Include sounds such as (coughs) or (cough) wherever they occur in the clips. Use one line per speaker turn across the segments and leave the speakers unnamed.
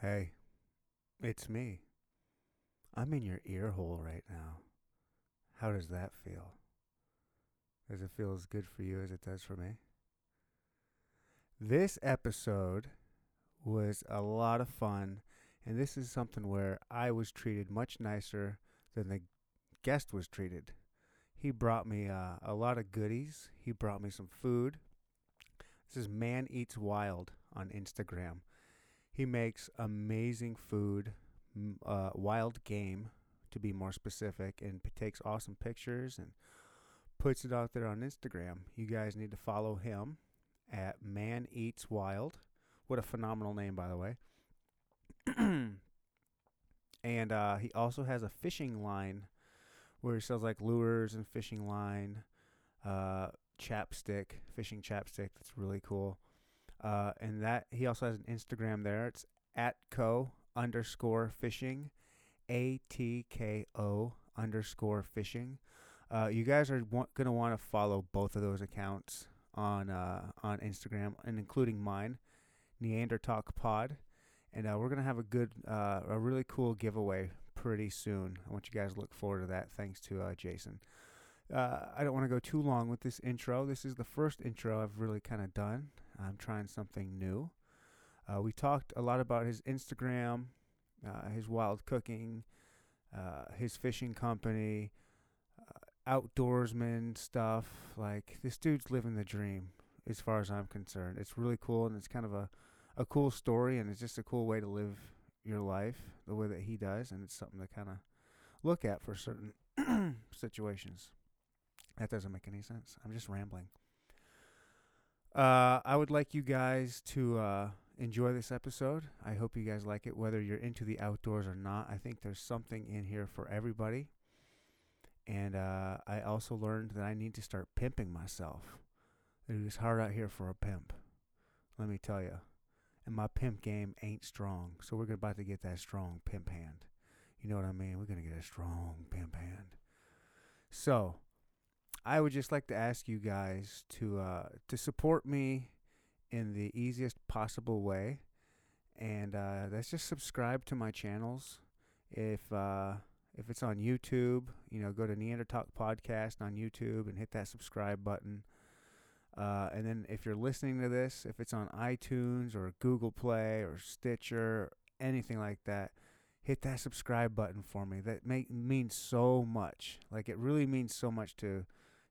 Hey, it's me. I'm in your ear hole right now. How does that feel? Does it feel as good for you as it does for me? This episode was a lot of fun, and this is something where I was treated much nicer than the guest was treated. He brought me uh, a lot of goodies, he brought me some food. This is Man Eats Wild on Instagram. He makes amazing food, m- uh, wild game, to be more specific, and p- takes awesome pictures and puts it out there on Instagram. You guys need to follow him at Man Eats Wild. What a phenomenal name, by the way. (clears throat) and uh, he also has a fishing line where he sells like lures and fishing line, uh, chapstick, fishing chapstick. That's really cool. Uh, and that he also has an Instagram there. It's at co underscore fishing, a t k o underscore fishing. Uh, you guys are wa- gonna want to follow both of those accounts on uh, on Instagram and including mine, Neander Talk Pod, and uh, we're gonna have a good, uh, a really cool giveaway pretty soon. I want you guys to look forward to that. Thanks to uh, Jason. Uh, I don't want to go too long with this intro. This is the first intro I've really kind of done. I'm trying something new. Uh, we talked a lot about his Instagram, uh, his wild cooking, uh, his fishing company, uh, outdoorsman stuff. Like this dude's living the dream, as far as I'm concerned. It's really cool, and it's kind of a, a cool story, and it's just a cool way to live your life the way that he does, and it's something to kind of look at for certain (coughs) situations. That doesn't make any sense. I'm just rambling. Uh, I would like you guys to uh, enjoy this episode. I hope you guys like it, whether you're into the outdoors or not. I think there's something in here for everybody. And uh, I also learned that I need to start pimping myself. It is hard out here for a pimp, let me tell you. And my pimp game ain't strong, so we're about to get that strong pimp hand. You know what I mean? We're gonna get a strong pimp hand. So, I would just like to ask you guys to uh, to support me in the easiest possible way, and uh, that's just subscribe to my channels. If uh, if it's on YouTube, you know, go to Neander Talk Podcast on YouTube and hit that subscribe button. Uh, and then if you're listening to this, if it's on iTunes or Google Play or Stitcher, anything like that, hit that subscribe button for me. That make, means so much. Like it really means so much to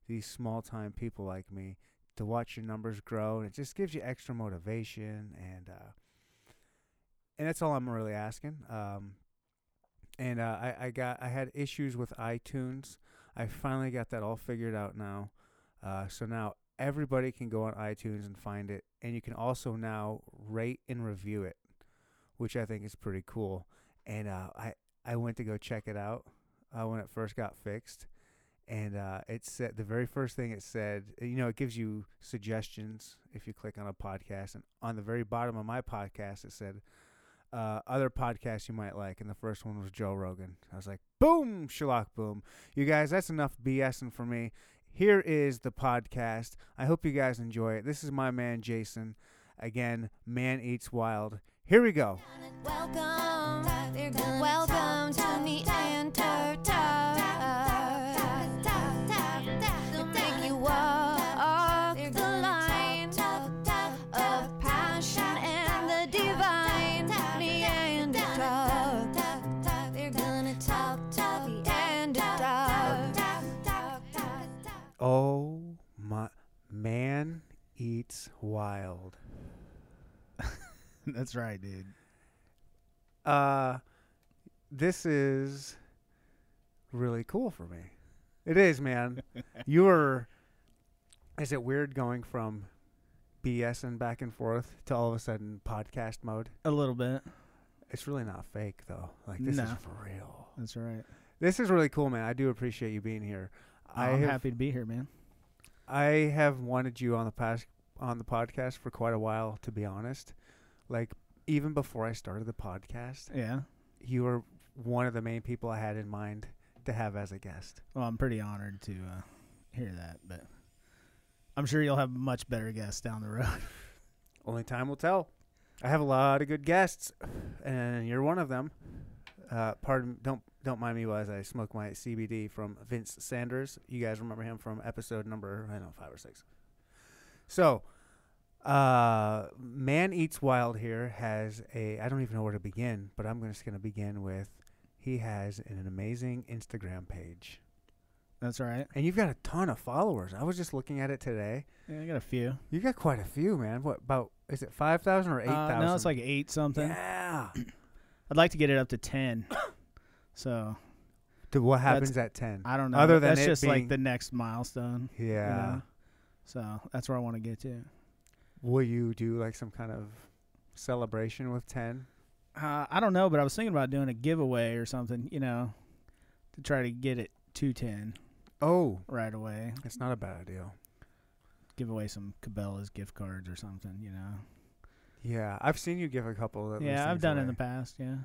these small time people like me to watch your numbers grow, and it just gives you extra motivation. And uh, and that's all I'm really asking. Um, and uh, I, I got I had issues with iTunes. I finally got that all figured out now. Uh, so now everybody can go on iTunes and find it, and you can also now rate and review it, which I think is pretty cool and uh, I I went to go check it out uh, when it first got fixed, and uh, it said the very first thing it said, you know, it gives you suggestions if you click on a podcast, and on the very bottom of my podcast it said uh, other podcasts you might like, and the first one was Joe Rogan. I was like, boom, Sherlock, boom, you guys, that's enough BSing for me. Here is the podcast. I hope you guys enjoy it. This is my man Jason. Again, Man Eats Wild. Here we go.
Welcome, welcome to me and They'll take you walk the line of passion and the divine. Meander talk. They're gonna talk, talk, meander talk.
Oh my man eats wild.
That's right, dude.
Uh this is really cool for me. It is, (laughs) man. You're is it weird going from BS and back and forth to all of a sudden podcast mode?
A little bit.
It's really not fake though. Like this
No.
is for real.
That's right.
This is really cool, man. I do appreciate you being here. I
I'm
have,
happy to be here, man.
I have wanted you on the past on the podcast for quite a while, to be honest. Like even before I started the podcast,
Yeah.
you were one of the main people I had in mind to have as a guest.
Well, I'm pretty honored to uh, hear that, but I'm sure you'll have much better guests down the road. (laughs)
Only time will tell. I have a lot of good guests. and you're one of them. Uh, pardon, don't don't mind me while I smoke my CBD from Vince Sanders. You guys remember him from episode number I don't know five or six. So, uh, Man Eats Wild here has a I don't even know where to begin, but I'm just gonna begin with he has an amazing Instagram page,
That's all right.
and you've got a ton of followers. I was just looking at it today.
Yeah, I got a few.
You got quite a few, man. What about is it five thousand or eight
Uh,
thousand?
no, it's like eight something.
yeah.
I'd like to get it up to ten. (coughs) so
Dude, what
That's-
happens at ten?
I don't know.
Other than
that's
it
just
being-
like the next milestone. you
Yeah.
know? So that's where I want to get to.
Will you do like some kind of celebration with ten?
Uh, I don't know, but I was thinking about doing a giveaway or something. You know, to try to get it to ten
Oh,
right away.
it's not a bad idea.
Give away some Cabela's gift cards or something. You know.
Yeah, I've seen you give a couple. Of those
yeah, I've
things
done it in
away.
the past. Yeah,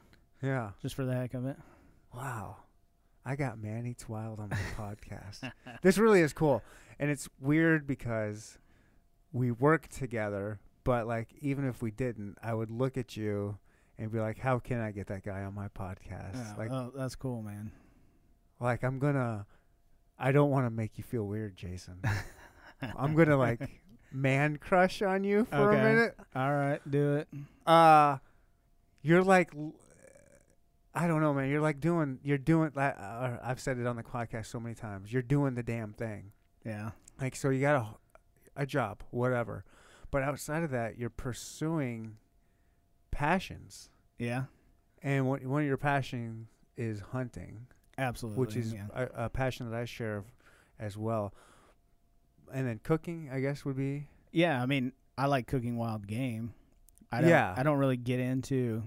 Yeah.
just for the heck of it.
Wow. I got Man Eats Wild on my podcast. (laughs) This really is cool. And it's weird because we work together, but like even if we didn't, I would look at you and be like, How can I get that guy on my podcast?
Oh,
like
oh, that's cool, man.
like I'm gonna I don't wanna make you feel weird, Jason. (laughs) I'm gonna like man crush on you for
Okay.
a minute.
(laughs) All right, do it.
Uh you're like l- I don't know, man. You're like doing you're doing like uh, I've said it on the podcast so many times. You're doing the damn thing.
Yeah.
Like so you got a a job, whatever. But outside of that, you're pursuing passions.
Yeah.
And one one of your passions is hunting.
Absolutely.
which is
yeah.
a, a passion that I share as well. And then cooking, I guess, would be
Yeah, I mean, I like cooking wild game. I don't,
Yeah.
I don't really get into.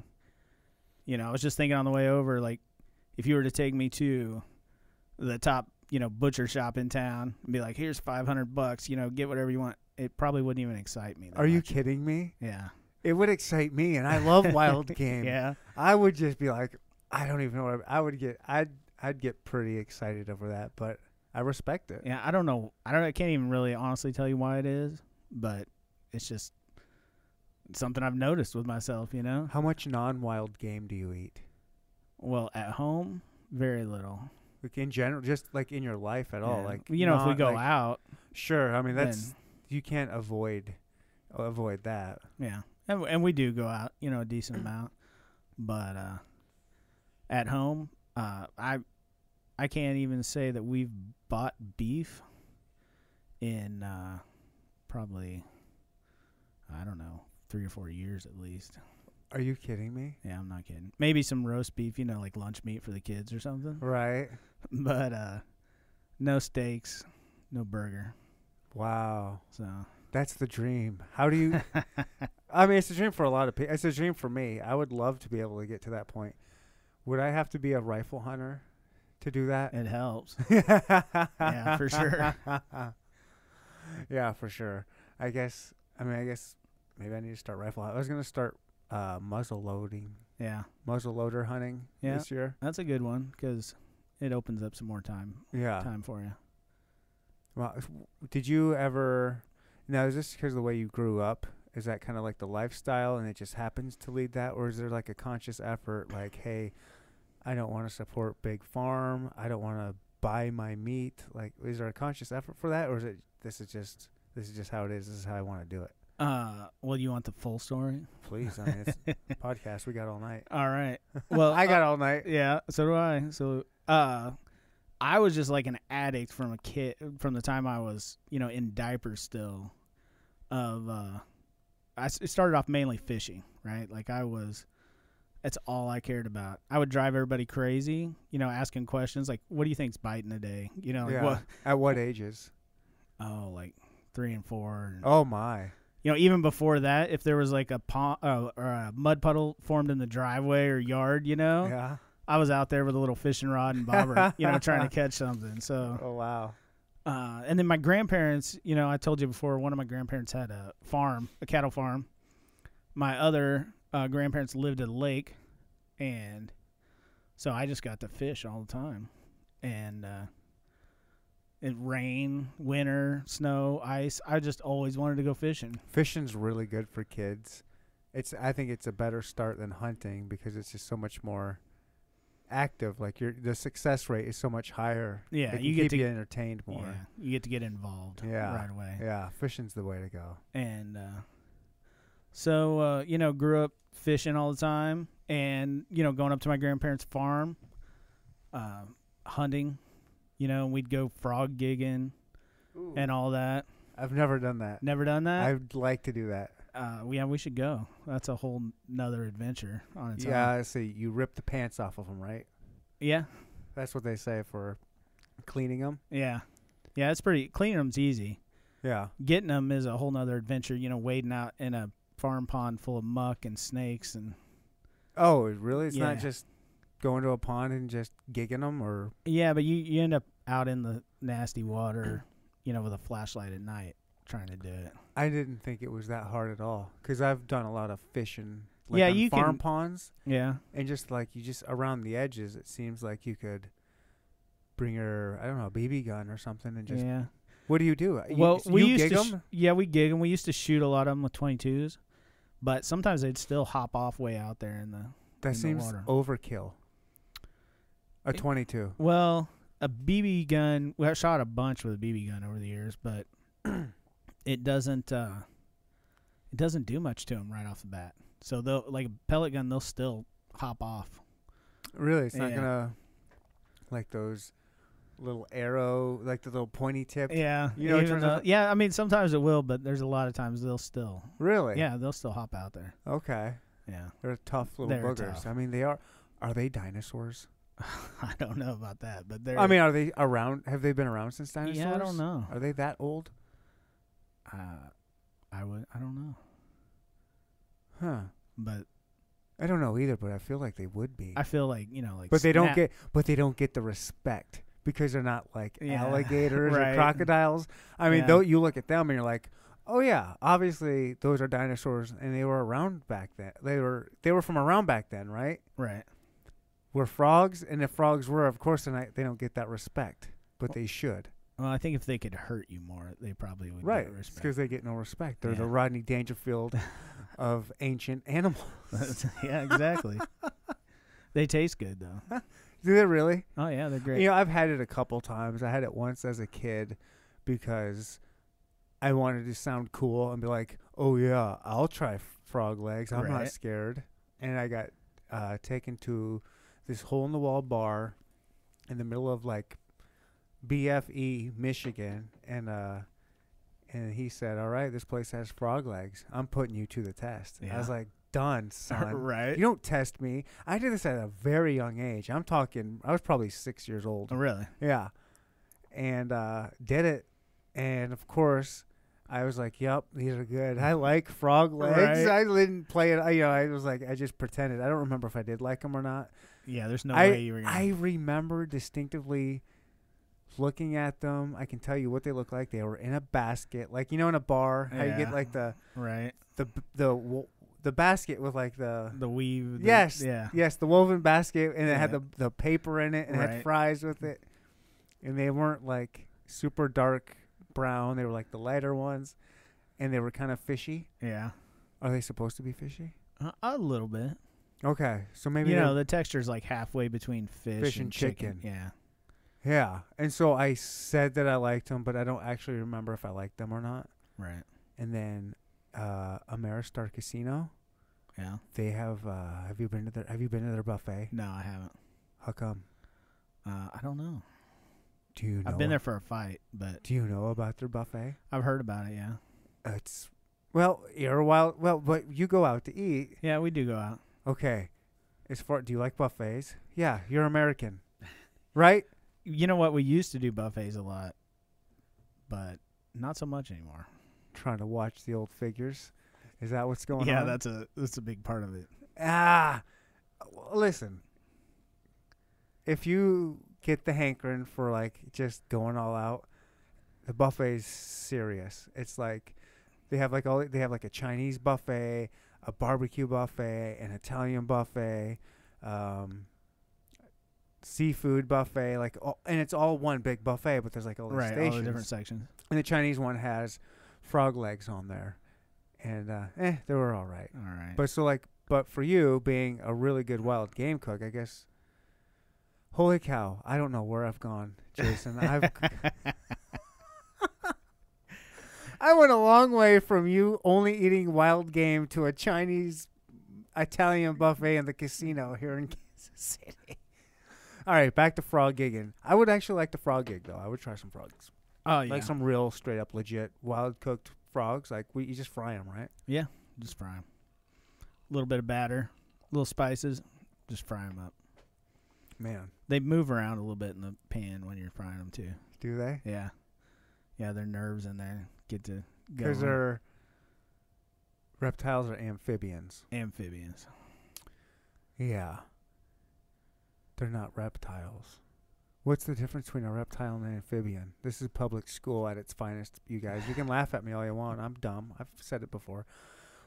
You know, I was just thinking on the way over, like, if you were to take me to the top, you know, butcher shop in town and be like, "Here's five hundred bucks, you know, get whatever you want," it probably wouldn't even excite me. that
Are you
much.
kidding me?
Yeah.
It would excite me, and I
(laughs)
love wild game.
Yeah.
I would just be like, I don't even know what I, I would get. I'd I'd get pretty excited over that, but I respect it.
Yeah. I don't know. I don't. I can't even really honestly tell you why it is, but it's just something I've noticed with myself. You know.
How much non-wild game do you eat?
Well, at home, very little.
Like in general, just like in your life at all,
Yeah.
like
you know, if we
not,
go
like-
out,
Sure, I mean
then-
that's you can't avoid avoid that.
Yeah, and, and we do go out, you know, a decent amount, but uh, at home, uh, I I can't even say that we've bought beef in uh, probably I don't know three or four years at least.
Are you kidding me?
Yeah, I'm not kidding. Maybe some roast beef, you know, like lunch meat for the kids or something,
Right?
(laughs) but uh, no steaks, no burger.
Wow,
So
that's the dream. How do you I mean, it's a dream for a lot of people. It's a dream for me. I would love to be able to get to that point. Would I have to be a rifle hunter to do that?
it helps.
yeah,
for sure.
(laughs) yeah, for sure. I guess. I mean, I guess maybe I need to start rifle. hunt- I was gonna start uh, muzzle loading,
Yeah,
muzzle loader hunting
Yeah.
this year.
that's a good one because it opens up some more time
Yeah.
time for you.
Well, if- did you ever? Now, is this because of the way you grew up? Is that kind of like the lifestyle, and it just happens to lead that, or is there like a conscious effort, like, hey, I don't want to support big farm, I don't want to buy my meat. Like, is there a conscious effort for that, or is it this is just this is just how it is? This is how I want to do it.
Uh, well, you want the full story?
Please, I
(laughs)
mean, it's a podcast. We got all night.
All
(laughs)
right. Well,
I got
uh,
all night.
yeah. So do I. So, uh, I was just like an addict from a kid from the time I was, you know, in diapers still. Of, uh, I s- it started off mainly fishing, right? Like I was, that's all I cared about. I would drive everybody crazy, you know, asking questions like, "What do you think's biting today?" You know, like
yeah.
what?
At what
(laughs)
ages?
Oh, like three and four. and-
Oh my!
you know, even before that, if there was like a pond uh, or a mud puddle formed in the driveway or yard, you know,
Yeah.
I was out there with a little fishing rod and bobber, you know, trying to catch
(laughs)
something. So,
Oh wow.
uh, and then my grandparents, you know, I told you before, one of my grandparents had a farm, a cattle farm. My other uh, grandparents lived at a lake, and so I just got to fish all the time, and uh, it rain, winter, snow, ice. I just always wanted to go fishing.
Fishing's really good for kids It's I think it's a better start than hunting because it's just so much more active. Like your the success rate is so much higher.
Yeah,
They can
you get
keep
to-
you entertained more.
Yeah, you get to get involved
Yeah.
right away.
Yeah. fishing's the way to go.
and uh, so uh, you know grew up fishing all the time and you know going up to my grandparents farm uh, hunting you know and we'd go frog gigging and all that
I've never done that.
never done that
I'd like to do that.
uh, we- yeah we should go that's a whole nother adventure on its
yeah,
own
I see. You rip the pants off of them, right?
yeah
That's what they say for cleaning them.
yeah yeah it's pretty cleaning them's easy
Yeah.
getting them is a whole nother adventure you know wading out in a farm pond full of muck and snakes and
Oh, it really? It's not
Yeah.
just going to a pond and just gigging them, or
Yeah, but you, you end up out in the nasty water, (clears throat) you know, with a flashlight at night trying to do it.
I didn't think it was that hard at all because I've done a lot of fishing. Like
Yeah,
on
you
farm
can-
ponds
Yeah.
and just like you just around the edges. It seems like you could bring your I don't know BB gun or something and just
yeah.
what do you do? Uh, You,
well,
you
we used
gig
to sh-
'em?
Yeah, we gig 'em. We used to shoot a lot of them with 22s, but sometimes they'd still hop off way out there in the in
that
the
seems
water.
overkill. A
It-
twenty-two.
Well, a BB gun. Well, I shot a bunch with a BB gun over the years, but (clears throat) it doesn't. uh It doesn't do much to them right off the bat. So they'll like a pellet gun. They'll still hop off.
Really, it's not
Yeah.
gonna like those little arrow, like the little pointy tip.
Yeah.
You know, it
even
turns
though-
out-
yeah, I mean sometimes it will, but there's a lot of times they'll still
Really?
Yeah, they'll still hop out there.
Okay.
Yeah. (laughs)
They're tough little
They're
boogers.
tough.
I mean, they are. Are they dinosaurs?
I don't know about that, but they're
I mean, are they around? Have they been around since dinosaurs?
Yeah, I don't know.
Are they that old?
Uh, I would I don't know.
Huh.
But
I don't know either, but I feel like they would be.
I feel like, you know, like
but they don't
snap-
get. But they don't get the respect because they're not like
Yeah, (laughs)
alligators
right.
or crocodiles. I mean,
Yeah.
though you look at them and you're like, oh yeah, obviously those are dinosaurs, and they were around back then. They were they were from around back then, right?
right.
Were frogs, and if frogs were, of course, then I, they don't get that respect, but they should.
Well, I think if they could hurt you more, they probably would
Right,
get
because
respect.
they get no respect. They're the
Yeah.
Rodney Dangerfield of ancient animals.
(laughs)
(laughs)
yeah, exactly. they taste good though.
Do they really?
Oh yeah, they're great.
You know, I've had it a couple times. I had it once as a kid because I wanted to sound cool and be like, "Oh yeah, I'll try f- frog legs. I'm not
Right.
scared." And I got uh, taken to this hole-in-the-wall bar in the middle of like BFE, Michigan, and uh, and he said, "All right, this place has frog legs. I'm putting you to the test." And I was
Yeah.
like,
(laughs)
"Done, son."
right.
You don't test me. I did this at a very young age. I'm talking, I was probably six years old.
Oh, really?
Yeah. And uh, did it. And of course, I was like, yep, these are good.
(laughs)
I like frog legs.
Right.
I didn't play it. I, you know, I was like, I just pretended. I don't remember if I did like them or not.
Yeah, there's no
I,
way you were gonna
I remember distinctively looking at them. I can tell you what they look like. They were in a basket, like, you know, in a bar, how you
Yeah.
get like the,
right.
the, the, w- the basket with like the,
The weave the-
Yes.
Yeah.
Yes, the woven basket, and it had
Yeah.
the the paper in it, and it had
Right.
fries with it, and they weren't like super dark brown. They were like the lighter ones, and they were kind of fishy.
Yeah.
Are they supposed to be fishy?
Uh, a little bit.
Okay, so maybe
you
they're-
know, the texture's like halfway between fish,
Fish and chicken.
Yeah.
yeah. And so I said that I liked them, but I don't actually remember if I liked them or not.
Right.
And then uh, Ameristar Casino,
Yeah.
they have. Uh, have you been to their Have you been to their buffet?
No, I haven't.
How come?
Uh, I don't know.
Do you know?
I've been there for a fight, but
Do you know about their buffet?
I've heard about it. Yeah.
It's well, you're a wild. Well, but you go out to eat.
Yeah, we do go out.
Okay, as far do you like buffets? Yeah, you're American, right?
You know what? We used to do buffets a lot, but not so much anymore.
Trying to watch the old figures. Is that what's going
yeah,
on?
that's a that's a big part of it.
ah. well, Listen, if you get the hankering for like just going all out, the buffet's serious. It's like they have like all they have like a Chinese buffet, a barbecue buffet, an Italian buffet, um, seafood buffet, like all, and it's all one big buffet. But there's like all these
right. All
stations,
the different sections.
and the Chinese one has frog legs on there, and uh, eh, they were all right.
All right.
But so like, but for you being a really good wild game cook, I guess. Holy cow! I don't know where I've gone, Jason. I've (laughs) I went a long way from you only eating wild game to a Chinese Italian buffet in the casino here in Kansas City. All right, back to frog gigging. I would actually like the frog gig though. I would try some frogs,
oh yeah,
like some real straight up legit wild cooked frogs. Like we, you just fry them, right?
just fry them. A little bit of batter, little spices, just fry them up.
Man,
They move around a little bit in the pan when you're frying them too.
do they?
Yeah, yeah, their nerves in there get to go.
Because they're reptiles are amphibians.
amphibians.
Yeah. They're not reptiles. What's the difference between a reptile and an amphibian? This is public school at its finest, you guys. You can laugh at me all you want. I'm dumb. I've said it before.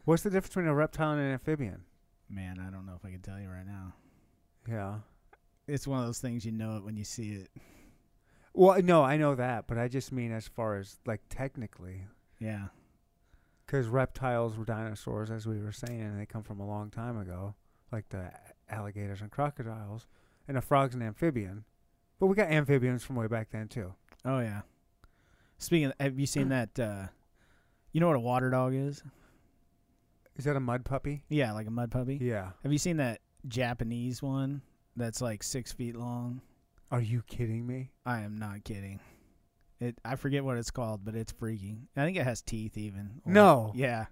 What's the difference between a reptile and an amphibian?
Man, I don't know if I can tell you right now.
Yeah.
It's one of those things you know it when you see it.
Well, no, I know that, but I just mean as far as like technically.
Yeah,
Because reptiles were dinosaurs, as we were saying, and they come from a long time ago, like the alligators and crocodiles, and a frog's an amphibian. But we got amphibians from way back then, too.
Oh yeah. Speaking, of, have
(clears throat)
you seen that? Uh, you know what a water dog is?
Is that a mud puppy?
Yeah, like a mud puppy.
Yeah.
Have you seen that Japanese one that's like six feet long?
Are you kidding me?
I am not kidding. It I forget what it's called, but it's freaky. I think it has teeth even. Or-
No.
Yeah,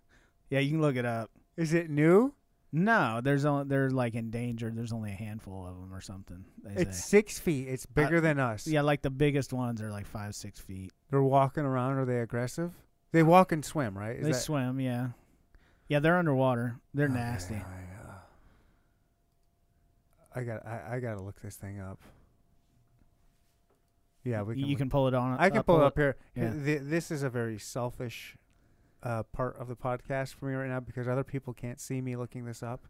yeah. You can look it up.
Is it new?
No, there's only they're like endangered. There's only a handful of them or something. They
It's
say.
six feet. It's bigger than us.
Uh, Yeah, like the biggest ones are like five six feet.
They're walking around. Are they aggressive? They walk and swim, right? Is
they
that- Oh,
swim. Yeah, yeah. They're underwater. They're
Okay,
nasty.
I, uh, I got. I, I got to look this thing up. Yeah, we can.
you
look-
can Uh, pull it on.
I can pull it up here.
yeah.
Th- This is a very selfish uh, part of the podcast for me right now because other people can't see me looking this up,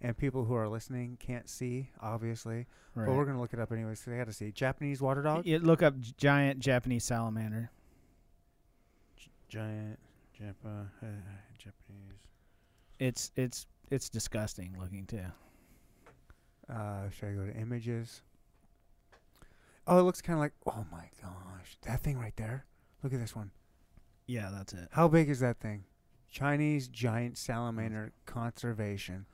and people who are listening can't see, obviously.
Right.
But we're gonna look it up anyways. So they got to see Japanese water dog,
Y- look up g- giant Japanese salamander.
giant Japa, uh, Japanese.
It's it's it's disgusting looking too.
Uh, should I go to images? Oh, it looks kind of like. Oh my gosh, that thing right there. Look at this one.
Yeah, that's it.
How big is that thing? Chinese giant salamander conservation.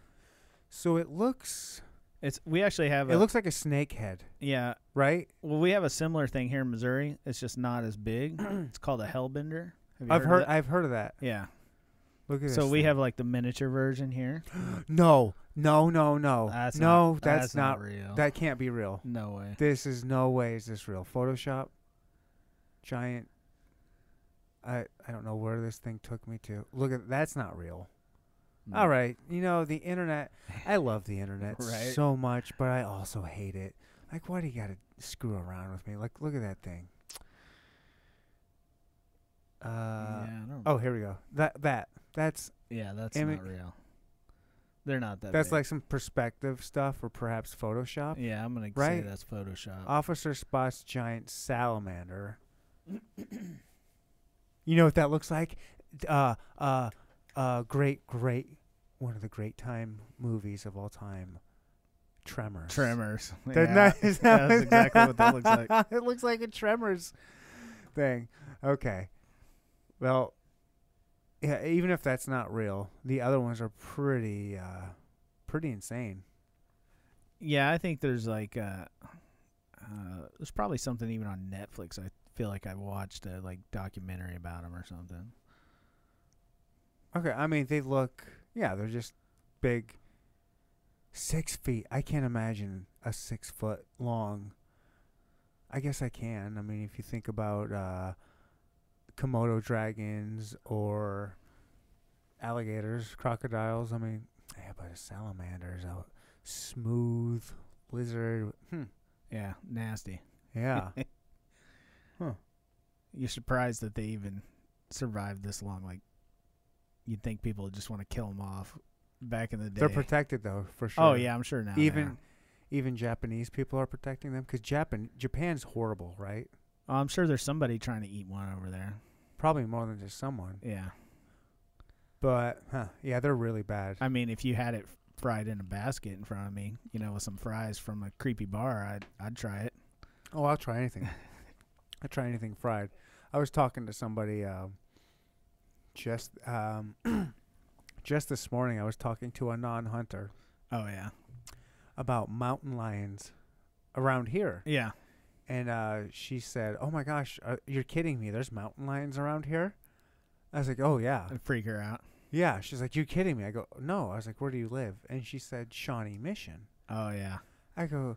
So it looks.
It's we actually have.
It
a,
looks like a snake head,
Yeah.
right?
Well, we have a similar thing here in Missouri. It's just not
(clears throat)
as big. it's called a hellbender. Have you
I've heard.
of that?
I've heard of that.
yeah.
Look at this.
So we
thing.
have like the miniature version here.
No, no, no, no,
That's
Oh, no.
not,
that's, not.
not, real.
that can't be real.
no way.
This is no way is this real. Photoshop. Giant. I I don't know where this thing took me to. Look at that's not real.
Mm.
All right, you know the internet. I love the internet
(laughs) Right.
so much, but I also hate it. Like, why do you gotta screw around with me? Like, look at that thing. Uh,
yeah, I don't,
Oh, here we go. That that that's
yeah, that's
Imi-
not real. They're not that.
that's
big.
like some perspective stuff, or perhaps Photoshop.
Yeah, I'm gonna
right? Uh,
say that's Photoshop.
Officer spots giant salamander. (clears throat) you know what that looks like? D- Uh, uh, uh, great, great, one of the great time movies of all time, Tremors.
Tremors. (laughs)
Doesn't (laughs)
Yeah.
that- is that-
that's exactly what that looks like.
(laughs) it looks like a Tremors thing. Okay. Well, yeah. Even if that's not real, the other ones are pretty, uh, pretty insane.
Yeah, I think there's like uh, uh there's probably something even on Netflix. I feel like I watched a like documentary about them or something.
Okay, I mean they look yeah, they're just big. Six feet. I can't imagine a six foot long. I guess I can. I mean, if you think about uh, Komodo dragons or alligators, crocodiles. I mean, yeah, but a salamander is a smooth lizard. Hmm.
Yeah, nasty. (laughs)
Yeah.
You're surprised that they even survived this long. Like, you'd think people would just want to kill them off back in the day.
they're protected though, for sure.
Oh yeah, I'm sure now. they
Even
are.
even Japanese people are protecting them cuz Japan Japan's horrible, right?
Oh, I'm sure there's somebody trying to eat one over there.
Probably more than just someone.
Yeah,
But huh, yeah, they're really bad.
I mean, if you had it fried in a basket in front of me, you know, with some fries from a creepy bar, I'd I'd try it.
Oh, I'll try anything. I'll try anything fried. I was talking to somebody um, just um, (clears throat) just this morning. I was talking to a non-hunter
Oh yeah,
about mountain lions around here.
yeah.
and uh, she said, "Oh my gosh, uh, you're kidding me! There's mountain lions around here." I was like, "Oh yeah,
I'd freak her out.
yeah." She's like, "You're kidding me!" I go, "No." I was like, "Where do you live?" And she said, "Shawnee Mission."
Oh yeah,
I go,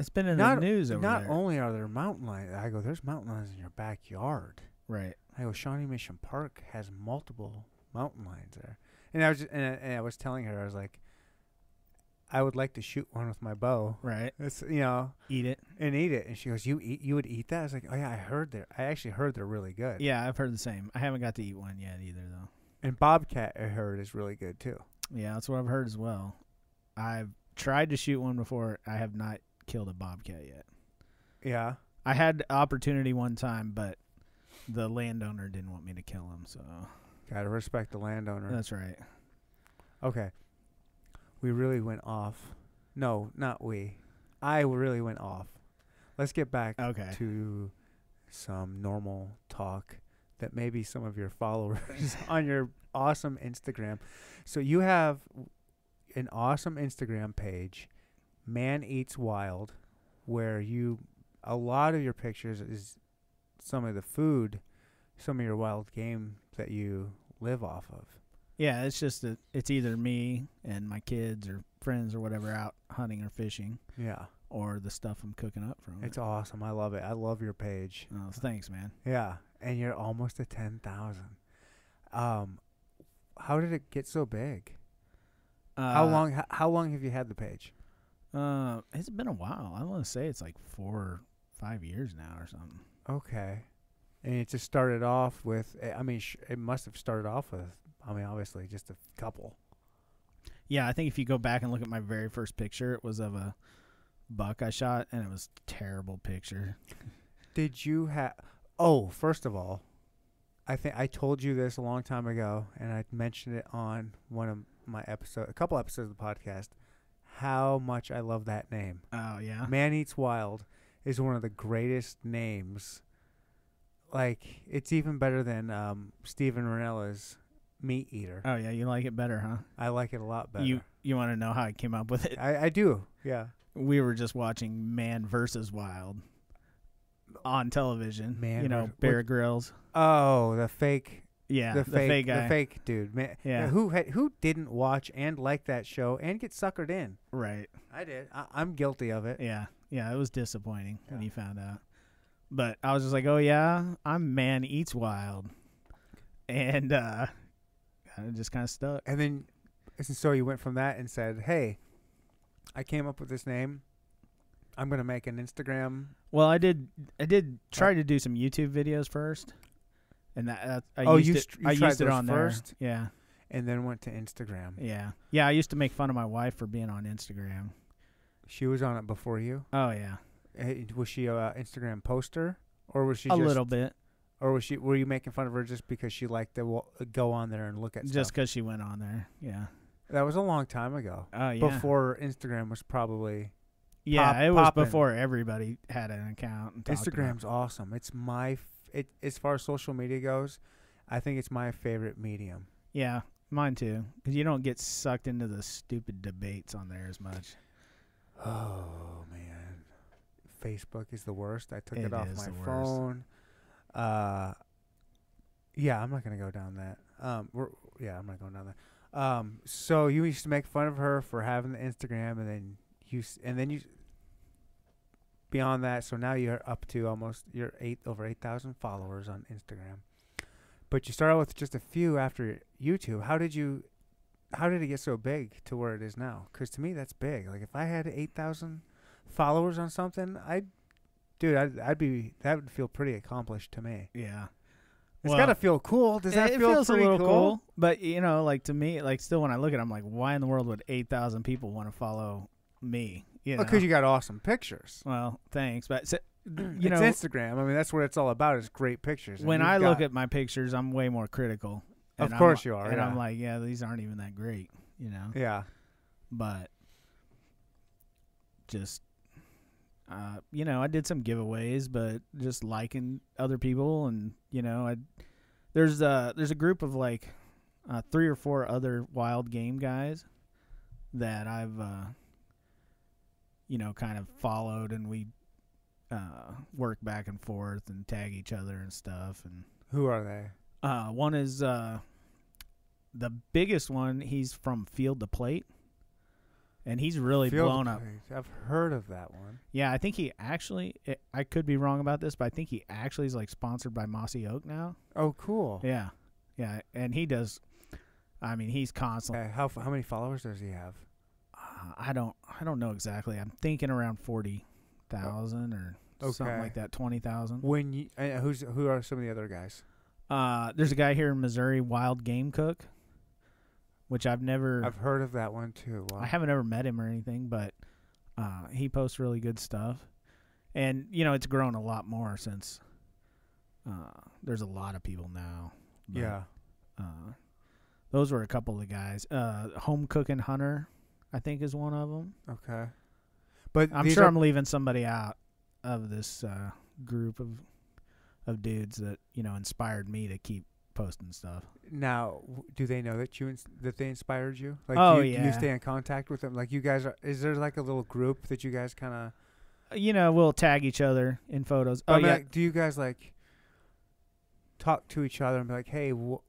it's been in
"Not
the news over
not
there.
only are there mountain lions." I go, "There's mountain lions in your backyard."
right.
I go, "Shawnee Mission Park has multiple mountain lions there," and I was just, and, I- and I was telling her, I was like, "I would like to shoot one with my bow."
Right.
It's you know,
Eat it.
and eat it. And she goes, "You eat? You would eat that?" I was like, "Oh yeah, I heard they're. I actually heard they're really good."
Yeah, I've heard the same. I haven't got to eat one yet either though.
And Bobcat, I heard, is really good too.
Yeah, that's what I've heard as well. I've tried to shoot one before. I have not killed a bobcat yet.
Yeah.
I had opportunity one time, but the landowner didn't want me to kill him. So
Gotta respect the landowner.
that's right.
okay. We really went off. No, not we. I really went off. Let's get back
Okay.
to some normal talk that maybe some of your followers (laughs) on your awesome Instagram. So you have an awesome Instagram page, Man Eats Wild, where you a lot of your pictures is some of the food, some of your wild game that you live off of.
Yeah, it's just that it's either me and my kids or friends or whatever out hunting or fishing
Yeah.
or the stuff I'm cooking up from.
It's
it.
awesome. I love it. I love your page.
Oh, thanks, man.
Yeah, and you're almost at ten thousand. Um, how did it get so big?
Uh,
how long? How, how long have you had the page?
Uh, it's been a while. I want to say it's like four, or five years now or something.
Okay, and it just started off with. eh, I mean, sh- it must have started off with. I mean, obviously, just a couple.
Yeah, I think if you go back and look at my very first picture, it was of a buck I shot, and it was a terrible picture.
Did you have? Oh, first of all, I think I told you this a long time ago, and I mentioned it on one of my episode, a couple episodes of the podcast. How much I love that name.
Oh yeah,
Man Eats Wild is one of the greatest names. Like it's even better than um, Steven Ranella's Meat Eater.
oh yeah, you like it better, huh?
I like it a lot better.
You you want to know how I came up with it?
I, I do. Yeah.
We were just watching Man versus Wild on television.
Man
you know,
versus-
Bear Grylls.
Oh, the fake,
Yeah,
the, fake,
guy.
the fake dude. Man,
Yeah.
Who had, who didn't watch and like that show and get suckered in?
Right.
I did. I, I'm guilty of it.
Yeah. Yeah. It was disappointing when
Yeah.
he found out. But I was just like, oh, yeah, I'm Man Eats Wild. And uh, I just kind of stuck.
And then, and so you went from that and said, "Hey, I came up with this name. I'm gonna make an Instagram."
Well, I did I did try to do some YouTube videos first. And that, that I
Oh,
used
you
it,
str- you
I
tried
used it
those
on
first?
there. Yeah.
And then went to Instagram.
Yeah. Yeah. I used to make fun of my wife for being on Instagram.
She was on it before you.
Oh, yeah.
Eh, Was she a Instagram poster, or was she
a
just,
little bit.
or was she? Were you making fun of her just because she liked to wa- go on there and look at
Just
stuff?
because she went on there. Yeah.
That was a long time ago.
Oh, yeah.
Before Instagram was probably
Yeah.
pop-
it was
poppin'.
before everybody had an account. And talked about
Instagram's awesome. It's my f- it as far as social media goes, I think it's my favorite medium.
Yeah, mine too. Because you don't get sucked into the stupid debates on there as much.
Oh man, Facebook is the worst. I took it,
It
off
is
my
the worst.
phone. Uh, yeah, I'm not gonna go down that. Um, we're, yeah, I'm not going down that. Um, so you used to make fun of her for having the Instagram, and then you, s- and then you. Beyond that, so now you're up to almost you're eight over eight thousand followers on Instagram, but you started with just a few after YouTube. How did you how did it get so big to where it is now? Because to me, that's big. Like if I had eight thousand followers on something, I'd, dude, I'd, I'd be that would feel pretty accomplished to me.
Yeah,
It's
Well,
gotta feel cool. Does that
it
feel
feels a
pretty
little
cool?
But you know, like to me, like still when I look at, it, I'm like, why in the world would eight thousand people want to follow me? You know?
Because Oh, you got awesome pictures.
well, thanks, but so,
You
(clears throat) you
it's
know,
Instagram. I mean, that's what it's all about. Is great pictures. and
when
you've
I look
got-
at my pictures, I'm way more critical
Of
I'm
course
li-
you are,
And
yeah.
I'm like, yeah, these aren't even that great, you know.
Yeah.
But just uh, you know, I did some giveaways, but just liking other people and you know, I there's a there's a group of like uh, three or four other wild game guys that I've uh, you know kind of followed and we uh, work back and forth and tag each other and stuff and
Who are they?
uh, one is uh, the biggest one. He's from Field to Plate, and he's really
Field
blown up.
Plays. I've heard of that one.
Yeah, I think he actually. It, I could be wrong about this, but I think he actually is like sponsored by Mossy Oak now.
Oh, cool.
Yeah, yeah, and he does. I mean, he's constantly.
Okay, Uh, how f- how many followers does he have?
Uh, I don't. I don't know exactly. I'm thinking around forty thousand or something
Okay.
like that. Twenty thousand.
When you uh, who's who are some of the other guys?
Uh, there's a guy here in Missouri, Wild Game Cook, which I've never.
I've heard of that one too. Wow.
I haven't ever met him or anything, but uh, he posts really good stuff, and you know it's grown a lot more since. Uh, there's a lot of people now. but,
Yeah.
Uh, those were a couple of the guys. Uh, Home cooking hunter, I think, is one of them.
Okay. But
I'm
these
sure
are-
I'm leaving somebody out of this uh, group of of dudes that you know inspired me to keep posting stuff.
now w- do they know that you ins- that they inspired you? Like
Oh,
you, do
yeah.
you stay in contact with them? Like you guys are? Is there like a little group that you guys kind of?
You know, we'll tag each other in photos. Oh
I mean,
yeah,
like, do you guys like talk to each other and be like, hey, wh-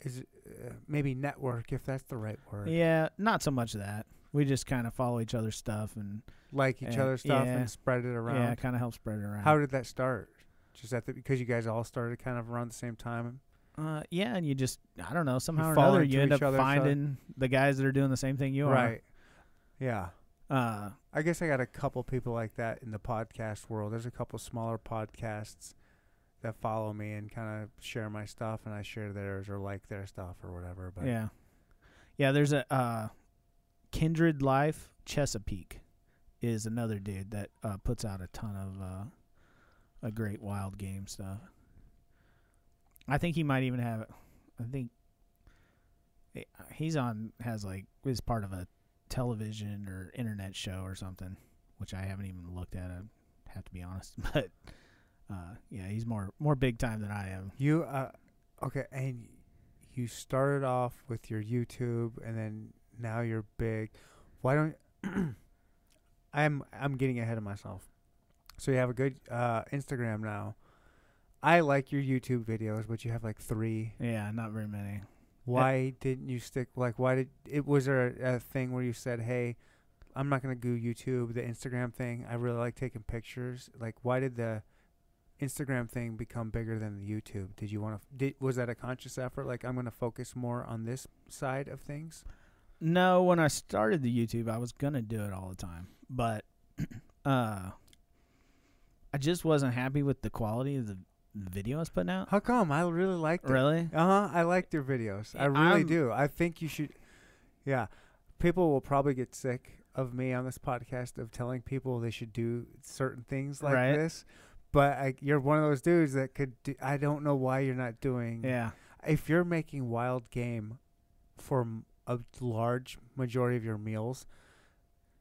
is it, uh, maybe network if that's the right word?
Yeah, not so much that. We just kind of follow each other's stuff and
Like each
Yeah,
other's stuff
yeah.
and spread it around.
yeah, kind of help spread it around.
How did that start? Just at the, because you guys all started kind of around the same time.
uh, yeah, and you just I don't know somehow or
fall
another
into
you end up
each other's, uh,
finding the guys that are doing the same thing you
right. Yeah.
are. Uh,
I guess I got a couple people like that in the podcast world. There's a couple smaller podcasts that follow me and kind of share my stuff, and I share theirs or like their stuff or whatever. But
yeah, yeah. There's a uh, Kindred Life Chesapeake is another dude that uh, puts out a ton of uh, a great wild game stuff. I think he might even have. I think he- he's on has like is part of a television or internet show or something, which I haven't even looked at. I have to be honest, (laughs) but uh, yeah, he's more more big time than I am.
you, uh, okay, and you started off with your YouTube, and then now you're big. Why don't (clears throat) I'm I'm getting ahead of myself. So you have a good uh, Instagram now. I like your YouTube videos, but you have like three
Yeah, not very many.
why didn't you stick like why did it was there a, a thing where you said hey i'm not going to do youtube the instagram thing i really like taking pictures like why did the instagram thing become bigger than the youtube did you want to did was that a conscious effort like i'm going to focus more on this side of things
No, when I started the YouTube, I was gonna do it all the time, but (clears throat) uh, I just wasn't happy with the quality of the video I was putting out.
how come i really liked it
Really?
uh-huh i liked your videos i
Yeah,
really
I'm-
do i think you should yeah people will probably get sick of me on this podcast of telling people they should do certain things like
Right.
this but I, you're one of those dudes that could do, i don't know why you're not doing
Yeah.
if you're making wild game for m- a large majority of your meals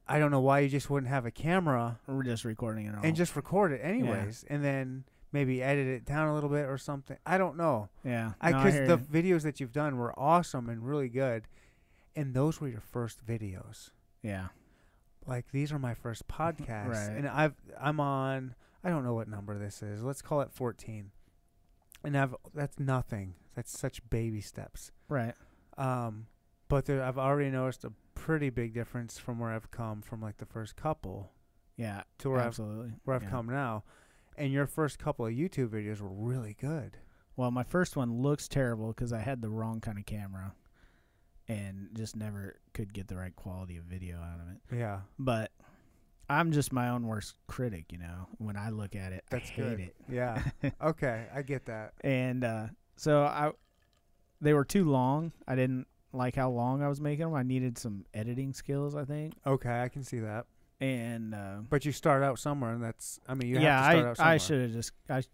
i don't know why you just wouldn't have a camera
We're just recording it all.
and just record it anyways and then maybe edit it down a little bit or something i don't know
yeah.
I
No,
because
hear
the
you.
videos that you've done were awesome and really good, and those were your first videos.
yeah.
Like these are my first podcasts,
(laughs) Right.
and I've I'm on I don't know what number this is. Let's call it 14, and I've that's nothing. That's such baby steps.
Right.
Um, but there, I've already noticed a pretty big difference from where I've come from, like the first couple
Yeah.
to where I've
absolutely.
where I've
yeah.
come now. And your first couple of YouTube videos were really good.
Well, my first one looks terrible because I had the wrong kind of camera, and just never could get the right quality of video out of it.
Yeah,
But I'm just my own worst critic, you know. When I look at it,
that's
I hate
good.
it. (laughs)
Yeah. okay, I get that.
and uh, so I, they were too long. I didn't like how long I was making them. I needed some editing skills, I think.
Okay, I can see that.
And uh,
But you start out somewhere, and that's I mean you
yeah,
have to start out
I
somewhere.
I should have just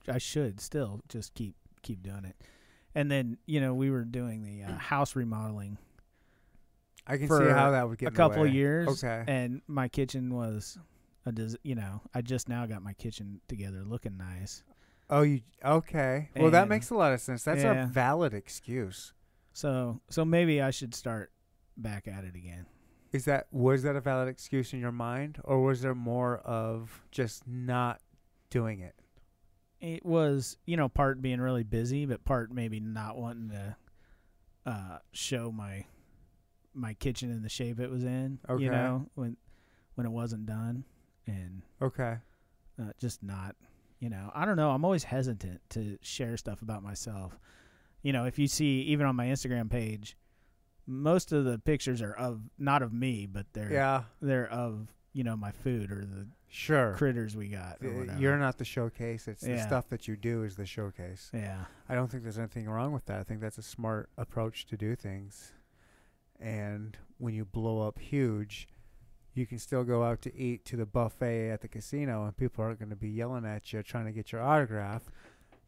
I I should still just keep keep doing it. and then you know we were doing the
(clears throat)
uh, house remodeling
I can see
for
how that would get
a
in the
couple
way.
years.
Okay.
and my kitchen was a dis- you know I just now got my kitchen together looking nice.
Oh, you okay? Well, that
And-
makes a lot of sense. That's
yeah.
a valid excuse.
So so maybe I should start back at it again.
Is that was that a valid excuse in your mind, or was there more of just not doing it?
It was you know part being really busy, but part maybe not wanting to uh, show my my kitchen in the shape it was in.
Okay.
You know when when it wasn't done and
Okay.
uh, just not you know i don't know i'm always hesitant to share stuff about myself you know if you see even on my instagram page most of the pictures are of not of me but they're
Yeah.
they're of you know my food or the
Sure.
critters we got or
Uh,
whatever.
You're not the showcase. It's the
Yeah.
stuff that you do is the showcase.
yeah
I don't think there's anything wrong with that. I think that's a smart approach to do things. And when you blow up huge, you can still go out to eat to the buffet at the casino, and people aren't going to be yelling at you trying to get your autograph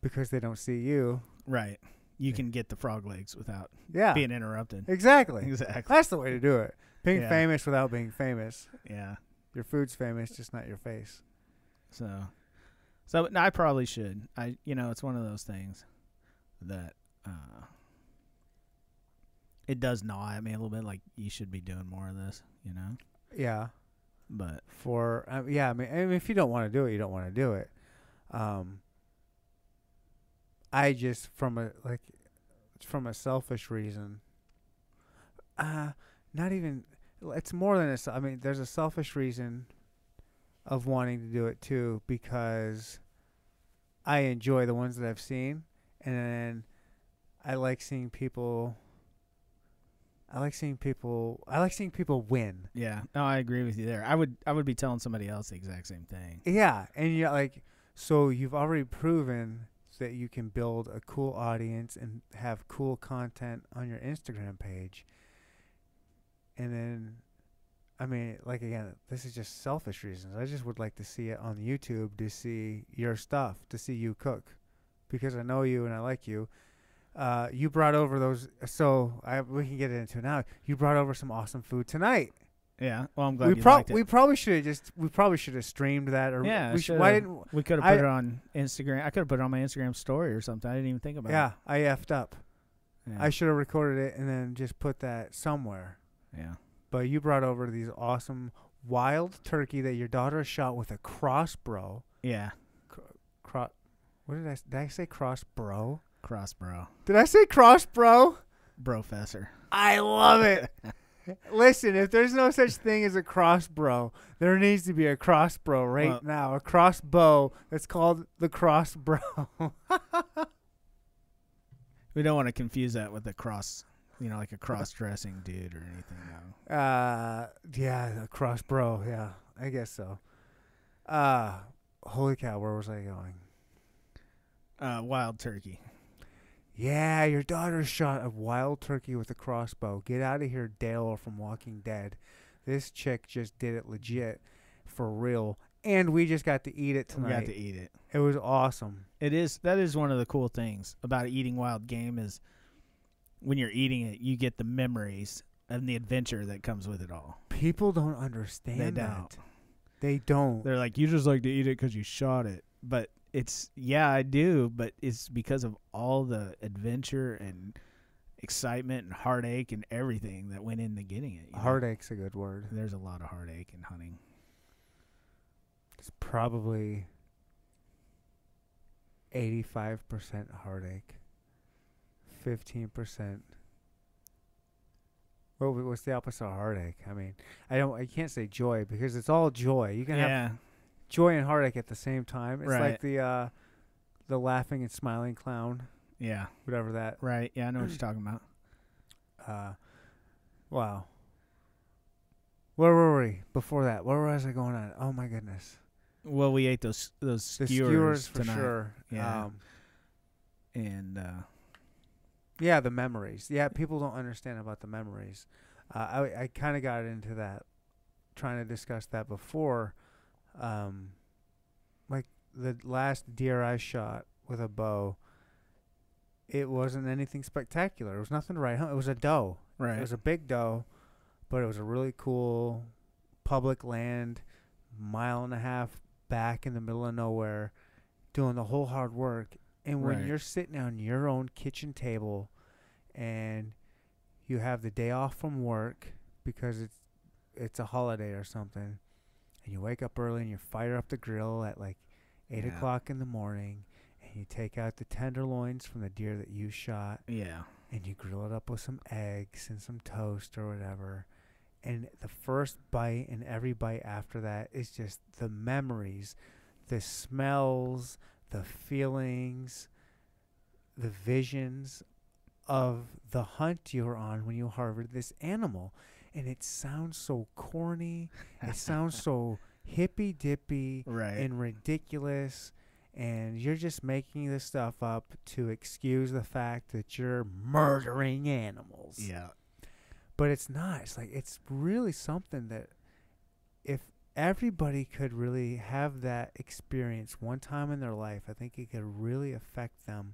because they don't see you.
right you can get the frog legs without
Yeah,
being interrupted
Ah. (laughs) exactly.
exactly
That's the way to do it. Being
Yeah.
famous without being famous.
yeah
Your food's famous, just not your face.
so so no, i probably should i you know it's one of those things that uh it does gnaw at me a little bit like you should be doing more of this you know
Yeah.
but
for um, yeah I mean, I mean if you don't want to do it you don't want to do it um i just from a like from a selfish reason uh not even it's more than a se- I mean there's a selfish reason of wanting to do it too because i enjoy the ones that i've seen and then i like seeing people i like seeing people i like seeing people win
yeah no i agree with you there i would i would be telling somebody else the exact same thing
Yeah, and you're like, so you've already proven that you can build a cool audience and have cool content on your Instagram page. And then, I mean, like again, this is just selfish reasons. I just would like to see it on YouTube to see your stuff, to see you cook, because I know you and I like you. Uh, you brought over those, so I, we can get into it now. You brought over some awesome food tonight
yeah well i'm glad
we
you
prob-
liked it.
we probably should have just we probably should have streamed that or
Yeah,
we sh- why
shoulda.
didn't
we could have
I-
put it on instagram i could have put it on my instagram story or something i didn't even think about
yeah
it
I effed up.
yeah
I should have recorded it and then just put that somewhere.
yeah
But you brought over these awesome wild turkey that your daughter shot with a crossbow.
yeah
Cro- what did I s- did I say crossbow?
cross bro
Did I say crossbow?
professor
I love it. Listen, if there's no such thing as a crossbow, there needs to be a crossbow right
Well-
now. A crossbow that's called the (laughs) crossbow.
we don't want to confuse that with a cross you know like a cross-dressing dude or anything though
Uh, yeah, cross bro. Yeah, I guess so. Uh, holy cow, where was I going?
uh, wild turkey.
Yeah, your daughter shot a wild turkey with a crossbow. Get out of here, Dale from Walking Dead. This chick just did it legit, for real. And we just got to eat it
We got
tonight.
to eat it.
it was awesome.
It is that is one of the cool things about eating wild game is when you're eating it, you get the memories and the adventure that comes with it all.
People don't understand
They
that.
don't.
They don't.
They're like, you just like to eat it because you shot it, but it's yeah, I do, but it's because of all the adventure and excitement and heartache and everything that went into getting it. you know?
Heartache's a good word.
There's a lot of heartache in hunting.
It's probably 85% heartache, 15%. Well, what's the opposite of heartache? I mean, I don't, I can't say joy because it's all joy. You can have
Yeah,
joy and heartache at the same time. It's like
Right.
the uh, the laughing and smiling clown,
yeah,
whatever that.
right. Yeah, I know
(clears throat)
what you're talking about.
Uh, wow. Where were we before that? Where was I going on? Oh my goodness,
Well, we ate those those
the
skewers,
skewers, for
tonight,
sure.
Yeah.
Um,
and uh,
Yeah, the memories. Yeah, people don't understand about the memories. Uh, I I kind of got into that, trying to discuss that before, um, like the last deer I shot with a bow. it wasn't anything spectacular. It was nothing to write home. It was a doe.
Right.
It was a big doe, but it was a really cool public land, mile and a half back in the middle of nowhere, doing the whole hard work. And when
Right.
you're sitting on your own kitchen table and you have the day off from work because it's it's a holiday or something, and you wake up early and you fire up the grill at like eight
Yeah.
o'clock in the morning and you take out the tenderloins from the deer that you shot
(laughs) yeah.
and you grill it up with some eggs and some toast or whatever. And the first bite and every bite after that is just the memories, the smells, the feelings, the visions of the hunt you were on when you harvested this animal. And it sounds so corny. It
(laughs)
sounds so hippy dippy
Right.
and ridiculous and you're just making this stuff up to excuse the fact that you're murdering animals.
yeah.
But it's not. It's like it's really something that if everybody could really have that experience one time in their life, I think it could really affect them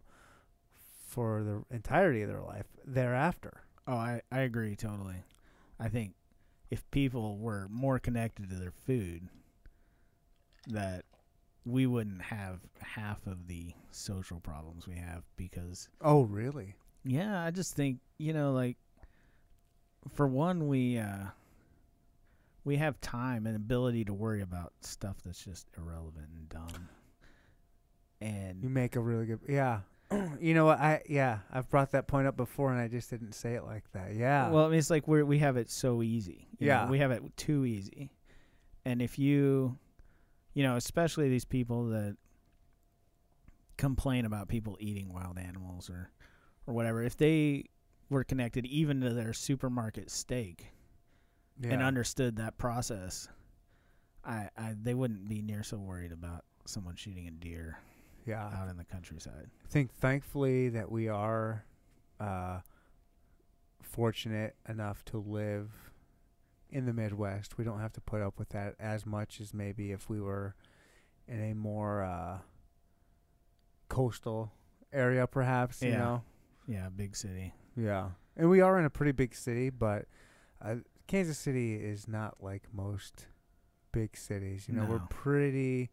for the entirety of their life thereafter.
Oh, I, I agree totally. I think if people were more connected to their food, that we wouldn't have half of the social problems we have because
Oh, really?
Yeah, I just think you know, like for one, we uh, we have time and ability to worry about stuff that's just irrelevant and dumb.
You
And
make a really good Yeah. (clears throat) you know what? I yeah, I've brought that point up before and I just didn't say it like that. Yeah.
uh, well, I mean, it's like we we have it so easy. you know,
uh, Yeah.
we have it too easy. And if you, you know, especially these people that complain about people eating wild animals or or whatever, if they were connected even to their supermarket steak,
yeah.
and understood that process, I, I they wouldn't be near so worried about someone shooting a deer
yeah.
out in the countryside.
Uh, I think thankfully that we are uh, fortunate enough to live in the Midwest. We don't have to put up with that as much as maybe if we were in a more uh, coastal area, perhaps. You
Yeah.
know,
Yeah, big city.
yeah, and we are in a pretty big city, but uh, Kansas City is not like most big cities. You know, we're
No.
pretty.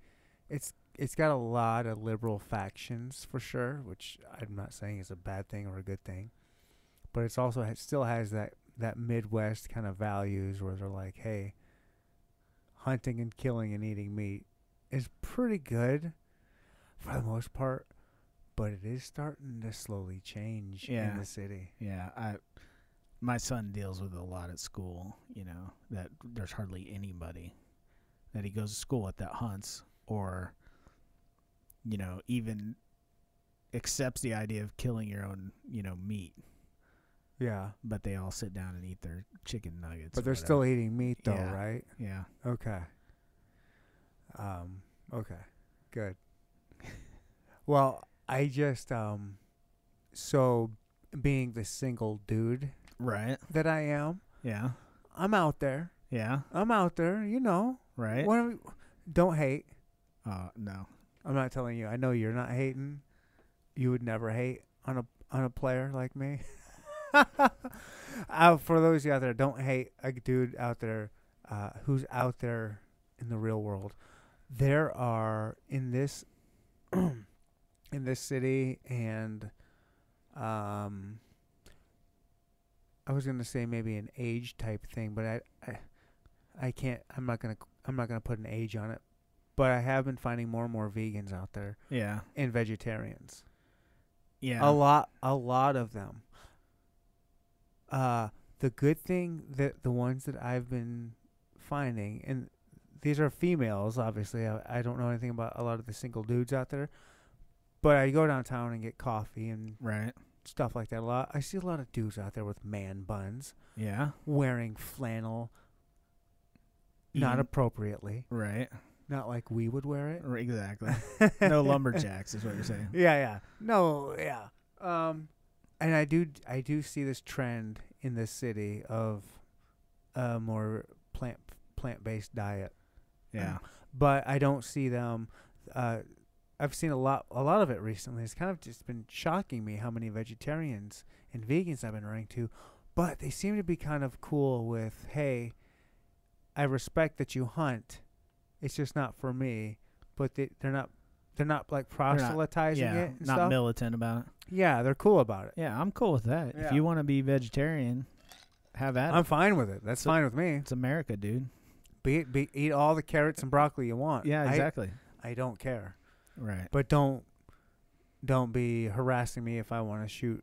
It's it's got a lot of liberal factions for sure, which I'm not saying is a bad thing or a good thing, but it's also it still has that that Midwest kind of values where they're like, hey, hunting and killing and eating meat is pretty good for the most part. But it is starting to slowly change
Yeah.
in the city.
Yeah, I my son deals with it a lot at school. You know that there's hardly anybody that he goes to school with that hunts or you know even accepts the idea of killing your own you know meat.
Yeah.
But they all sit down and eat their chicken nuggets.
But
or
they're
whatever.
still eating meat though,
Yeah.
right?
yeah.
Okay. Um, okay. Good. (laughs) well, I just um so being the single dude
Right.
that I am,
Yeah.
I'm out there.
Yeah.
I'm out there, you know.
Right.
What are we- don't hate.
Uh, no.
I'm not telling you. I know you're not hating. You would never hate on a on a player like me. (laughs) uh, for those of you out there, don't hate a dude out there uh, who's out there in the real world. There are in this (clears throat) in this city and um I was gonna say maybe an age type thing, but I I, I can't. I'm not gonna I'm not gonna put an age on it. But I have been finding more and more vegans out there
Yeah.
and vegetarians.
Yeah.
A lot, a lot of them. Uh, the good thing that the ones that I've been finding, and these are females, obviously. I, I don't know anything about a lot of the single dudes out there, but I go downtown and get coffee and
right.
stuff like that a lot. I see a lot of dudes out there with man buns,
Yeah.
wearing flannel, not
Eating-
appropriately,
E right.
not like we would wear it.
(laughs) Right, Exactly.
(laughs)
no lumberjacks is what you're saying.
Yeah, yeah. No, yeah. Um and I do I do see this trend in this city of a more plant plant-based diet.
(laughs) Yeah.
But I don't see them uh I've seen a lot a lot of it recently. It's kind of just been shocking me how many vegetarians and vegans I've been running to, but they seem to be kind of cool with, "Hey, I respect that you hunt. It's just not for me." But they, they're not they're not like
not-
proselytizing
yeah,
it and
not
stuff.
militant about it.
yeah, they're cool about it.
Yeah, I'm cool with that.
Yeah.
If you want to be vegetarian, have at
I'm
it.
fine with it. That's
So-
fine with me.
It's America, dude.
Be, be eat all the carrots and broccoli you want.
Yeah,
I-
exactly.
I don't care.
Uh, right.
but don't don't be harassing me if I want to shoot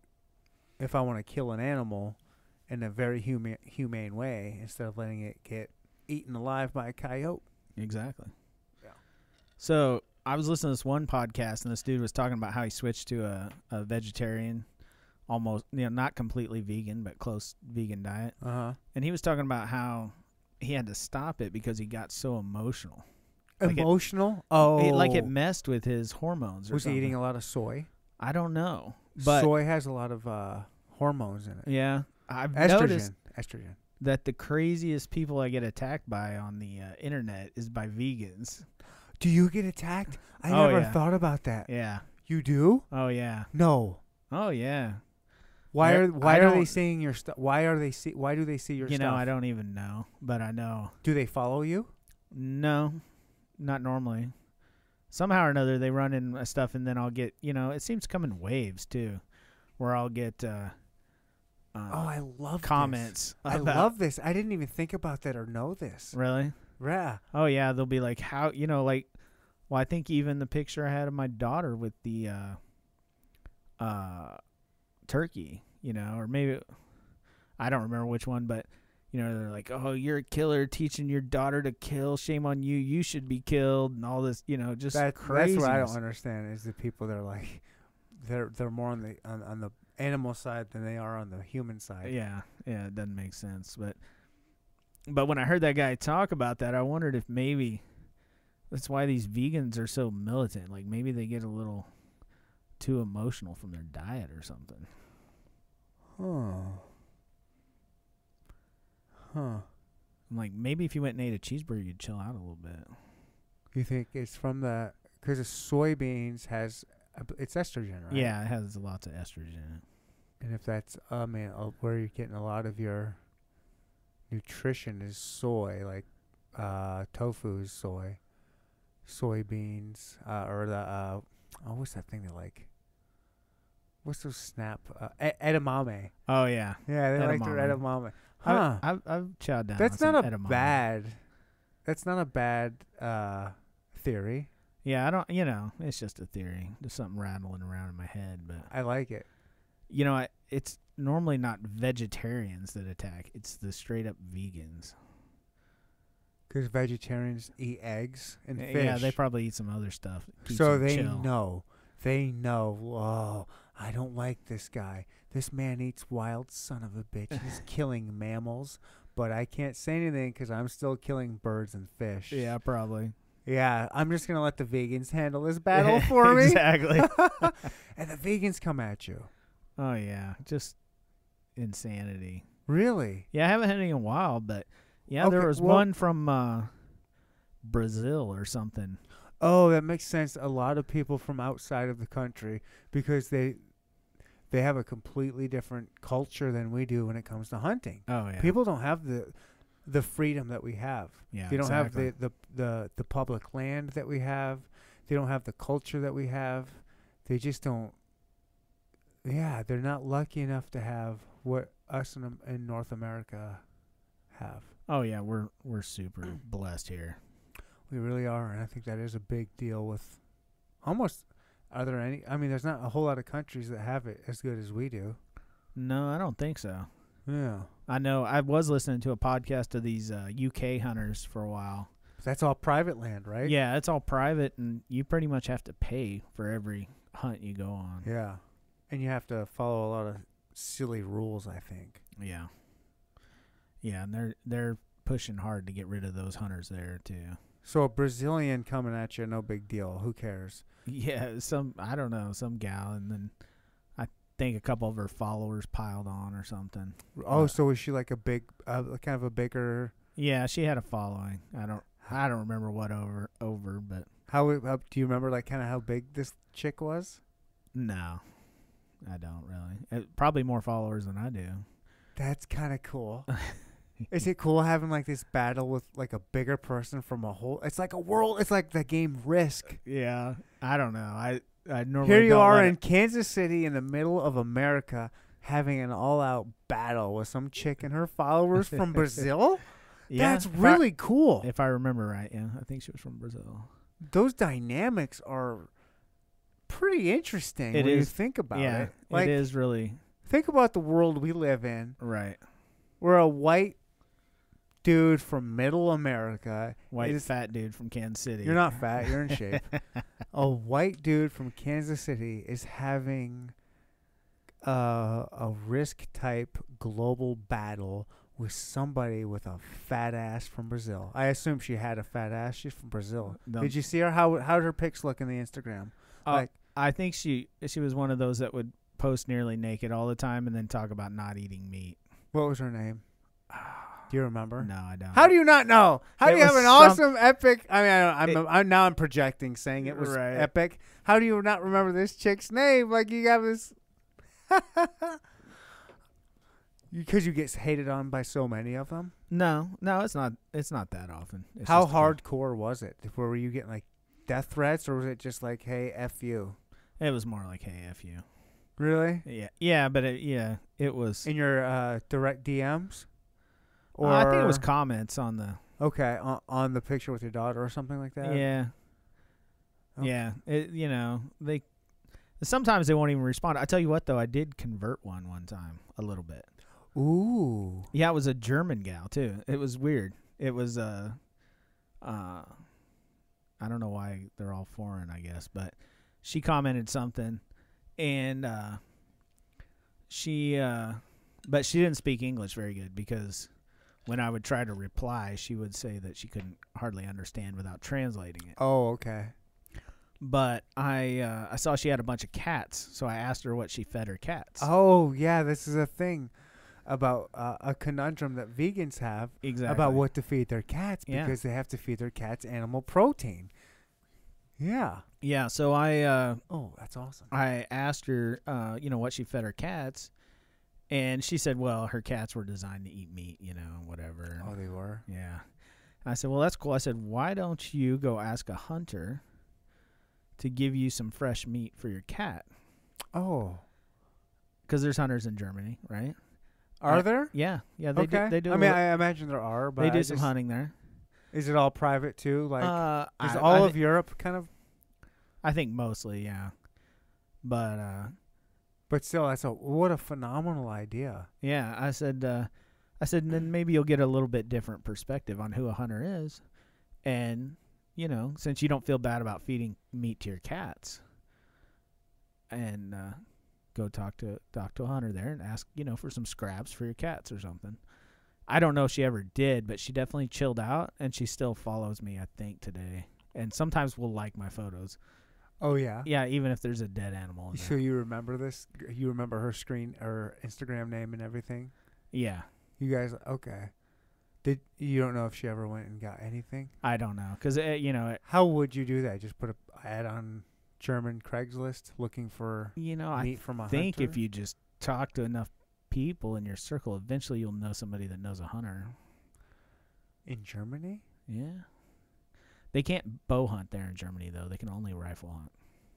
if I want to kill an animal in a very humane humane way instead of letting it get eaten alive by a coyote.
Exactly.
Yeah.
So I was listening to this one podcast, and this dude was talking about how he switched to a, a vegetarian, almost you know not completely vegan, but close vegan diet.
Uh huh.
And he was talking about how he had to stop it because he got so emotional. Like it-
Emotional? oh,
It- like it messed with his hormones. Or
was he
something.
eating a lot of soy.
I don't know, but
soy has a lot of uh, hormones in it.
yeah, I've
Estrogen.
noticed
Estrogen.
that the craziest people I get attacked by on the uh, internet is by vegans.
Do you get attacked? I
Oh,
never
yeah.
thought about that.
Yeah.
You do?
Oh yeah.
No.
Oh yeah.
Why
Yeah,
are
I
why are they
don't-
seeing your stuff? Why are they see? Why do they see your
you
stuff?
know, I don't even know, but I know.
Do they follow you?
No, not normally. Somehow or another, they run in my stuff, and then I'll get. You know, it seems to come in waves too, where I'll get uh, uh,
Oh, I love this.
comments.
I
about-
love this. I didn't even think about that or know this.
Really?
Yeah.
Oh yeah, they'll be like, how you know, like, well, I think even the picture I had of my daughter with the uh, uh, turkey, you know, or maybe I don't remember which one, but you know, they're like, oh, you're a killer, teaching your daughter to kill. Shame on you. You should be killed, and all this, you know, just
That, that's
crazy.
what I don't understand is the people that are like (laughs) they're they're more on the on, on the animal side than they are on the human side.
Yeah, yeah, it doesn't make sense, but but when I heard that guy talk about that, I wondered if maybe that's why these vegans are so militant. Like maybe they get a little too emotional from their diet or something.
Huh. Huh.
I'm like, maybe if you went and ate a cheeseburger, you'd chill out a little bit.
You think it's from the because soybeans has I b- it's estrogen, right?
Yeah, it has lots of estrogen. in it.
And if that's I mean uh, where you're getting a lot of your nutrition is soy, like uh, tofu is soy, soybeans, uh, or the uh, oh, what's that thing they like? What's those snap uh, e- edamame?
Oh yeah,
Yeah, they like their edamame. Huh?
I, I've I've chowed down.
that's
on
not a
some edamame.
bad. That's not a bad uh, theory.
Yeah, I don't. You know, it's just a theory. There's something rattling around in my head, but
I like it.
you know, I- it's normally not vegetarians that attack; it's the straight up vegans.
Because vegetarians eat eggs and
Yeah,
fish.
Yeah, they probably eat some other stuff. that keeps
so
them
they
chill.
know. They know. Oh, I don't like this guy. This man eats wild, son of a bitch.
(laughs)
He's killing mammals, but I can't say anything because I'm still killing birds and fish. (laughs)
Yeah, probably.
Yeah, I'm just going to let the vegans handle this
(laughs)
battle for me.
exactly.
(laughs) and the vegans come at you.
oh yeah, just insanity.
Really?
Yeah, I haven't had any in a while, but yeah, there
Okay,
was
well-
one from uh, Brazil or something.
Oh, that makes sense. A lot of people from outside of the country because they they have a completely different culture than we do when it comes to hunting.
Oh yeah,
People don't have the the freedom that we have.
Yeah,
they don't
exactly.
have the, the the the public land that we have. They don't have the culture that we have. They just don't. Yeah, they're not lucky enough to have what us in, Am- in North America have.
Oh yeah, we're we're super
(clears throat)
blessed here.
We really are, and I think that is a big deal with almost. Are there any? I mean, there's not a whole lot of countries that have it as good as we do.
No, I don't think so.
Yeah,
I know I was listening to a podcast of these uh, UK hunters for a while,
that's all private land, right?
Yeah, it's all private, and you pretty much have to pay for every hunt you go on.
Yeah. And you have to follow a lot of silly rules, I think.
Yeah, yeah, and they're they're pushing hard to get rid of those hunters there too. (laughs)
So a Brazilian coming at you, no big deal. Who cares?
Yeah, some I don't know, some gal, and then I think a couple of her followers piled on or something.
Oh,
Uh,
so is she like a big, uh, kind of a bigger?
Yeah, she had a following. I don't I don't remember what over over, but
How, it- how do you remember? Like kind of how big this chick was?
No, I don't really. Uh, probably more followers than I do.
That's kind of cool. Is it cool having like this battle with like a bigger person from a whole? It's like a world. It's like the game Risk.
Yeah, I don't know. I I normally
Here you
don't
are
let
in
it-
Kansas City in the middle of America having an all-out battle with some chick and her followers from Brazil.
Yeah,
That's
if I-
really cool.
If I remember right, yeah, I think she was from Brazil.
Those dynamics are pretty interesting
It
when you
is-
think about
yeah,
it. Like
it is really
think about the world we live in.
right.
We're a white dude from middle America.
White
is-
fat dude from Kansas City.
You're not fat, you're in (laughs) shape. a white dude from Kansas City is having uh, a risk type global battle with somebody with a fat ass from Brazil. I assume she had a fat ass. She's from Brazil.
No.
Did you see her? How how did her pics look in the Instagram?
Oh,
like
I think she she was one of those that would post nearly naked all the time and then talk about not eating meat.
what was her name? Do you remember?
No, I don't.
How do you not know? How do
It
you have
was
an
some-
awesome epic? I mean, I don't, I'm,
It-
I'm now I'm projecting, saying it was
Right.
epic. How do you not remember this chick's name? Like you got this, (laughs) because you get hated on by so many of them.
No, no, it's not. It's not that often. It's
How
just a-
hardcore was it? Were you getting like death threats, or was it just like, "Hey, f you"?
It was more like, hey, f you.
Really?
Yeah, yeah, but it, yeah, it was.
In your uh, direct DMs?
Uh, I think it was comments on the.
okay on, on the picture with your daughter or something like that.
yeah,
Okay.
yeah. It, you know they. Sometimes they won't even respond. I tell you what, though, I did convert one one time a little bit.
Ooh.
Yeah, it was a German gal too. It was weird. It was uh, uh, I don't know why they're all foreign, I guess, but she commented something, and uh, she uh, but she didn't speak English very good because when I would try to reply, she would say that she couldn't hardly understand without translating it.
Oh, okay.
But I uh, I saw she had a bunch of cats, so I asked her what she fed her cats.
Oh yeah, this is a thing about uh, a conundrum that vegans have
exactly
about what to feed their cats
Yeah.
because they have to feed their cats animal protein. Yeah.
Yeah, so I uh,
Oh, that's awesome.
I asked her, uh, you know, what she fed her cats, and she said, well, her cats were designed to eat meat, you know, whatever.
Oh, they were.
Yeah. And I said, well, that's cool. I said, why don't you go ask a hunter to give you some fresh meat for your cat?
Oh,
Because there's hunters in Germany, right?
are
Yeah.
there?
Yeah, yeah, they
okay.
do. They do.
I
a
mean,
li-
I imagine there are, but
they
I
do some
just-
hunting there.
Is it all private too? Like,
uh,
is
I-
all
I
of Europe kind of?
I think mostly, yeah. But uh,
But still, that's a what a phenomenal idea.
Yeah, I said, uh, I said, then maybe you'll get a little bit different perspective on who a hunter is, and you know, since you don't feel bad about feeding meat to your cats, and uh, go talk to talk to a hunter there and ask, you know, for some scraps for your cats or something. I don't know if she ever did, but she definitely chilled out, and she still follows me, I think, today. And sometimes will like my photos.
Oh yeah.
Yeah, even if there's a dead animal. In
So
there.
you remember this? You remember her screen or Instagram name and everything?
Yeah,
You guys, okay. Did you don't know if she ever went and got anything?
I don't know, cause it, you know, it,
How would you do that? Just put a ad on German Craigslist looking for
you know, I
meat from a
think
hunter?
if you just talk to enough people in your circle, eventually you'll know somebody that knows a hunter.
in Germany.
Yeah. They can't bow hunt there in Germany though. They can only rifle hunt.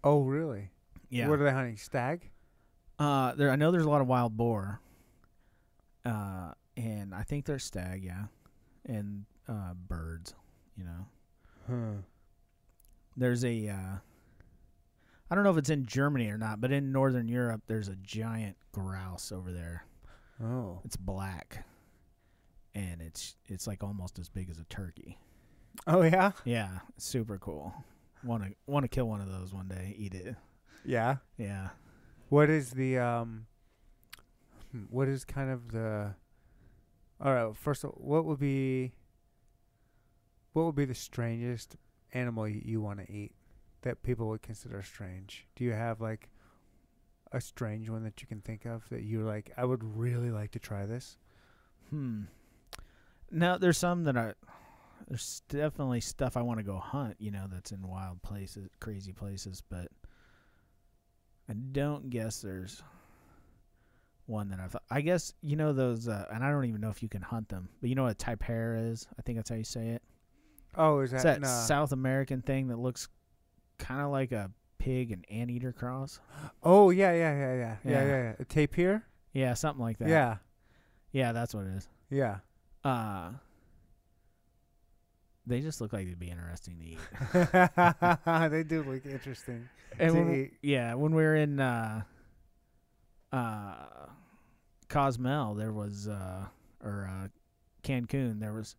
Oh, really?
Yeah.
What are they hunting? Stag?
uh there I know there's a lot of wild boar. Uh and I think there's stag, yeah. And uh birds, you know.
Huh.
There's a uh I don't know if it's in Germany or not, but in northern Europe there's a giant grouse over there.
Oh.
It's black. And it's it's like almost as big as a turkey.
Oh yeah.
Yeah, super cool. Want to want to kill one of those one day, eat it.
Yeah.
Yeah.
What is the um? hmm, What is kind of the? All right. First of all, what would be? What would be the strangest animal y- you want to eat that people would consider strange? Do you have like a strange one that you can think of that you're like, I would really like to try this?
Hmm. Now there's some that I there's definitely stuff I want to go hunt, you know, that's in wild places, crazy places, but I don't guess there's one that I've. I guess you know those, uh, and I don't even know if you can hunt them, but you know what taipera is? I think that's how you say it.
Oh, is that,
It's that
in, uh,
South American thing that looks kind of like a pig and anteater cross.
Oh yeah, yeah, yeah, yeah, yeah,
Yeah.
yeah. yeah. A tape here.
Yeah, something like that.
Yeah,
yeah, that's what it is.
yeah. (laughs)
Uh they just look like they'd be interesting to eat.
they do look interesting.
And
to
when-
eat.
yeah, when we were in uh, uh, Cozumel, there was uh, or uh, Cancun, there was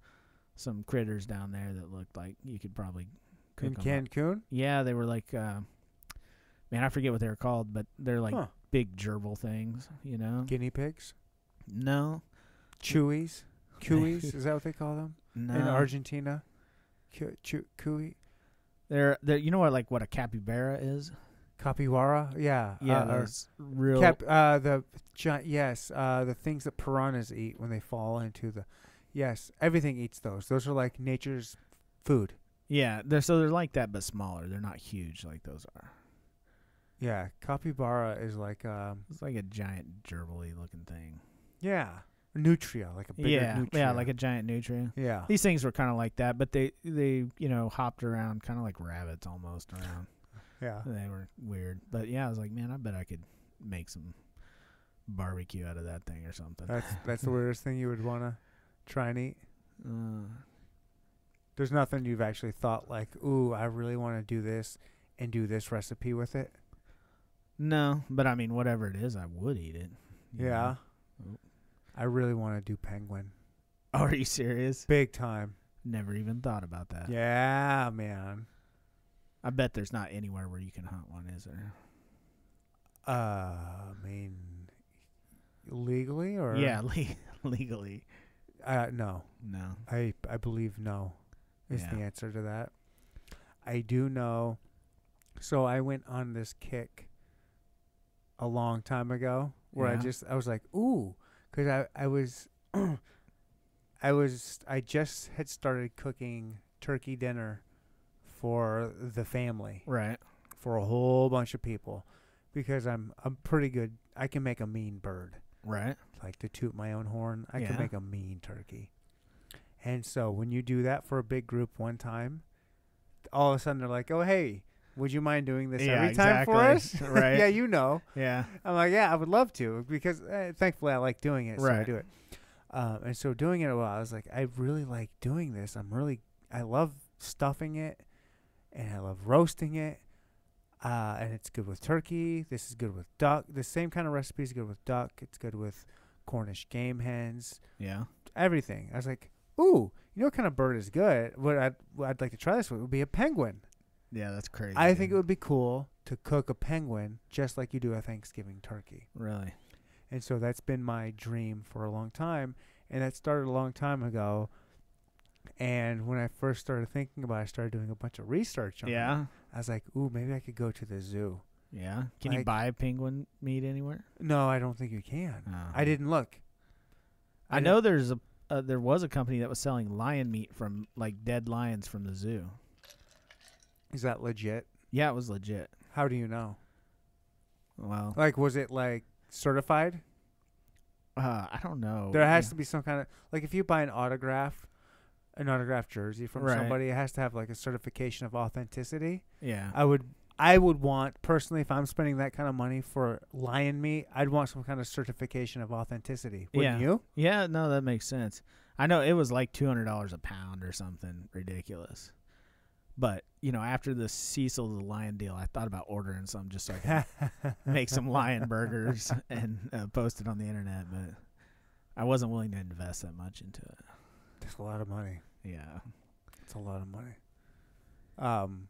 some critters down there that looked like you could probably cook
In
'em up.
Cancun.
Yeah, they were like, uh, man, I forget what they were called, but they're like
Huh.
big gerbil things, you know?
Guinea pigs,
no,
chewies, cuies. is that what they call them
(laughs) no,
in Argentina? Cu- chu- Cui,
they're they're you know what like what a capybara is?
capybara. Yeah,
Yeah,
Uh, or
those real
cap. Uh, the giant. Yes. Uh, the things that piranhas eat when they fall into the. Yes, everything eats those. Those are like nature's food.
Yeah, they're so they're like that but smaller. They're not huge like those are.
Yeah, capybara is like um.
It's like a giant gerbily looking thing.
Yeah, nutria, like a bigger
yeah,
nutria.
yeah, like a giant nutria. (laughs)
yeah.
These things were kind of like that, but they they you know hopped around kind of like rabbits almost around.
Yeah.
they were weird, but yeah, I was like, man, I bet I could make some barbecue out of that thing or something.
That's that's the weirdest thing you would want to try and eat.
Uh,
There's nothing you've actually thought like, "Ooh, I really want to do this and do this recipe with it."
no, but I mean, whatever it is, I would eat it. you
Yeah.
know?
I really want to do penguin.
(laughs) Are you serious?
Big time.
Never even thought about that.
Yeah, man.
I bet there's not anywhere where you can hunt one, is there?
Uh, I mean legally or
Yeah, (laughs) le- legally.
Uh, no.
No.
I I believe no is the
Yeah.
answer to that. I do know. So I went on this kick a long time ago where I
Yeah.
just I was like, ooh, because I I was (clears throat) I was I just had started cooking turkey dinner for the family
Right.
for a whole bunch of people because I'm I'm pretty good. I can make a mean bird
Right.
like to toot my own horn. I can
Yeah.
make a mean turkey. And so when you do that for a big group one time, all of a sudden they're like, "Oh hey, would you mind doing this
Yeah,
every time for us?"
exactly. (laughs) Right.
(laughs) yeah, you know.
Yeah.
I'm like, "Yeah, I would love to because uh, thankfully I like doing it, so I
Right.
do it." Um, and so doing it a while, I was like, "I really like doing this. I'm really I love stuffing it, and I love roasting it." Uh, and it's good with turkey. This is good with duck. The same kind of recipe is good with duck. It's good with Cornish game hens.
Yeah.
Everything. I was like, ooh, you know what kind of bird is good? What I'd, what I'd like to try this with would be a penguin.
Yeah, that's crazy.
I think it
dude.
would be cool to cook a penguin just like you do a Thanksgiving turkey.
really.
And so that's been my dream for a long time. And that started a long time ago. And when I first started thinking about it, I started doing a bunch of research on it.
Yeah.
I was like, ooh, maybe I could go to the zoo.
Yeah. Can you
Like-
buy penguin meat anywhere?
No, I don't think you can.
Uh-huh.
I didn't look.
I
didn't-
know there's a uh, there was a company that was selling lion meat from like dead lions from the zoo.
Is that legit?
Yeah, it was legit.
How do you know?
Well,
Like, was it like certified?
uh, I don't know.
There has
Yeah.
to be some kind of like if you buy an autograph, an autograph jersey from
Right.
somebody, it has to have like a certification of authenticity.
yeah.
I would, I would want personally if I'm spending that kind of money for lion meat, I'd want some kind of certification of authenticity. Wouldn't
Yeah.
you?
Yeah, no, that makes sense. I know it was like two hundred dollars a pound or something ridiculous. But you know, after the Cecil the Lion deal, I thought about ordering some just so I could (laughs)
(laughs)
make some lion burgers and uh, post it on the internet. But I wasn't willing to invest that much into it.
That's a lot of money.
Yeah,
It's a lot of money. Um.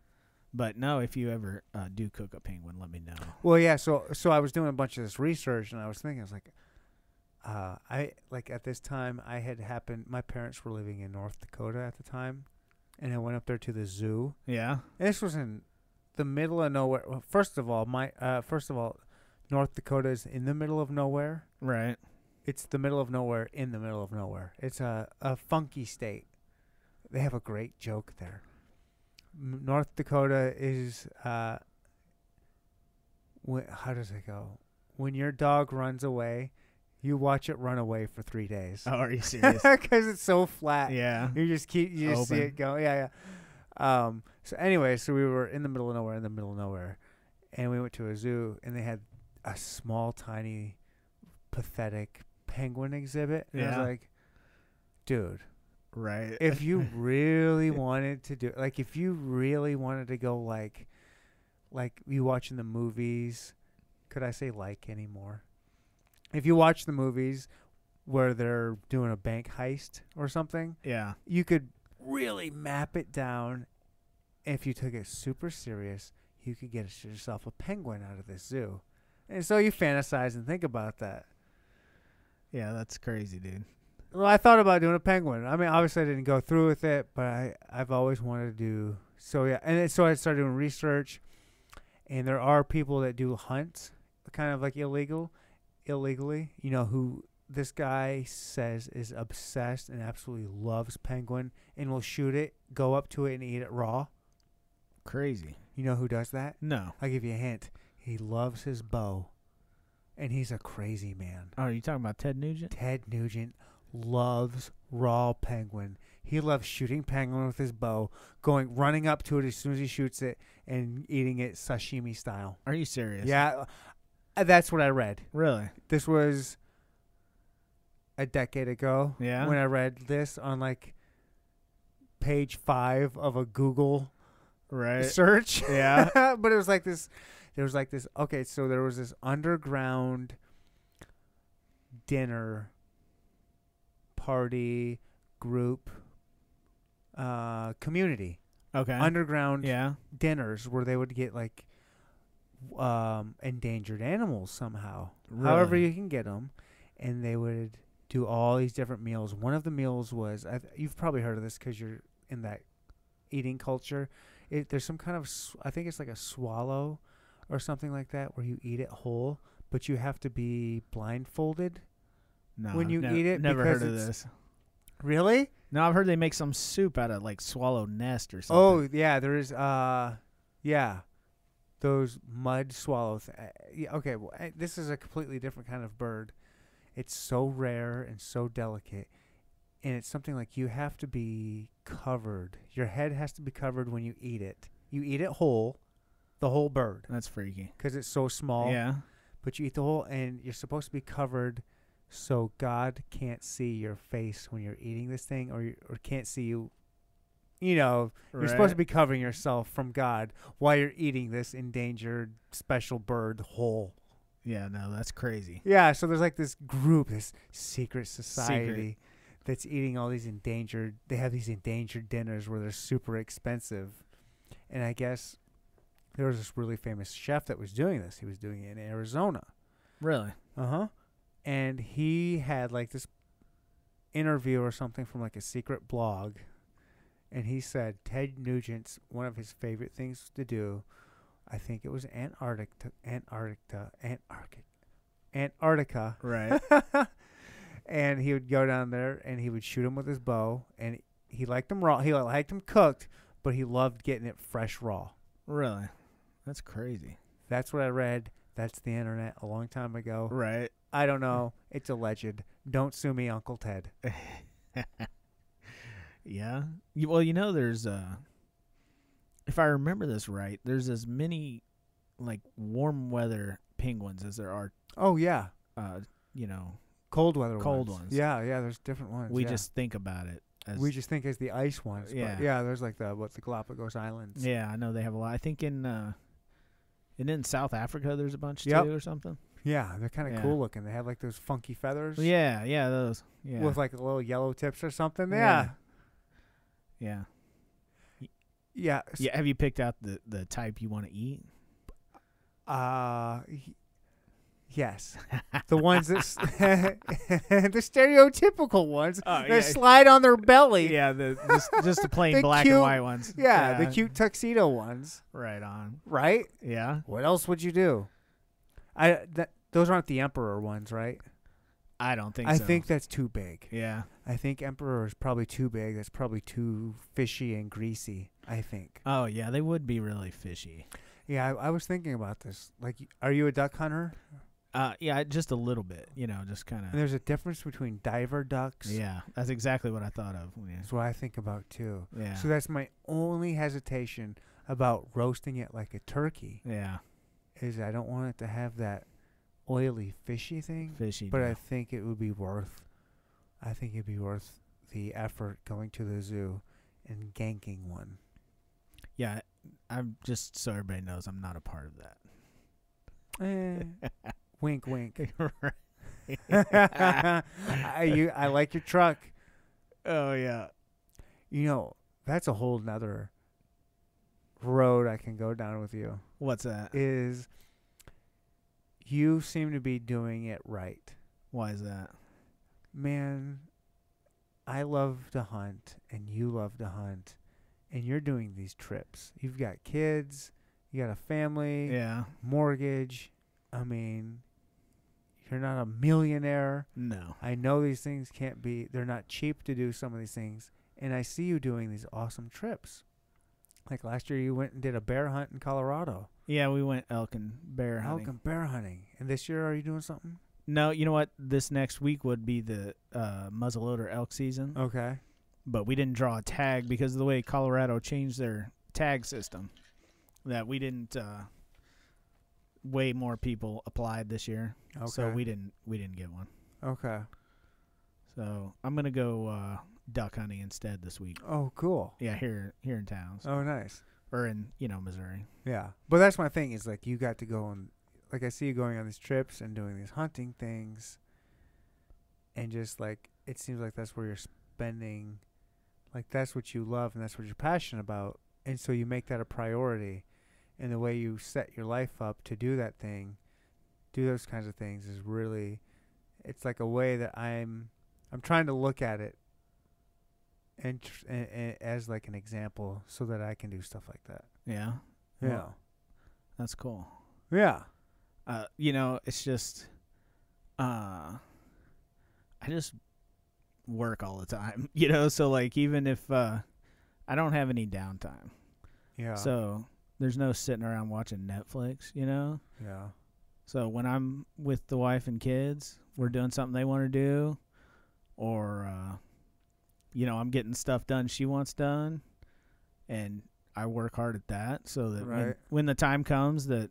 but no, if you ever uh, do cook a penguin, let me know.
Well, yeah. So, so I was doing a bunch of this research, and I was thinking, I was like, uh, I like at this time I had happened. My parents were living in North Dakota at the time, and I went up there to the zoo.
Yeah,
And this was in the middle of nowhere. Well, first of all, my uh, first of all, North Dakota is in the middle of nowhere.
right.
It's the middle of nowhere in the middle of nowhere. It's a a funky state. They have a great joke there. M- North Dakota is uh, wh- how does it go? When your dog runs away, you watch it run away for three days
Oh, are
(laughs)
you serious?
because it's so flat.
yeah.
You just keep you just see
Open.
it go. Yeah, yeah. Um. So anyway, so we were in the middle of nowhere, in the middle of nowhere, and we went to a zoo, and they had a small, tiny, pathetic penguin exhibit. And I
Yeah.
was like,
(laughs)
dude,
Right.
if you really wanted to do, like, if you really wanted to go, like, like you watching the movies, could I say like anymore? If you watch the movies where they're doing a bank heist or something
yeah.
you could really map it down. If you took it super serious, you could get yourself a penguin out of this zoo. And so you fantasize and think about that.
Yeah, that's crazy, dude.
Well, I thought about doing a penguin. I mean, obviously, I didn't go through with it, but I, I've always wanted to do so. Yeah, and then, so I started doing research, and there are people that do hunts, kind of like illegal, illegally. You know who this guy says is obsessed and absolutely loves penguin, and will shoot it, go up to it, and eat it raw.
Crazy.
You know who does that?
No.
I'll give you a hint. He loves his bow, and he's a crazy man.
Oh, are you talking about Ted Nugent?
Ted Nugent loves raw penguin. He loves shooting penguin with his bow, going running up to it as soon as he shoots it and eating it sashimi style.
Are you serious?
Yeah, uh, that's what I read.
Really?
This was a decade ago
Yeah.
when I read this on like page 5 of a Google (laughs)
Right.
search.
Yeah.
(laughs) but it was like this there was like this okay, so there was this underground dinner party group uh community.
Okay.
Underground
yeah.
dinners where they would get like um endangered animals somehow.
Really?
However you can get them and they would do all these different meals. One of the meals was i you've probably heard of this cuz you're in that eating culture. It, there's some kind of s- I think it's like a swallow or something like that where you eat it whole, but you have to be blindfolded.
No,
when
I've
you
nev-
eat it
never
because
heard of
it's
this.
Really?
No, I've heard they make some soup out of like swallow nest or
Oh
something.
yeah, there is. Uh, yeah, those mud swallows. Uh, yeah, okay, well, uh, this is a completely different kind of bird. It's so rare and so delicate, and it's something like you have to be covered. Your head has to be covered when you eat it. You eat it whole, the whole bird,
that's freaky.
because it's so small.
Yeah.
But you eat the whole, and you're supposed to be covered. So God can't see your face when you're eating this thing, or you, or can't see you, you know, you're supposed to be covering yourself from God while you're eating this endangered special bird whole.
Yeah. No, that's crazy.
Yeah, so there's like this group, this secret society that's eating all these endangered. They have these endangered dinners where they're super expensive. And I guess there was this really famous chef that was doing this. He was doing it in Arizona.
Really?
Uh huh. And he had like this interview or something from like a secret blog, and he said Ted Nugent's one of his favorite things to do. I think it was Antarctica, Antarctica, Antarctic, Antarctica. (laughs)
Right.
and he would go down there and he would shoot him with his bow, and he liked them raw. He liked them cooked, but he loved getting it fresh raw.
(laughs) really? That's crazy.
That's what I read. That's the internet a long time ago.
Right.
I don't know. It's alleged. Don't sue me, Uncle Ted.
Yeah. You, well, you know, there's uh, if I remember this right, there's as many like warm weather penguins as there are,
Oh yeah,
uh, you know,
cold weather.
Cold
ones.
ones.
Yeah, yeah. There's different ones.
we
yeah.
just think about it as
we just think it's the ice ones.
Yeah.
but yeah. There's like the what the Galapagos Islands.
yeah. I know they have a lot. I think in uh, and in South Africa there's a bunch
Yep.
too or something.
Yeah, they're kind of
Yeah.
cool looking. They have like those funky feathers.
Yeah, yeah, those. Yeah,
With like little yellow tips or something. Yeah.
Yeah. yeah,
Yeah. s-
yeah. Have you picked out the the type you want to eat?
Uh, y-
(laughs)
yes. the ones that s- (laughs) the stereotypical ones
(laughs) Oh,
that
yeah.
slide on their belly.
Yeah, the just, just (laughs) the plain
The
black
cute-
and white ones.
Yeah, the cute tuxedo ones.
Right on.
Right.
Yeah.
What else would you do? I that those aren't the emperor ones, right?
I don't think.
I
so.
think that's too big.
Yeah.
I think emperor is probably too big. That's probably too fishy and greasy. I think.
Oh yeah, they would be really fishy.
Yeah, I, I was thinking about this. Like, are you a duck hunter?
Uh, yeah, just a little bit. You know, just kind
And
of.
there's a difference between diver ducks.
Yeah, that's exactly what I thought of. when you-
That's what I think about too.
Yeah.
So that's my only hesitation about roasting it like a turkey
yeah.
is I don't want it to have that oily fishy thing.
Fishy.
But
deal.
I think it would be worth. I think it'd be worth the effort going to the zoo and ganking one.
yeah, I'm just so everybody knows I'm not a part of that.
Eh, wink, wink.
(laughs) Right.
I, you, I like your truck.
(laughs) oh yeah.
You know, that's a whole nother road I can go down with you.
What's that?
Is you seem to be doing it right.
Why is that?
Man, I love to hunt and you love to hunt and you're doing these trips. You've got kids, you got a family,
Yeah.
mortgage. I mean, you're not a millionaire.
No.
I know these things can't be, they're not cheap to do some of these things. And I see you doing these awesome trips. Like last year, you went and did a bear hunt in Colorado.
Yeah, we went elk and bear
Elk
hunting.
and bear hunting. And this year, are you doing something?
No, you know what? This next week would be the uh, muzzleloader elk season,
Okay.
but we didn't draw a tag because of the way Colorado changed their tag system. That we didn't. Uh, way more people applied this year,
Okay.
so we didn't we didn't get one.
okay.
So I'm gonna go uh, duck hunting instead this week.
Oh, cool.
Yeah, here here in town so-
Oh, nice.
or in you know Missouri.
Yeah. But that's my thing is like, you got to go on, like, I see you going on these trips and doing these hunting things. And just like, it seems like that's where you're spending, like, that's what you love and that's what you're passionate about. And so you make that a priority. And the way you set your life up to do that thing, do those kinds of things is really, it's like a way that I'm, I'm trying to look at it and, tr- and, and as like an example so that I can do stuff like that.
Yeah,
Yeah.
Well, that's cool.
Yeah.
uh, you know, it's just, uh, I just work all the time, (laughs) you know. So like, even if uh, I don't have any downtime,
Yeah.
so there's no sitting around watching Netflix, you know.
yeah.
So when I'm with the wife and kids, we're doing something they want to do, or uh, you know, I'm getting stuff done she wants done, and I work hard at that so that when,
Right.
when the time comes that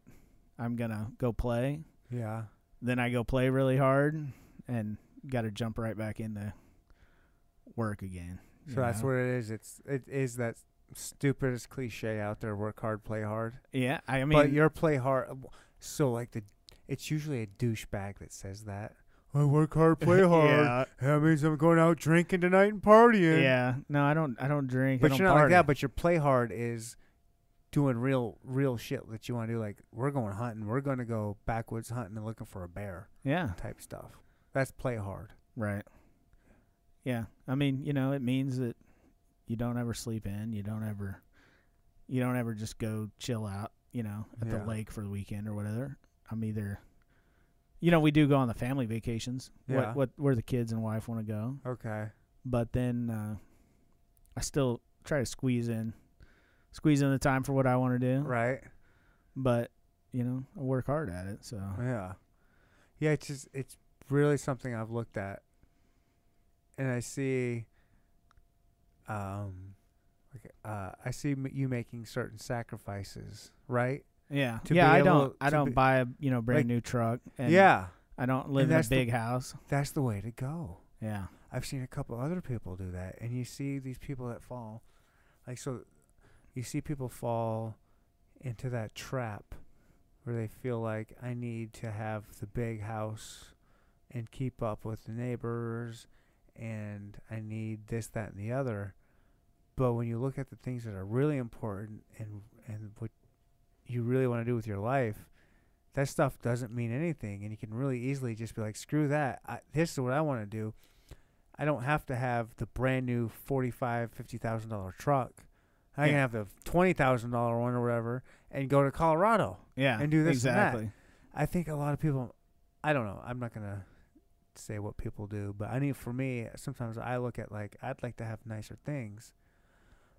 I'm gonna go play,
Yeah.
then I go play really hard and got to jump right back into work again. you
So that's
know?
what it is. It's it is that stupidest cliche out there. Work hard, play hard.
Yeah, I mean,
but your play hard. So like the, it's usually a douchebag that says that. I work hard, play hard.
(laughs) yeah,
That means I'm going out drinking tonight and partying.
yeah. No, I don't. I don't drink. I
But
don't
you're not like
party.
that. But your play hard is doing real real shit that you want to do. Like we're going hunting. We're going to go backwoods hunting and looking for a bear
yeah,
type stuff. That's play hard.
right. Yeah, I mean, you know, it means that you don't ever sleep in. You don't ever, you don't ever just go chill out. You know, at
Yeah.
the lake for the weekend or whatever. I'm either. You know, we do go on the family vacations.
Yeah.
What, what where the kids and wife want to go.
Okay.
but then uh, I still try to squeeze in, squeeze in the time for what I want to do.
Right.
But you know, I work hard at it. So
Yeah. Yeah, it's just it's really something I've looked at. And I see um like uh I see m- you making certain sacrifices, right?
yeah,
To
yeah.
be
I
able
don't, I
to
don't
be-
buy a you know brand
like-
new truck. And
yeah.
I don't live in a
that's the-
big house.
That's the way to go.
Yeah,
I've seen a couple other people do that and you see these people that fall like so you see people fall into that trap where they feel like I need to have the big house and keep up with the neighbors and I need this, that and the other. But when you look at the things that are really important and and what you really want to do with your life, that stuff doesn't mean anything and you can really easily just be like, Screw that. I, this is what I want to do. I don't have to have the brand new forty five, fifty thousand dollar truck. I can
Yeah.
have the twenty thousand dollar one or whatever and go to Colorado.
yeah.
And do this and that.
exactly.
I think a lot of people. I don't know. I'm not gonna say what people do, but I mean, for me, sometimes I look at like I'd like to have nicer things,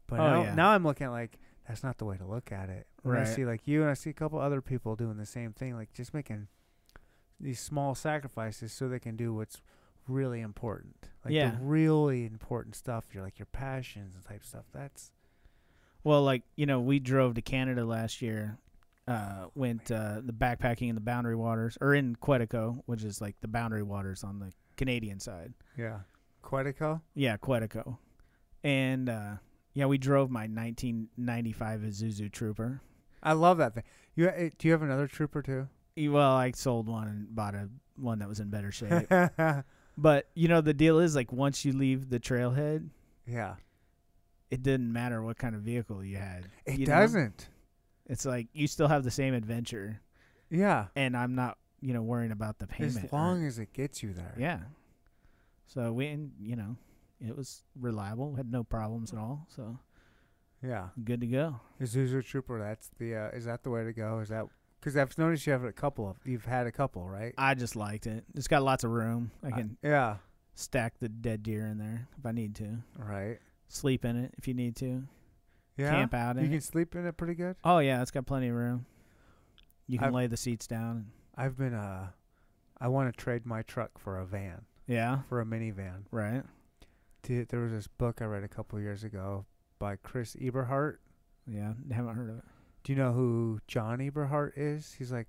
but
Oh,
now,
yeah.
now I'm looking at like that's not the way to look at it. When I
Right.
see like you and I see a couple other people doing the same thing, like just making these small sacrifices so they can do what's really important, like
Yeah.
the really important stuff. Your like your passions and type stuff. That's
Well, like you know, we drove to Canada last year. Uh, went uh, the backpacking in the Boundary Waters, or in Quetico, which is like the Boundary Waters on the Canadian side.
yeah, Quetico.
Yeah, Quetico, and uh, yeah, we drove my 1995 Isuzu Trooper.
I love that thing. You eh, do you have another trooper too?
E- Well, I sold one and bought a one that was in better shape. but you know, the deal is like once you leave the trailhead,
(laughs) yeah,
it didn't matter what kind of vehicle you had.
it
you know?
doesn't.
It's like you still have the same adventure,
Yeah,
and I'm not you know worrying about the payment.
as
or-
long as it gets you there.
Yeah. So we, and, you know, it was reliable. Had no problems at all. So
Yeah.
good to go.
Isuzu Trooper. That's the. Uh, is that the way to go? Is that because I've noticed you have a couple of. You've had a couple, right? Uh,
I just liked it. It's got lots of room. I can
yeah.
stack the dead deer in there if I need to.
Right.
Sleep in it if you need to.
Yeah.
Camp out
You
in
can
it.
sleep in it pretty good.
Oh yeah, it's got plenty of room. You can
I've-
lay the seats down.
I've been. Uh, I want to trade my truck for a van,
Yeah.
for a minivan.
Right.
Dude, there was this book I read a couple years ago by Chris Eberhart.
Yeah. Haven't heard of it.
Do you know who John Eberhart is? He's like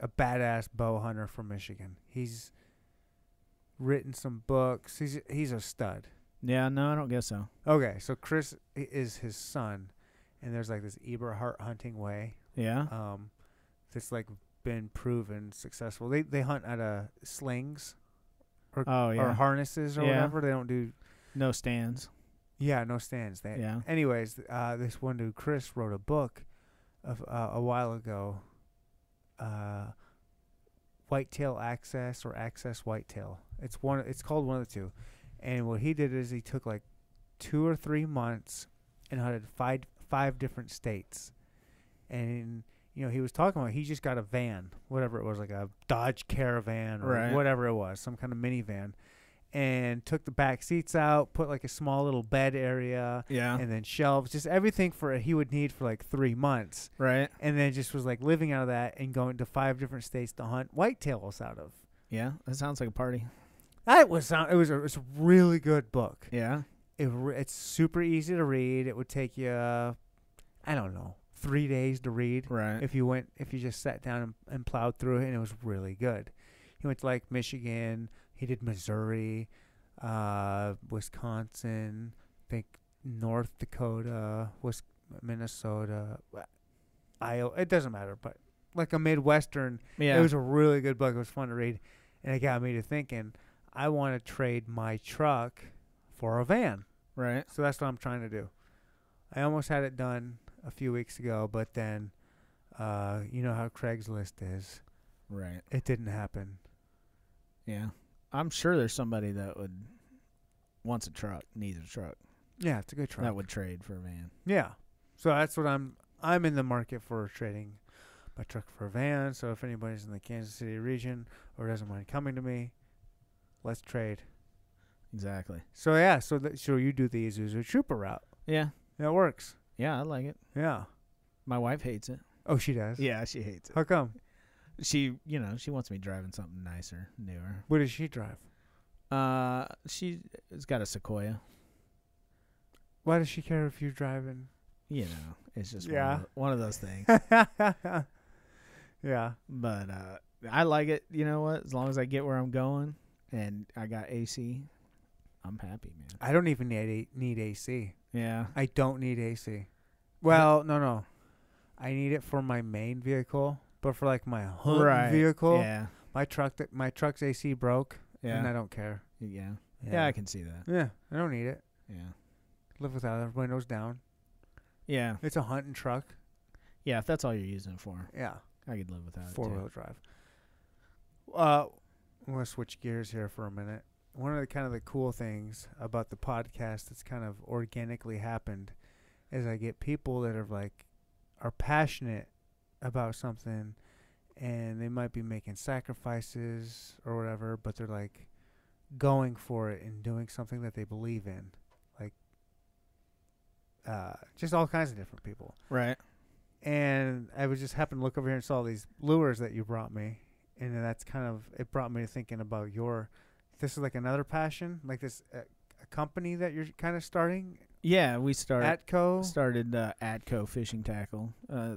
a badass bow hunter from Michigan. He's written some books. He's he's a stud.
Yeah. No, I don't guess so.
Okay, so Chris i- is his son, and there's like this Eberhart hunting way,
Yeah.
um, that's like been proven successful. They they hunt out of slings
oh
or
yeah.
harnesses or
Yeah.
whatever. They don't do
no stands.
yeah no stands. They
Yeah.
anyways, th- uh, this one dude Chris wrote a book of uh, a while ago, uh, whitetail access or access whitetail. It's one. It's called one of the two. And what he did is he took like two or three months and hunted five five different states. And you know he was talking about he just got a van, whatever it was, like a Dodge Caravan or
Right.
whatever it was, some kind of minivan, and took the back seats out, put like a small little bed area,
Yeah.
and then shelves, just everything for he would need for like three months,
Right.
and then just was like living out of that and going to five different states to hunt whitetails out of.
Yeah. That sounds like a party.
That was sound- it was a, it's a really good book.
Yeah.
It, re- it's super easy to read. It would take you, uh, I don't know, three days to read
Right.
if you went if you just sat down and, and plowed through it, and it was really good. He went to like Michigan. He did Missouri, uh, Wisconsin. I think North Dakota, was Minnesota, wa- Iowa. It doesn't matter, but like a midwestern.
yeah.
It was a really good book. It was fun to read, and it got me to thinking. I want to trade my truck for a van.
right.
So that's what I'm trying to do. I almost had it done a few weeks ago, but then uh, you know how Craigslist is.
Right.
It didn't happen.
Yeah. I'm sure there's somebody that would wants a truck, needs a truck,
Yeah, it's a good try.
that would trade for a van.
Yeah. So that's what I'm I'm in the market for trading my truck for a van. So if anybody's in the Kansas City region or doesn't mind coming to me, let's trade.
Exactly.
So yeah, so that so you do the Isuzu Trooper route.
Yeah.
That works.
Yeah, I like it.
Yeah.
My wife hates it.
Oh, she does.
Yeah, she hates it.
How come?
She, you know, she wants me driving something nicer, newer.
What does she drive?
Uh, she has got a Sequoia.
Why does she care if you're driving?
You know, it's just
Yeah.
one, of, one of those things.
(laughs)
(laughs)
yeah.
but uh, I like it. You know what? As long as I get where I'm going and I got AC, I'm happy, man.
I don't even need a- need AC.
Yeah.
I don't need AC. Well, no, no. I need it for my main vehicle, but for like my hunt
Right.
vehicle,
Yeah.
my truck that my truck's AC broke, and I
Yeah.
don't care.
Yeah. Yeah, I can see that.
Yeah, I don't need it.
Yeah.
Live without it. Windows down.
Yeah.
It's a hunting truck.
Yeah, if that's all you're using it for,
Yeah,
I could live without
four
it.
wheel
Too.
drive. Uh, I'm gonna switch gears here for a minute. One of the kind of the cool things about the podcast that's kind of organically happened is I get people that are like are passionate about something, and they might be making sacrifices or whatever, but they're like, going for it and doing something that they believe in, like uh, just all kinds of different people.
Right.
And I was just happened to look over here and saw these lures that you brought me, and then that's kind of it brought me to thinking about your. This is like another passion, like this uh, a company that you're kind of starting.
Yeah, we started
Atco.
started uh, Atco Fishing Tackle. Uh,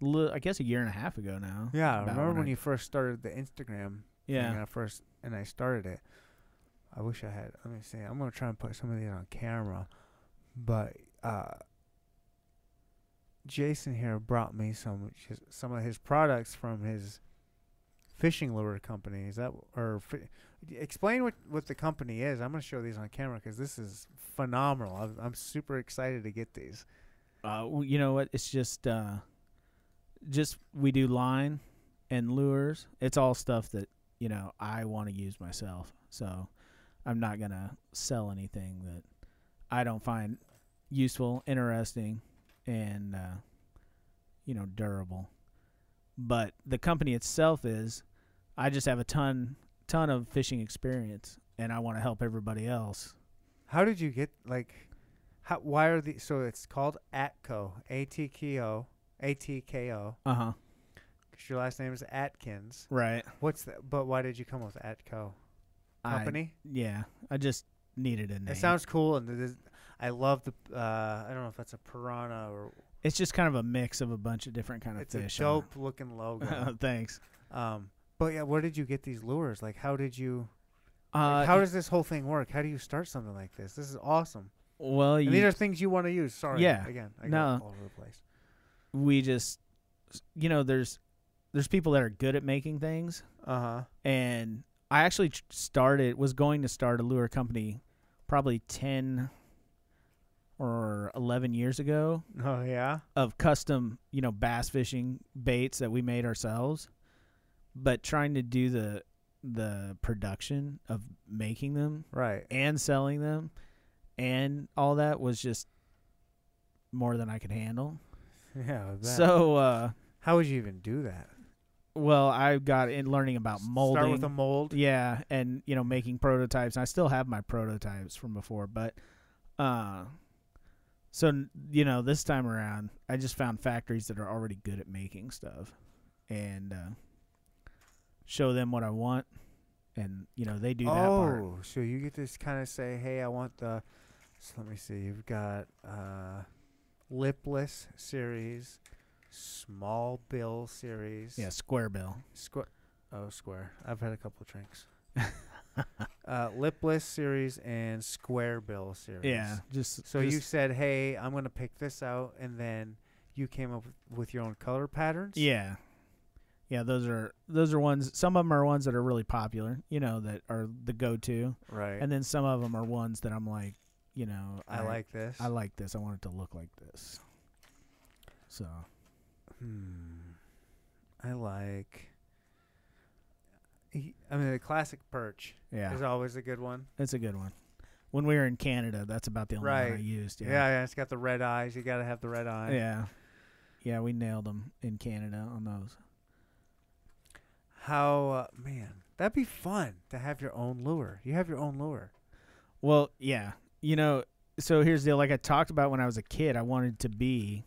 li- I guess a year and a half ago now.
yeah, I
about
remember when
I-
you first started the Instagram
Yeah.
when I first and I started it. I wish I had. Let me see. I'm gonna try and put some of these on camera, but uh, Jason here brought me some his, some of his products from his fishing lure company. Is that or fi- explain what what the company is? I'm gonna show these on camera because this is phenomenal. I'm, I'm super excited to get these.
Uh, w- you know what? It's just, uh, just we do line and lures. It's all stuff that you know I want to use myself. So I'm not gonna sell anything that I don't find useful, interesting, and uh, you know durable. But the company itself is, I just have a ton, ton of fishing experience, and I want to help everybody else.
How did you get like? How, why are the so it's called Atco A T K O A T K O
Uh huh.
because your last name is Atkins.
Right.
What's that? But why did you come with Atco Company?
yeah, I just needed a name.
it sounds cool, and it is, I love the. Uh, I don't know if that's a piranha or
It's just kind of a mix of a bunch of different kind of
it's
fish.
a
on (laughs)
dope looking
it. (laughs)
logo.
Thanks.
um, but yeah, where did you get these lures? Like, how did you?
Uh,
like, how does this whole thing work? How do you start something like this? This is awesome.
well,
And
you,
these are things you want to use. Sorry.
Yeah.
Again, I
No.
got all over the place.
we just, you know, there's there's people that are good at making things,
Uh huh.
and I actually tr- started was going to start a lure company, probably ten or eleven years ago
Oh yeah.
of custom, you know, bass fishing baits that we made ourselves, but trying to do the the production of making them
Right. (laughs)
and selling them and all that was just more than I could handle.
Yeah. I bet.
So uh
how would you even do that?
well, I got in learning about molding.
Start with a mold.
Yeah, and you know, making prototypes. And I still have my prototypes from before, but uh so n- you know, this time around, I just found factories that are already good at making stuff and uh show them what I want and you know, they do that part.
Oh, so you get to kind of say, "Hey, I want the." So let me see. You've got uh, lipless series, small bill series.
Yeah, square bill.
Square. Oh, square. I've had a couple of drinks. (laughs) uh, lipless series and square bill series.
Yeah, just
So you
just-
said, "Hey, I'm gonna pick this out," and then you came up with- with your own color patterns.
Yeah. Yeah, those are those are ones some of them are ones that are really popular, you know, that are the go-to.
Right.
And then some of them are ones that I'm like, you know,
I like this.
I like this. I want it to look like this. So,
Hmm. I like. I mean, the classic perch
yeah.
is always a good one.
That's a good one. When we were in Canada, that's about the only one I
Right.
used.
Yeah.
Yeah.
yeah, it's got the red eyes. You got to have the red eye.
Yeah. Yeah, we nailed them in Canada on those.
How uh, man, that'd be fun to have your own lure. You have your own lure.
Well, yeah. You know, so here's the deal. Like I talked about when I was a kid, I wanted to be,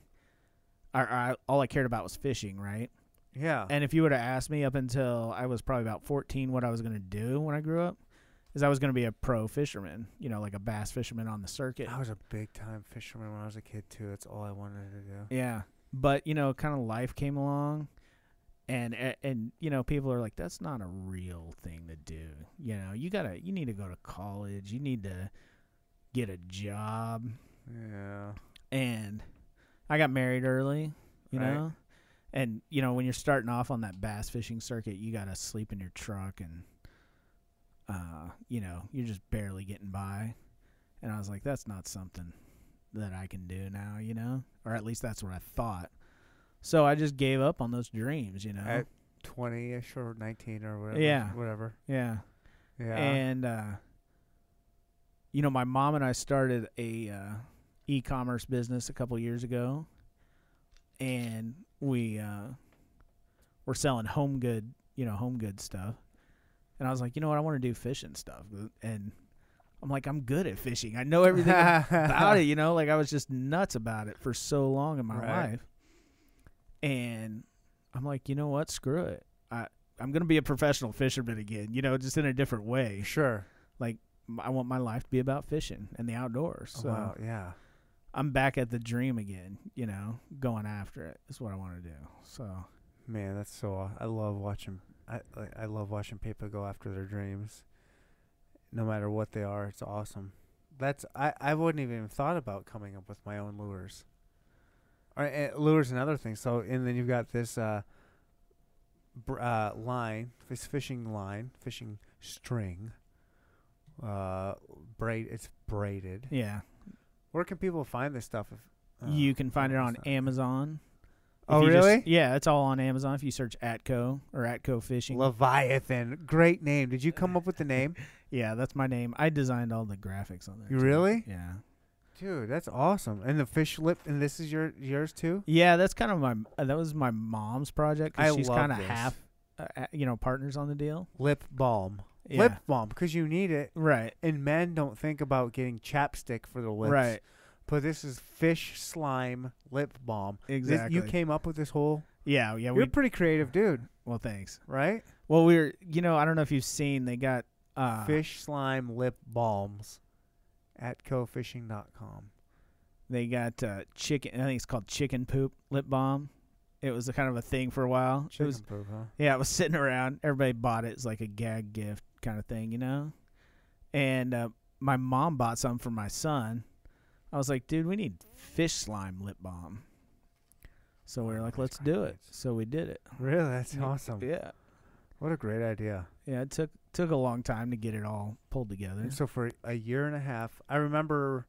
or, or I, all I cared about was fishing, right?
Yeah.
And if you would have asked me up until I was probably about 14 what I was going to do when I grew up, is I was going to be a pro fisherman, you know, like a bass fisherman on the circuit.
I was a big time fisherman when I was a kid too. That's all I wanted to do.
Yeah. But, you know, kind of life came along and a- and you know, people are like that's not a real thing to do. You know, you got to you need to go to college, you need to get a job
Yeah.
and I got married early, you
Right.
know. And you know, when you're starting off on that bass fishing circuit, you got to sleep in your truck and uh, you know, you're just barely getting by. And I was like, that's not something that I can do now, you know? Or at least that's what I thought. So I just gave up on those dreams, you know.
At twenty ish or nineteen or whatever.
Yeah.
Whatever.
yeah.
Yeah.
And uh you know, my mom and I started a uh e-commerce business a couple years ago and we uh were selling home good, you know, home good stuff. and I was like, you know what, I want to do fishing stuff, and I'm like, I'm good at fishing. I know
(laughs)
everything about it. You know, like I was just nuts about it for so long in my
Right.
life, and I'm like, you know what, screw it. I I'm gonna be a professional fisherman again. You know, just in a different way.
Sure.
M- I want my life to be about fishing and the outdoors. So
Oh, wow. Yeah.
I'm back at the dream again. You know, going after it is what I want to do. So
Man, that's so. aw- I love watching. I like, I love watching people go after their dreams, no matter what they are. It's awesome. That's I. I wouldn't have even thought about coming up with my own lures, or uh, lures and other things. So and then you've got this uh, br- uh, line, this fishing line, fishing string. Uh, braid. It's braided.
yeah,
Where can people find this stuff? If, uh,
you can find it
what
on
was that?
Amazon. If
Oh
you just-
really?
yeah, it's all on Amazon. If you search Atco or Atco Fishing,
Leviathan. Great name. Did you come up with the
(laughs)
name?
yeah, that's my name. I designed all the graphics on there.
You
too.
really?
Yeah,
Dude, that's awesome. And the fish lip and this is your yours too?
yeah. That's kind of my uh, that was my mom's project. 'cause
I
she's
love
kind of
this.
half, uh, uh, you know, partners on the deal.
Lip balm.
Yeah,
Lip balm cuz you need it.
right,
And men don't think about getting chapstick for the lips.
right,
But this is fish slime lip balm. This-
exactly.
you came up with this whole
yeah, yeah.
You're
We
a pretty creative dude,
well, thanks.
right?
Well, we are you know, I don't know if you've seen they got uh,
fish slime lip balms at cofishing.com.
They got uh, chicken. I think it's called chicken poop lip balm. It was a kind of a thing for a while. It was
Chicken poop, huh?
yeah, it was sitting around. Everybody bought it. It's like a gag gift kind of thing, you know. And uh, my mom bought some for my son. I was like, dude, we need fish slime lip balm. So we were like, let's do it. So we did it.
Really? That's
Yeah.
awesome.
Yeah,
What a great idea.
yeah. It took took a long time to get it all pulled together.
And so for a year and a half, I remember.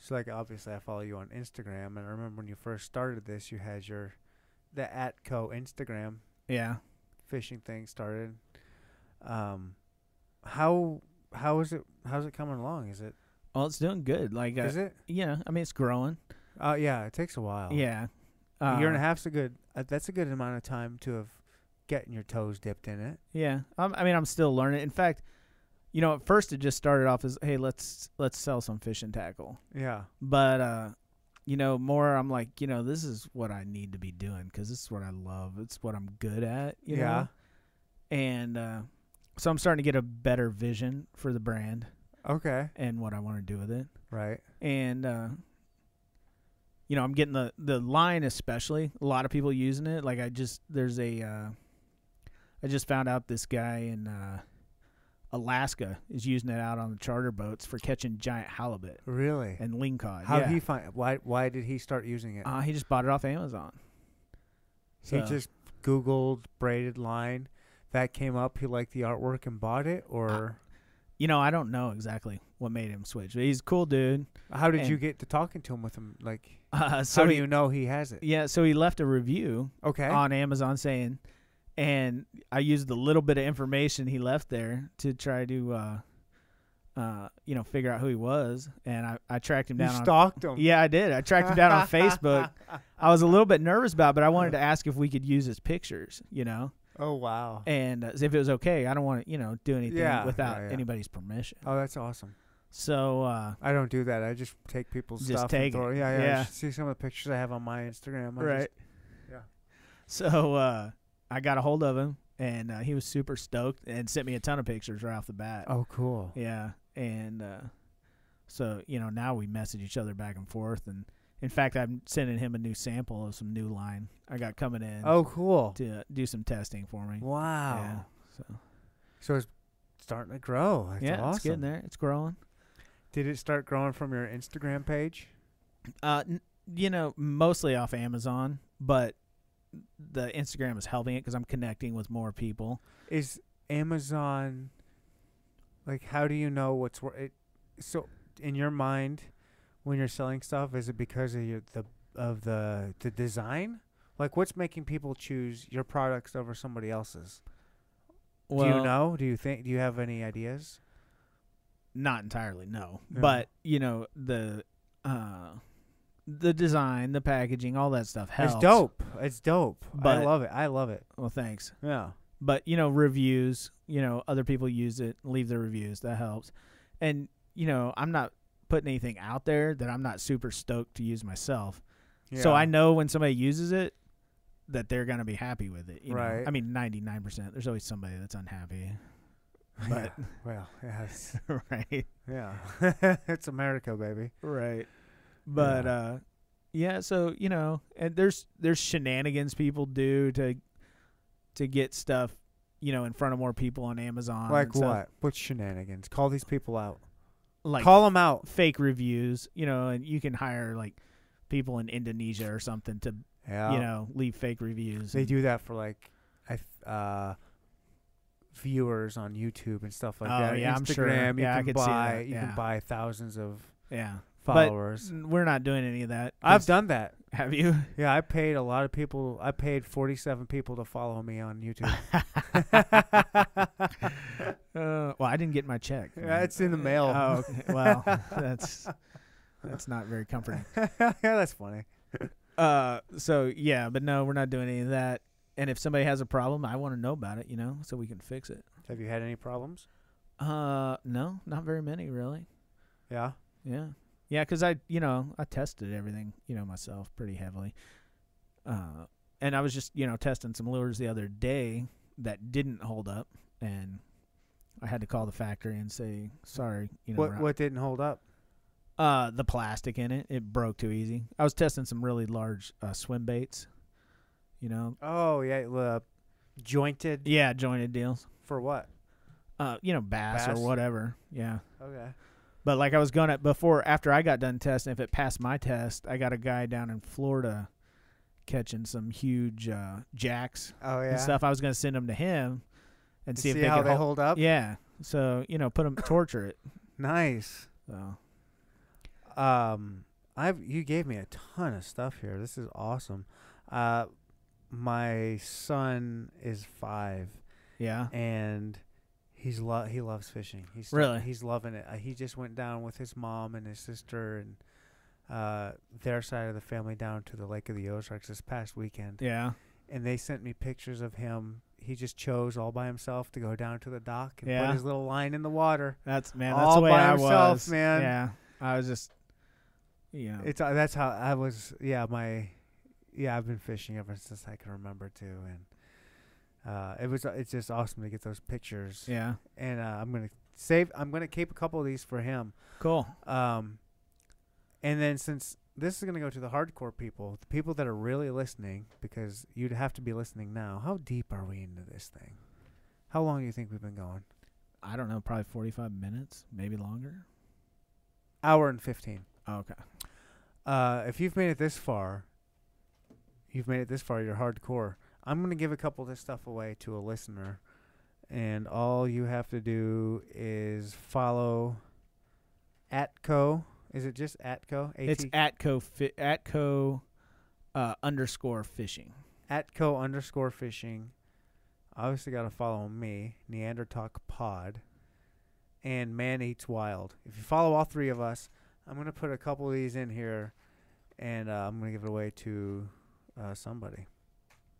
So like obviously, I follow you on Instagram, and I remember when you first started this, you had your the Atco Instagram
Yeah.
fishing thing started. Um, how how is it? How's it coming along? Is it?
Well, it's doing good. Like,
Is
uh,
it?
yeah. I mean, it's growing.
Oh yeah, it takes a while.
Yeah.
a year
Uh,
and a half's a good. Uh, that's a good amount of time to have getting your toes dipped in it.
Yeah, I'm, I mean, I'm still learning. In fact, you know, at first it just started off as, hey, let's let's sell some fish and tackle.
Yeah.
But uh, you know, more I'm like, you know, this is what I need to be doing because this is what I love. It's what I'm good at. You
Yeah.
Know? And uh, so I'm starting to get a better vision for the brand
Okay.
and what I want to do with it.
Right.
And uh, you know, I'm getting the the line especially. A lot of people using it. Like I just there's a uh, I just found out this guy in uh, Alaska is using it out on the charter boats for catching giant halibut
Really.
and lingcod.
how
yeah.
did he find? Why why did he start using it?
uh, he just bought it off Amazon.
He just Googled braided line. That came up. He liked the artwork and bought it. Or
you know, I don't know exactly what made him switch. But he's a cool dude. (laughs)
how did you
and-
get to talking to him with him? Like,
Uh, so
how do
he,
you know he has it?
yeah, so he left a review
Okay.
on Amazon saying, and I used the little bit of information he left there to try to, uh, uh, you know, figure out who he was, and I, I tracked him
you
down. on,
stalked him.
yeah, I did. I tracked him down on
(laughs)
Facebook. I was a little bit nervous about, it, but I wanted to ask if we could use his pictures, you know,
Oh wow.
and uh, if it was okay. I don't want to, you know, do anything
Yeah,
without
yeah, yeah.
anybody's permission.
Oh, that's awesome.
So, uh,
I don't do that. I just take people's
Just
stuff.
take
and throw
it.
Yeah, yeah.
Yeah.
you should See some of the pictures I have on my Instagram. I
right.
just- yeah.
So uh, I got a hold of him, and uh, he was super stoked and sent me a ton of pictures right off the bat.
oh, cool.
Yeah, and uh, so you know now we message each other back and forth, and in fact I'm sending him a new sample of some new line I got coming in
Oh, cool.
to uh, do some testing for me.
Wow.
Yeah, so
So it's starting to grow. That's
yeah,
awesome.
it's getting there. It's growing.
Did it start growing from your Instagram page?
Uh, n- you know, mostly off Amazon, but the Instagram is helping it because I'm connecting with more people.
is Amazon like how do you know what's wor- it so in your mind when you're selling stuff is it because of your, the of the the design like what's making people choose your products over somebody else's
Well,
do you know do you think do you have any ideas
not entirely no
Yeah.
but you know the uh the design the packaging all that stuff helps
it's dope it's dope
But-
i love it i love it
well thanks
yeah
But you know, reviews. You know, other people use it. Leave their reviews. That helps. And you know, I'm not putting anything out there that I'm not super stoked to use myself. So
Yeah.
I know when somebody uses it that they're gonna be happy with it. You Know?
Right.
I mean, ninety nine percent. There's always somebody that's unhappy.
(laughs) Yeah. well, yeah, it's,
(laughs) right.
yeah, (laughs) it's America, baby.
Right. But
Yeah.
uh yeah, so you know, and there's there's shenanigans people do to to get stuff, you know, in front of more people on Amazon.
like
and stuff.
what? What shenanigans? Call these people out.
Like
Call them out.
fake reviews, you know, and you can hire like people in Indonesia or something to
Yeah,
you know leave fake reviews.
they
and-
do that for like, I th- uh, viewers on YouTube and stuff like
Oh,
that.
yeah,
Instagram,
I'm sure.
you
Yeah, I
can
could see
buy
that,
you
yeah.
can buy thousands of
Yeah, But-
followers.
we're not doing any of that.
I've
'cause-
done that.
Have
(laughs)
you? (laughs)
Yeah, I paid a lot of people. I paid 47 people to follow me on
(laughs)
YouTube.
Uh, well, I didn't get my check.
Yeah, it's in the mail. (laughs)
Oh, okay. well, that's that's not very comforting.
yeah, that's funny.
Uh, so yeah, but no, we're not doing any of that. And if somebody has a problem, I want to know about it, you know, so we can fix it.
Have you had any problems?
Uh, no, not very many, really.
Yeah.
Yeah, yeah, because I, you know, I tested everything, you know, myself pretty heavily. Uh, and I was just, you know, testing some lures the other day that didn't hold up, and I had to call the factory and say, sorry, you know, we're
What
not-
what didn't hold up?
Uh, the plastic in it, it broke too easy. I was testing some really large uh, swim baits, you know.
Oh yeah, the jointed
Yeah, jointed deals.
for what?
Uh, you know, bass,
Bass?
or whatever. Yeah.
Okay.
But like I was gonna before after I got done testing, if it passed my test, I got a guy down in Florida catching some huge uh, jacks
Oh yeah.
and stuff. I was gonna send them to him and
To
see,
see,
if they
how
could
they
hold.
hold up.
Yeah. So you know, put them torture it.
Nice.
So
Um, I've you gave me a ton of stuff here. This is awesome. Uh, my son is five,
yeah.
and he's lo- he loves fishing. He's
Really?
he's loving it. Uh, he just went down with his mom and his sister and uh, their side of the family down to the Lake of the Ozarks this past weekend,
Yeah.
and they sent me pictures of him. He just chose all by himself to go down to the dock and
Yeah.
put his little line in the water.
That's man. That's
All
the way
by
I
himself,
was.
man.
Yeah. I was just. You know.
It's uh, that's how I was. Yeah, my yeah, I've been fishing ever since I can remember too, and uh, it was uh, it's just awesome to get those pictures.
yeah.
And uh, I'm gonna save. I'm gonna keep a couple of these for him.
Cool.
Um, and then since this is gonna go to the hardcore people, the people that are really listening, because you'd have to be listening now. How deep are we into this thing? How long do you think we've been going?
I don't know. Probably forty-five minutes, maybe longer.
Hour and fifteen.
Oh, Okay.
uh, if you've made it this far, you've made it this far. You're hardcore. I'm gonna give a couple of this stuff away to a listener, and all you have to do is follow Atco. Is it just Atco? A-T-
It's atco fi- atco uh, underscore fishing.
Atco underscore fishing. Obviously, gotta follow me, Neanderthal Pod, and Man Eats Wild. If you follow all three of us, I'm gonna put a couple of these in here, and uh, I'm gonna give it away to uh, somebody.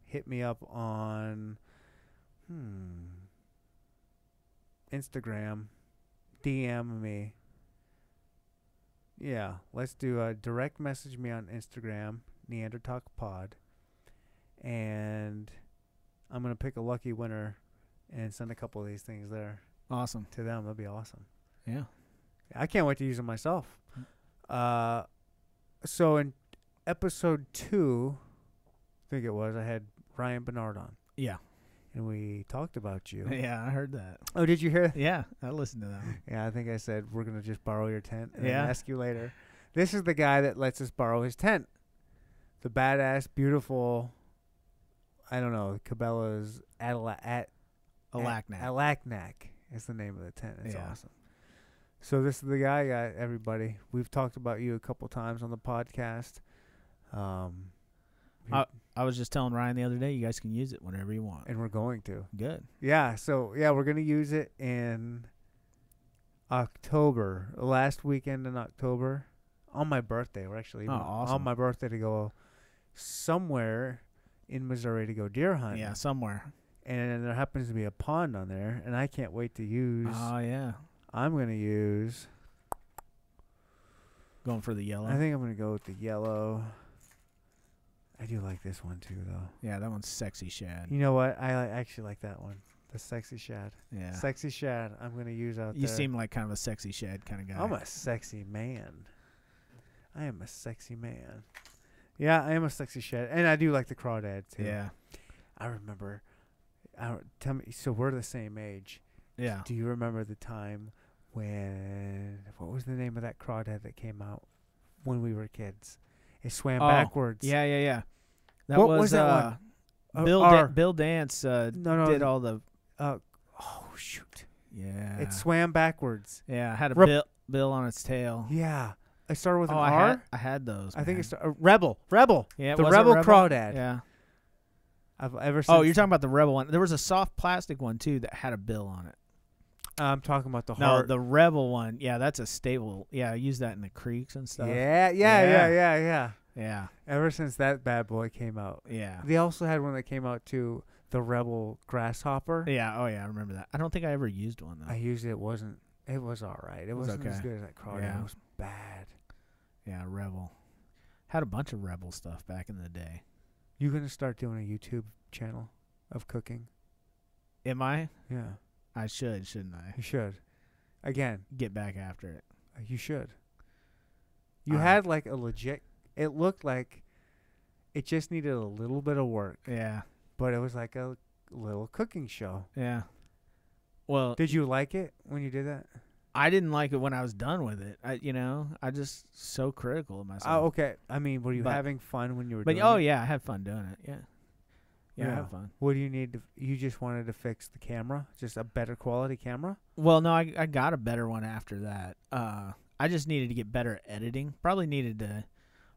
Hit me up on hmm Instagram, DM me. Yeah, let's do a direct message me on Instagram, Neanderthal Pod and I'm gonna pick a lucky winner and send a couple of these things there
Awesome.
to them. That'd be awesome.
Yeah.
I can't wait to use them myself.
Mm.
Uh, so in episode two, I think it was, I had Ryan Bernard on,
Yeah.
and we talked about you.
(laughs) Yeah, I heard that.
oh, did you
(laughs)
hear?
Yeah, I listened to that.
(laughs)
One.
Yeah, I think I said we're gonna just borrow your tent and then
Yeah.
ask you later. This is the guy that lets us borrow his tent. The badass, beautiful. I don't know. Cabela's Adela- at
Alaknac.
Alaknac is the name of the tent. It's
Yeah.
awesome. So this is the guy, guy, everybody. We've talked about you a couple times on the podcast. Um, we-
I was just telling Ryan the other day, you guys can use it whenever you want.
and we're going to.
Good.
Yeah. So yeah, we're gonna use it in October, last weekend in October, on my birthday. We're actually
Oh,
leaving on
awesome.
my birthday to go somewhere in Missouri to go deer hunt.
Yeah, somewhere.
and there happens to be a pond on there, and I can't wait to use.
Oh yeah,
I'm gonna use.
going for the yellow.
I think I'm gonna go with the yellow. I do like this one too, though.
yeah, that one's sexy shad.
You know what? I li- actually like that one. The sexy shad.
Yeah,
Sexy shad. I'm gonna use out
you
there.
seem like kind of a sexy shad kind of guy.
uh, I'm a sexy man. I am a sexy man. Yeah, I am a sexy shad, and I do like the crawdad too. (laughs)
yeah,
I remember. I, re- tell me, so we're the same age.
yeah.
Do you remember the time when what was the name of that crawdad that came out when we were kids? It swam
Oh,
backwards.
Yeah, yeah, yeah. That
What
was,
was that one?
uh,
Uh,
Bill
or-
da- Bill Dance uh,
no, no.
did all the
uh, oh shoot!
yeah.
It swam backwards.
yeah, had a
Rep-
bill bill on its tail.
Yeah, Oh. I started with
oh,
an
I
R.
had I had those.
I think
man.
it's a rebel. Rebel.
yeah, it
the
was a
rebel, crawdad.
Yeah.
I've ever. Since,
Oh, you're talking about the rebel one. There was a soft plastic one too that had a bill on it.
I'm talking about the
No,
heart.
the rebel one. Yeah, that's a staple. Yeah, I use that in the creeks and stuff.
yeah, yeah, yeah,
Yeah.
yeah, yeah.
yeah,
Ever since that bad boy came out,
yeah.
they also had one that came out too. The rebel grasshopper.
Yeah, Oh yeah, I remember that. I don't think I ever used one though.
I used it. it wasn't It was all right. It,
was
was not as
okay.
good as that crawdad.
Yeah.
It was bad.
yeah, rebel. Had a bunch of rebel stuff back in the day.
You gonna start doing a YouTube channel of cooking?
Am I?
Yeah,
I should, shouldn't I?
you should. Again,
Get back after it.
uh, you should. You
All right.
had like a legit. It looked like it just needed a little bit of work,
Yeah,
but it was like a little cooking show.
yeah. Well,
Did you like it when you did that?
I didn't like it when I was done with it. I, you know, I just so critical of myself.
Oh, okay. I mean, were you
But-
having fun when you were?
But
doing
oh
it?
yeah, I had fun doing it. Yeah, yeah, I
Yeah.
had fun.
What do you need to? f- You just wanted to fix the camera, just a better quality camera.
Well, no, I I got a better one after that. Uh, I just needed to get better at editing. Probably needed to.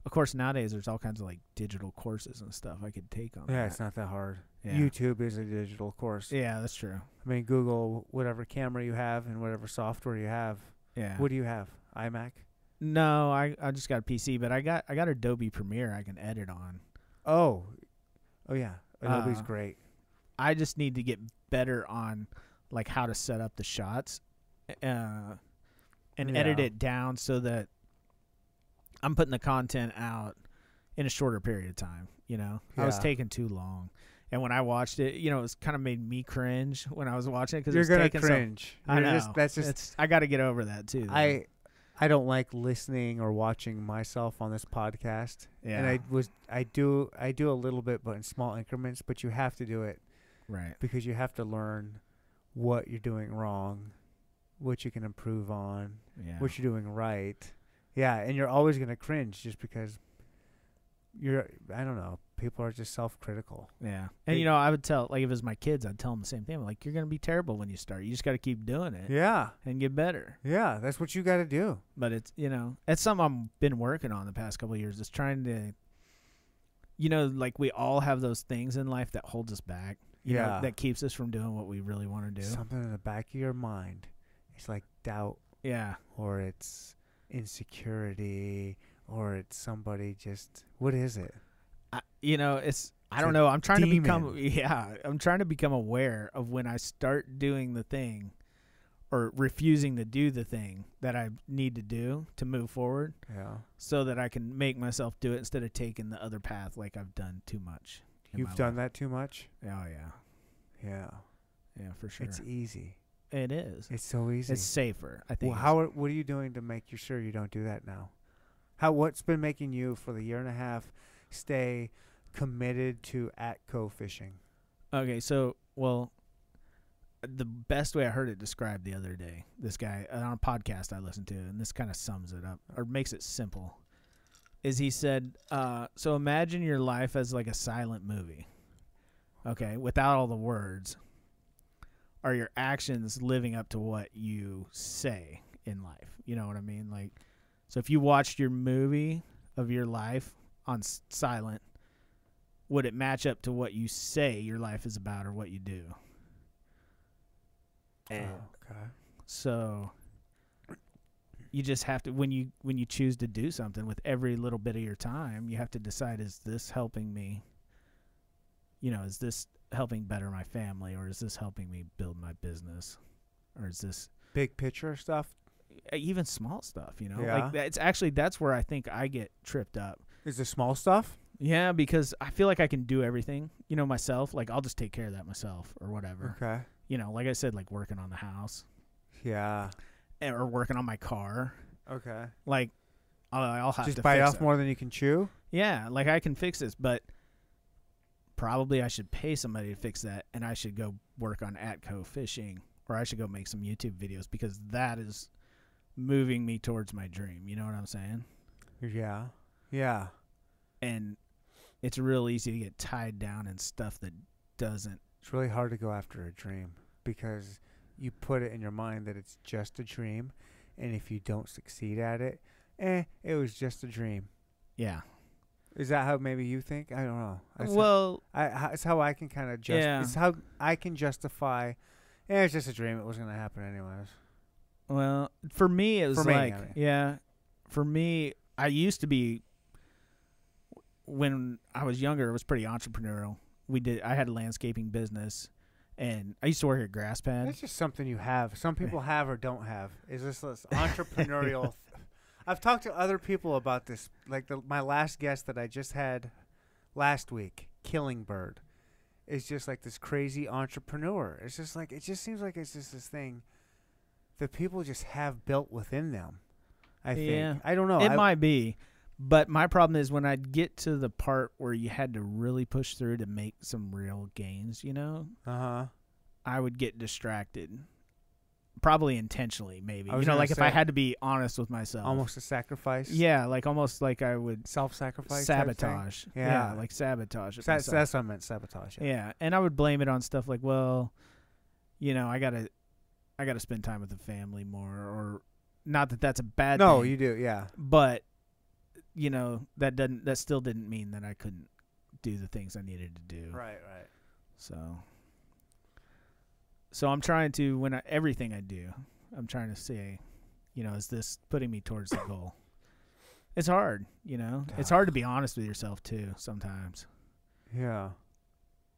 Of course, nowadays there's all kinds of like digital courses and stuff I could take on.
Yeah,
that.
it's not that hard.
yeah.
YouTube is a digital course.
yeah, that's true.
I mean, Google whatever camera you have and whatever software you have.
Yeah.
What do you have? iMac.
no, I I just got a PC, but I got I got Adobe Premiere I can edit on.
Oh, oh yeah, Adobe's
Uh,
great.
I just need to get better on like how to set up the shots uh, and edit
Yeah.
it down so that I'm putting the content out in a shorter period of time. You know, I was
Yeah.
taking too long. And when I watched it, you know, it was kind of made me cringe when I was watching it because
You're
was
gonna
taking so-
cringe.
I
You're
know.
Just, that's just
It's- I got to get over that too. though.
I. I don't like listening or watching myself on this podcast.
yeah,
And I was I do I do a little bit, but in small increments. But you have to do it
right.
because you have to learn what you're doing wrong, what you can improve on,
Yeah,
what you're doing right. Yeah, and you're always gonna cringe just because you're I don't know, people are just self critical.
yeah. And you know, I would tell like if it was my kids, I'd tell them the same thing. I'm like, you're gonna be terrible when you start. You just got to keep doing it
Yeah.
and get better.
Yeah, that's what you gotta do.
but it's you know it's something I've been working on the past couple of years. Is trying to, you know, like we all have those things in life that holds us back. You know,
Yeah.
that keeps us from doing what we really want to do.
Something in the back of your mind. It's like doubt
yeah,
or it's insecurity or it's somebody just what is it?
I, you know, it's I
It's
don't
a
know. I'm trying to become (laughs)
demon.
yeah, I'm trying to become aware of when I start doing the thing, or refusing to do the thing that I need to do to move forward,
Yeah.
so that I can make myself do it instead of taking the other path like I've done too much. in my
You've done that too much?
life. Oh yeah,
Yeah.
yeah for sure.
It's easy.
It is.
It's so easy.
It's safer, I think.
Well, how are, what are you doing to make you sure you don't do that now? How what's been making you for the year and a half stay committed to atco fishing?
Okay, so well, the best way I heard it described the other day, this guy uh, on a podcast I listened to, and this kind of sums it up or makes it simple, is he said, uh, "So imagine your life as like a silent movie, okay, without all the words. Are your actions living up to what you say in life? You know what I mean? Like, so if you watched your movie of your life on s- silent." would it match up to what you say your life is about or what you do? Eh.
Oh, okay.
So you just have to when you when you choose to do something with every little bit of your time, you have to decide is this helping me you know, is this helping better my family or is this helping me build my business or is this uh,
Big picture stuff.
even small stuff, you know?
Yeah.
Like that's actually that's where I think I get tripped up.
Is the small stuff?
Yeah, because I feel like I can do everything, you know, myself. Like I'll just take care of that myself or whatever.
Okay.
You know, like I said, like working on the house
Yeah.
eh, or working on my car.
Okay.
Like I'll, I'll have
Just
to
bite
fix
off
it.
more than you can chew.
Yeah, like I can fix this, but probably I should pay somebody to fix that, and I should go work on Atco fishing, or I should go make some YouTube videos because that is moving me towards my dream. You know what I'm saying?
Yeah. Yeah.
And it's real easy to get tied down in stuff that doesn't.
It's really hard to go after a dream because you put it in your mind that it's just a dream, and if you don't succeed at it, eh, it was just a dream.
Yeah.
Is that how maybe you think? I don't know. That's how-
well,
I, ho- it's how I can kind of just.
Yeah.
It's how I can justify. Eh, it's just a dream. It was gonna happen anyways.
well, for me it was
For me, I
like,
mean.
yeah, for me I used to be when I was younger, I was pretty entrepreneurial. We did. I had a landscaping business, and I used to work at Grass Pad.
That's just something you have. Some people
(laughs)
have or don't have. Is this this entrepreneurial? th- I've talked to other people about this. Like the, my last guest that I just had last week, Killing Bird, is just like this crazy entrepreneur. It's just like it just seems like it's just this thing that people just have built within them. I think.
Yeah.
I don't know.
it
oh, I,
might be, but my problem is when I'd get to the part where you had to really push through to make some real gains. You know,
Uh huh.
I would get distracted, probably intentionally, maybe.
I
You
was
know,
gonna
like if I
say-
had to be honest with myself,
Almost a sacrifice.
Yeah, like almost like I would
Self-sacrifice. type thing.
sabotage.
Yeah.
like sabotage. it
Sa-
myself.
that's what I meant. Sabotage. Yeah.
Yeah, and I would blame it on stuff like, well, you know, I gotta, I gotta spend time with the family more, or not that that's a bad.
No,
thing,
you do. Yeah.
But you know that doesn't that still didn't mean that I couldn't do the things I needed to do.
Right. Right.
So. So I'm trying to when I, everything I do, I'm trying to say, you know, is this putting me towards the goal? It's hard, you know. It's hard to be honest with yourself too sometimes
Yeah.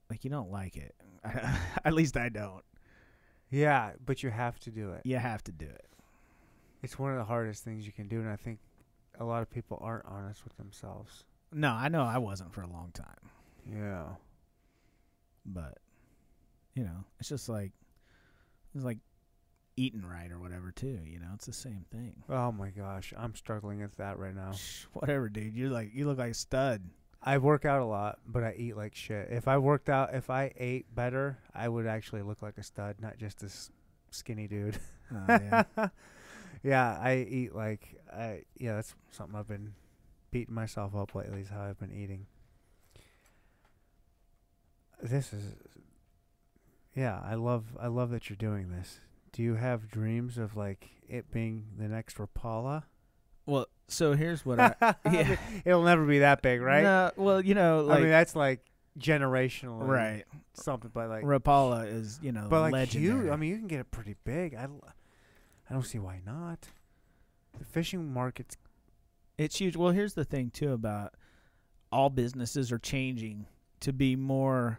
like you don't like it. (laughs) At least I don't.
Yeah, but you have to do it.
You have to do it.
It's one of the hardest things you can do, and I think a lot of people aren't honest with themselves.
No, I know I wasn't for a long time,
Yeah.
but you know, it's just like it's like eating right or whatever too. You know, it's the same thing.
Oh my gosh, I'm struggling with that right now.
Whatever, dude. You're like you look like a stud.
I work out a lot, but I eat like shit. If I worked out, if I ate better, I would actually look like a stud, not just this skinny dude.
Oh,
yeah. (laughs)
yeah.
I eat like I yeah, that's something I've been beating myself up lately is how I've been eating. This is yeah, I love I love that you're doing this. Do you have dreams of like it being the next Rapala?
well, so
(laughs)
here's what I yeah.
It'll never be that big, right?
(laughs) No, well, you know, like
I mean that's like generational and
right.
something but like
um, Rapala is you know
but like
legendary.
you, I mean, you can get it pretty big. I, l- I don't see why not. The fishing market's
it's huge. Well, here's the thing too about all businesses are changing to be more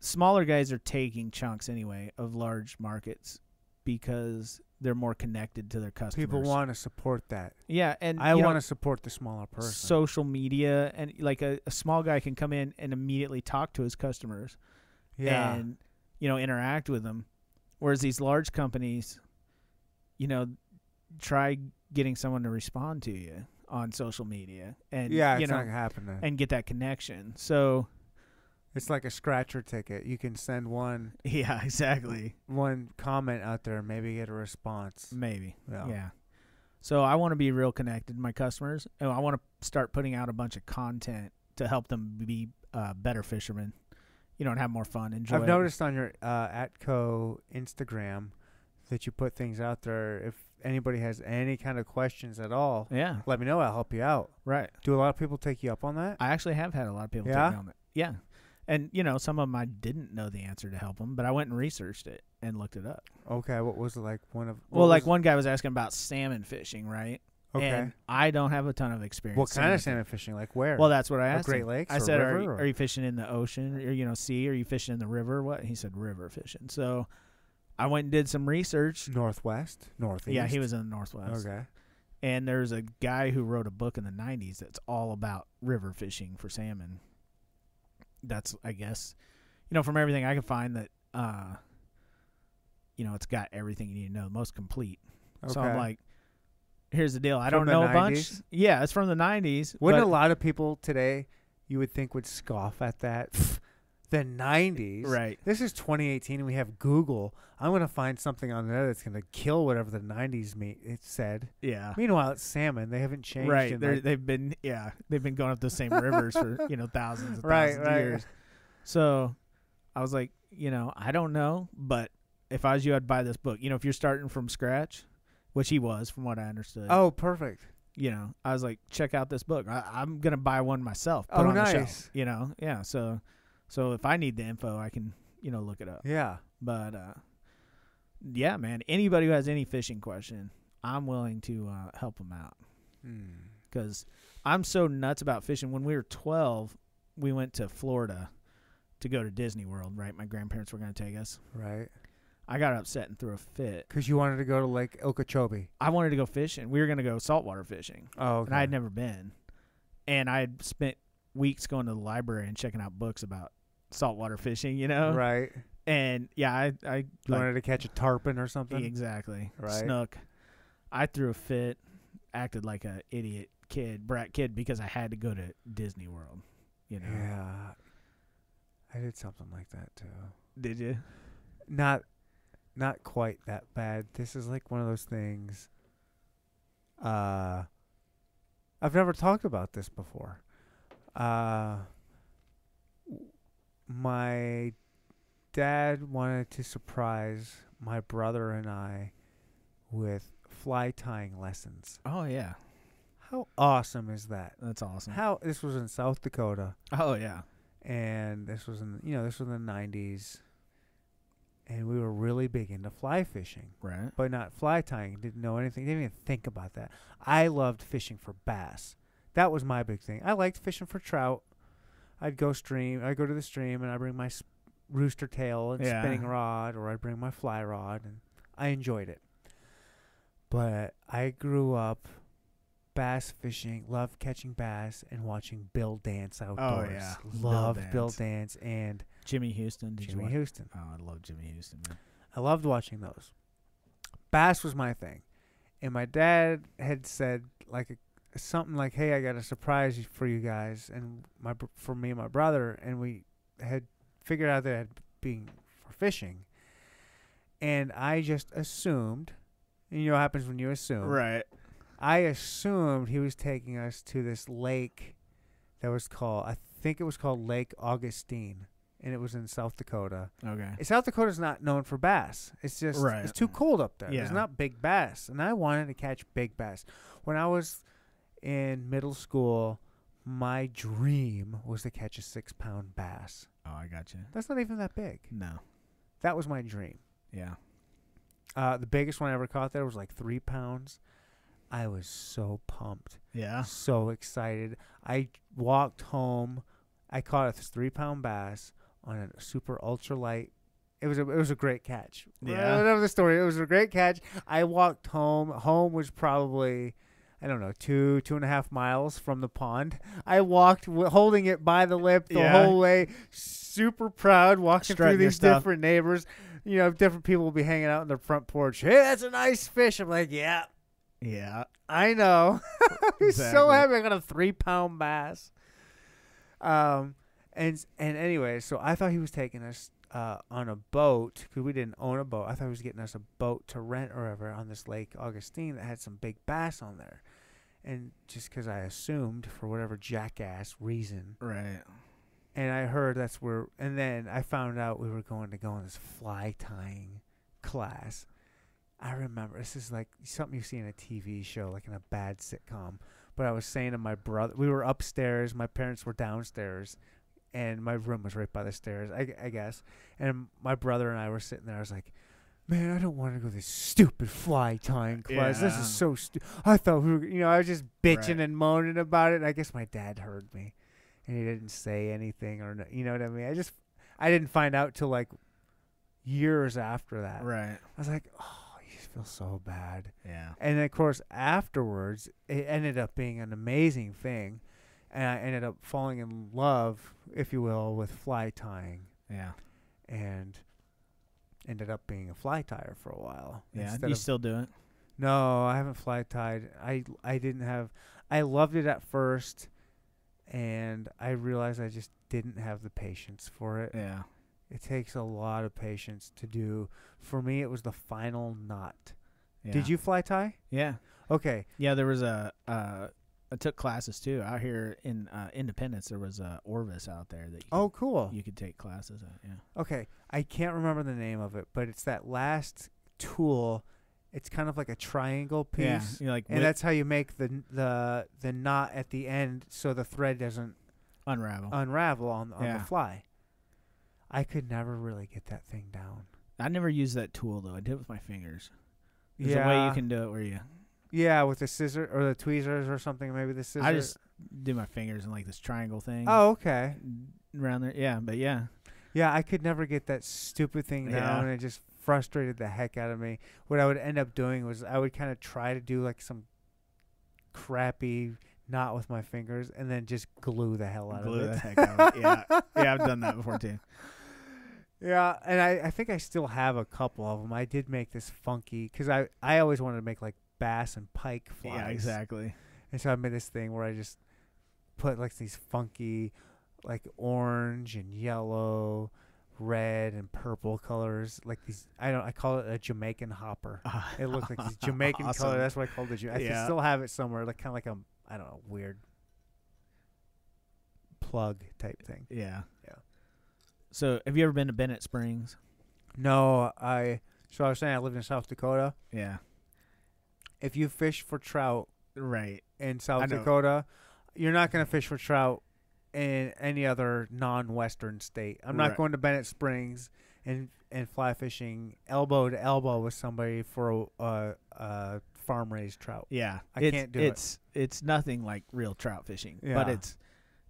smaller guys are taking chunks anyway of large markets because they're more connected to their customers.
people want to support that.
Yeah, and
I want to
want
support the smaller person.
social media and like a, a small guy can come in and immediately talk to his customers
yeah,
and you know interact with them whereas these large companies you know try getting someone to respond to you on social media and
yeah,
you
it's
know
not happening.
and get that connection. So (laughs)
it's like a scratcher ticket. You can send one
yeah, exactly.
one comment out there, and maybe get a response.
Maybe.
Yeah.
Mm, Yeah. So I want to be real connected to my customers, and I want to start putting out a bunch of content to help them be uh, better fishermen. You know, and have more fun. Enjoy.
I've
it.
noticed on your uh, Atco Instagram that you put things out there. If anybody has any kind of questions at all,
Yeah.
let me know. I'll help you out.
Right.
Do a lot of people take you up on that?
I actually have had a lot of people
Yeah?
take me on it. Yeah. And you know, some of them I didn't know the answer to help them, but I went and researched it and looked it up.
Okay, what was it like? One of
Well,
what
like
was-
one guy was asking about salmon fishing, right?
Okay.
And I don't have a ton of experience.
what kind of
salmon
salmon fishing? Like where?
Well, that's what I
Or
asked.
Great
him.
Lakes
I
or
said, are,
river
you,
or-
are you fishing in the ocean or you know sea? Are you fishing in the river? What he said, river fishing. So I went and did some research.
northwest, northeast.
Yeah, he was in the northwest.
Okay.
And there's a guy who wrote a book in the '90s that's all about river fishing for salmon. That's I guess, you know, from everything I could find that, uh, you know, it's got everything you need to know, most complete. So I'm
Okay.
like, here's the deal. I
From
don't
the
know a bunch.
90s?
Yeah, it's from the '90s.
Wouldn't
but-
a lot of people today you would think would scoff at that? (laughs) Pfft, the 90s.
right?
This is 2018 and we have Google. I'm going to find something on there that's going to kill whatever the 90s me- it said.
Yeah.
Meanwhile, it's salmon. They haven't changed.
Ah. right
in,
they're,
like-
they've been yeah they've been going up those same rivers for you know thousands
(laughs)
and
Right,
thousands
right.
of (laughs) years so i was like you know i don't know but if i was you i'd buy this book you know if you're starting from scratch which he was from what i understood
oh, perfect.
you know i was like check out this book I, i'm gonna buy one myself put
Oh,
on the shelf,
nice.
you know yeah so so if i need the info i can you know look it up
Yeah.
but uh yeah man anybody who has any fishing question i'm willing to uh, help them out
Hmm.
because I'm so nuts about fishing. When we were 12, we went to Florida to go to Disney World, right? My grandparents were going to take us.
Right.
I got upset and threw a fit.
Because you wanted to go to Lake Okeechobee.
I wanted to go fishing. We were going to go saltwater fishing,
Oh,
and I had never been. And I had spent weeks going to the library and checking out books about saltwater fishing, you know?
Right.
And yeah, I, I
You
like,
wanted to catch a tarpon or something?
Exactly.
Right.
Snook. I threw a fit, acted like a idiot kid, brat kid, because I had to go to Disney World. You know?
Yeah. I did something like that too.
Did you?
Not not quite that bad. This is like one of those things uh I've never talked about this before. Uh w- my dad wanted to surprise my brother and I with fly tying lessons.
Oh yeah,
How awesome is that?
that's awesome.
How this was in South Dakota.
oh yeah,
and this was in the, you know this was in the 90s and we were really big into fly fishing
right.
but not fly tying didn't know anything didn't even think about that i loved fishing for bass that was my big thing i liked fishing for trout i'd go stream i'd go to the stream and i'd bring my s- rooster tail and
Yeah.
spinning rod or i'd bring my fly rod and i enjoyed it but i grew up bass fishing loved catching bass and watching bill dance outdoors
Oh, yeah. Bill
loved bill
Dance.
dance and
Jimmy Houston. Did you
Jimmy
watch-
Houston.
Oh, I love Jimmy Houston. Man.
I loved watching those. Bass was my thing, and my dad had said like a, something like, "Hey, I got a surprise y- for you guys," and my br- for me and my brother, and we had figured out that it had been for fishing, and I just assumed, and you know what happens when you assume,
Right.
I assumed he was taking us to this lake that was called, I think it was called Lake Augustine, and it was in South Dakota.
Okay.
Uh, South Dakota's not known for bass. It's just
Right.
it's too cold up there. There's
Yeah.
not big bass, and I wanted to catch big bass. When I was in middle school, my dream was to catch a six pound bass.
Oh, I got you.
That's not even that big.
No.
That was my dream.
Yeah.
Uh, the biggest one I ever caught there was like three pounds. I was so pumped,
Yeah.
so excited. I walked home. I caught a three pound bass on a super ultralight. It was a it was a great catch.
Yeah.
whatever the story. It was a great catch. I walked home. Home was probably I don't know two two and a half miles from the pond. I walked w- holding it by the lip the
Yeah.
whole way. Super proud walking
Strutting
through
your
these
stuff.
different neighbors. You know, different people will be hanging out on their front porch. Hey, that's a nice fish. I'm like, yeah,
Yeah.
I know. (laughs) He's so
Exactly.
happy I got a three pound bass. Um, and and anyway, so I thought he was taking us uh, on a boat because we didn't own a boat. I thought he was getting us a boat to rent or whatever on this Lake Augustine that had some big bass on there. And just because I assumed for whatever jackass reason,
Right.
and I heard that's where, and then I found out we were going to go on this fly tying class. I remember this is like something you see in a TV show, like in a bad sitcom. But I was saying to my brother, we were upstairs, my parents were downstairs, and my room was right by the stairs, I, I guess. And my brother and I were sitting there. I was like, man, I don't want to go to this stupid fly tying class. This
Yeah.
is so stupid. I thought we were, you know, I was just bitching
Right.
and moaning about it. And I guess my dad heard me, and he didn't say anything or, no, you know what I mean. I just, I didn't find out till like years after that.
Right.
I was like, oh, you feel so bad.
Yeah.
And of course, afterwards, it ended up being an amazing thing. And I ended up falling in love, if you will, with fly tying
Yeah.
and ended up being a fly tire for a while.
Yeah.
instead
you
of-
still do it.
no, I haven't fly tied. I, I didn't have, I loved it at first. And I realized I just didn't have the patience for it.
Yeah.
It takes a lot of patience to do. For me, it was the final knot.
yeah.
Did you fly tie?
Yeah.
Okay.
Yeah. There was a. Uh, I took classes too out here in uh, Independence. There was a Orvis out there that you
Oh, cool.
could, you could take classes at. Yeah.
Okay, I can't remember the name of it, but it's that last tool. It's kind of like a triangle piece,
Yeah. You like
and
whip-
that's how you make the the the knot at the end, so the thread doesn't
unravel.
unravel on on
Yeah.
the fly. I could never really get that thing down.
I never used that tool though. I did it with my fingers. There's a way you can do it where you.
yeah, with the scissor or the tweezers or something. Maybe the scissors.
I just do my fingers in like this triangle thing.
oh, okay.
Around there. Yeah. But yeah.
Yeah, I could never get that stupid thing
Yeah.
down. It just frustrated the heck out of me. What I would end up doing was I would kind of try to do like some crappy knot with my fingers and then just glue the hell out
Glue
of
the
it.
heck out of
(laughs)
it. Yeah. Yeah. I've done that before too.
Yeah, and I, I think I still have a couple of them. I did make this funky because I, I always wanted to make like bass and pike flies.
Yeah. Exactly.
And so I made this thing where I just put like these funky, like orange and yellow, red and purple colors. Like these, I don't, I call it a Jamaican hopper. It looked like
(laughs)
this Jamaican color.
Awesome.
That's what I called it. I can
Yeah.
still have it somewhere, like kind of like a, I don't know, weird plug type thing.
Yeah.
Yeah.
So, have you ever been to Bennett Springs?
No, I. So I was saying I lived in South Dakota.
Yeah.
If you fish for trout
Right.
in South
know.
Dakota, you're not going to fish for trout in any other non-western state. I'm not
Right.
going to Bennett Springs and and fly fishing elbow to elbow with somebody for a, a, a farm raised trout.
Yeah.
I
it's,
can't do it.
it's, it. It's nothing like real trout fishing, but
Yeah.
it's.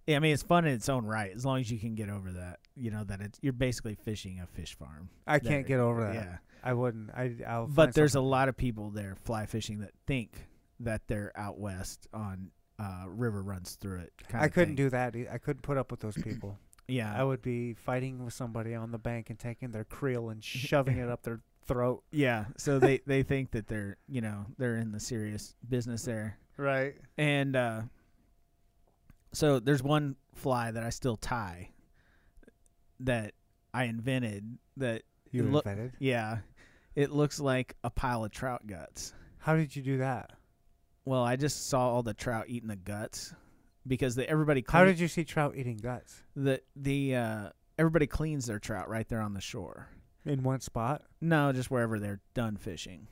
Yeah, I mean it's fun in its own right as long as you can get over that. You know that it's you're basically fishing a fish farm.
I can't
There.
get over that.
Yeah.
I wouldn't. I I'll
but
find
there's
something.
a lot of people there fly fishing that think that they're out west on uh river runs through it. Kind
I couldn't do that. e- I couldn't put up with
(coughs)
those people.
Yeah.
I would be fighting with somebody on the bank and taking their creel
(laughs)
and shoving it up their throat.
yeah. So they they think that they're you know they're in the serious business there.
Right.
And uh, so there's one fly that I still tie that I invented that
You
It loo-
invented.
yeah, it looks like a pile of trout guts.
How did you do that?
Well, I just saw all the trout eating the guts because the, everybody
How
clean-
did you see trout eating guts
the the uh, everybody cleans their trout right there on the shore.
in one spot?
No, just wherever they're done fishing.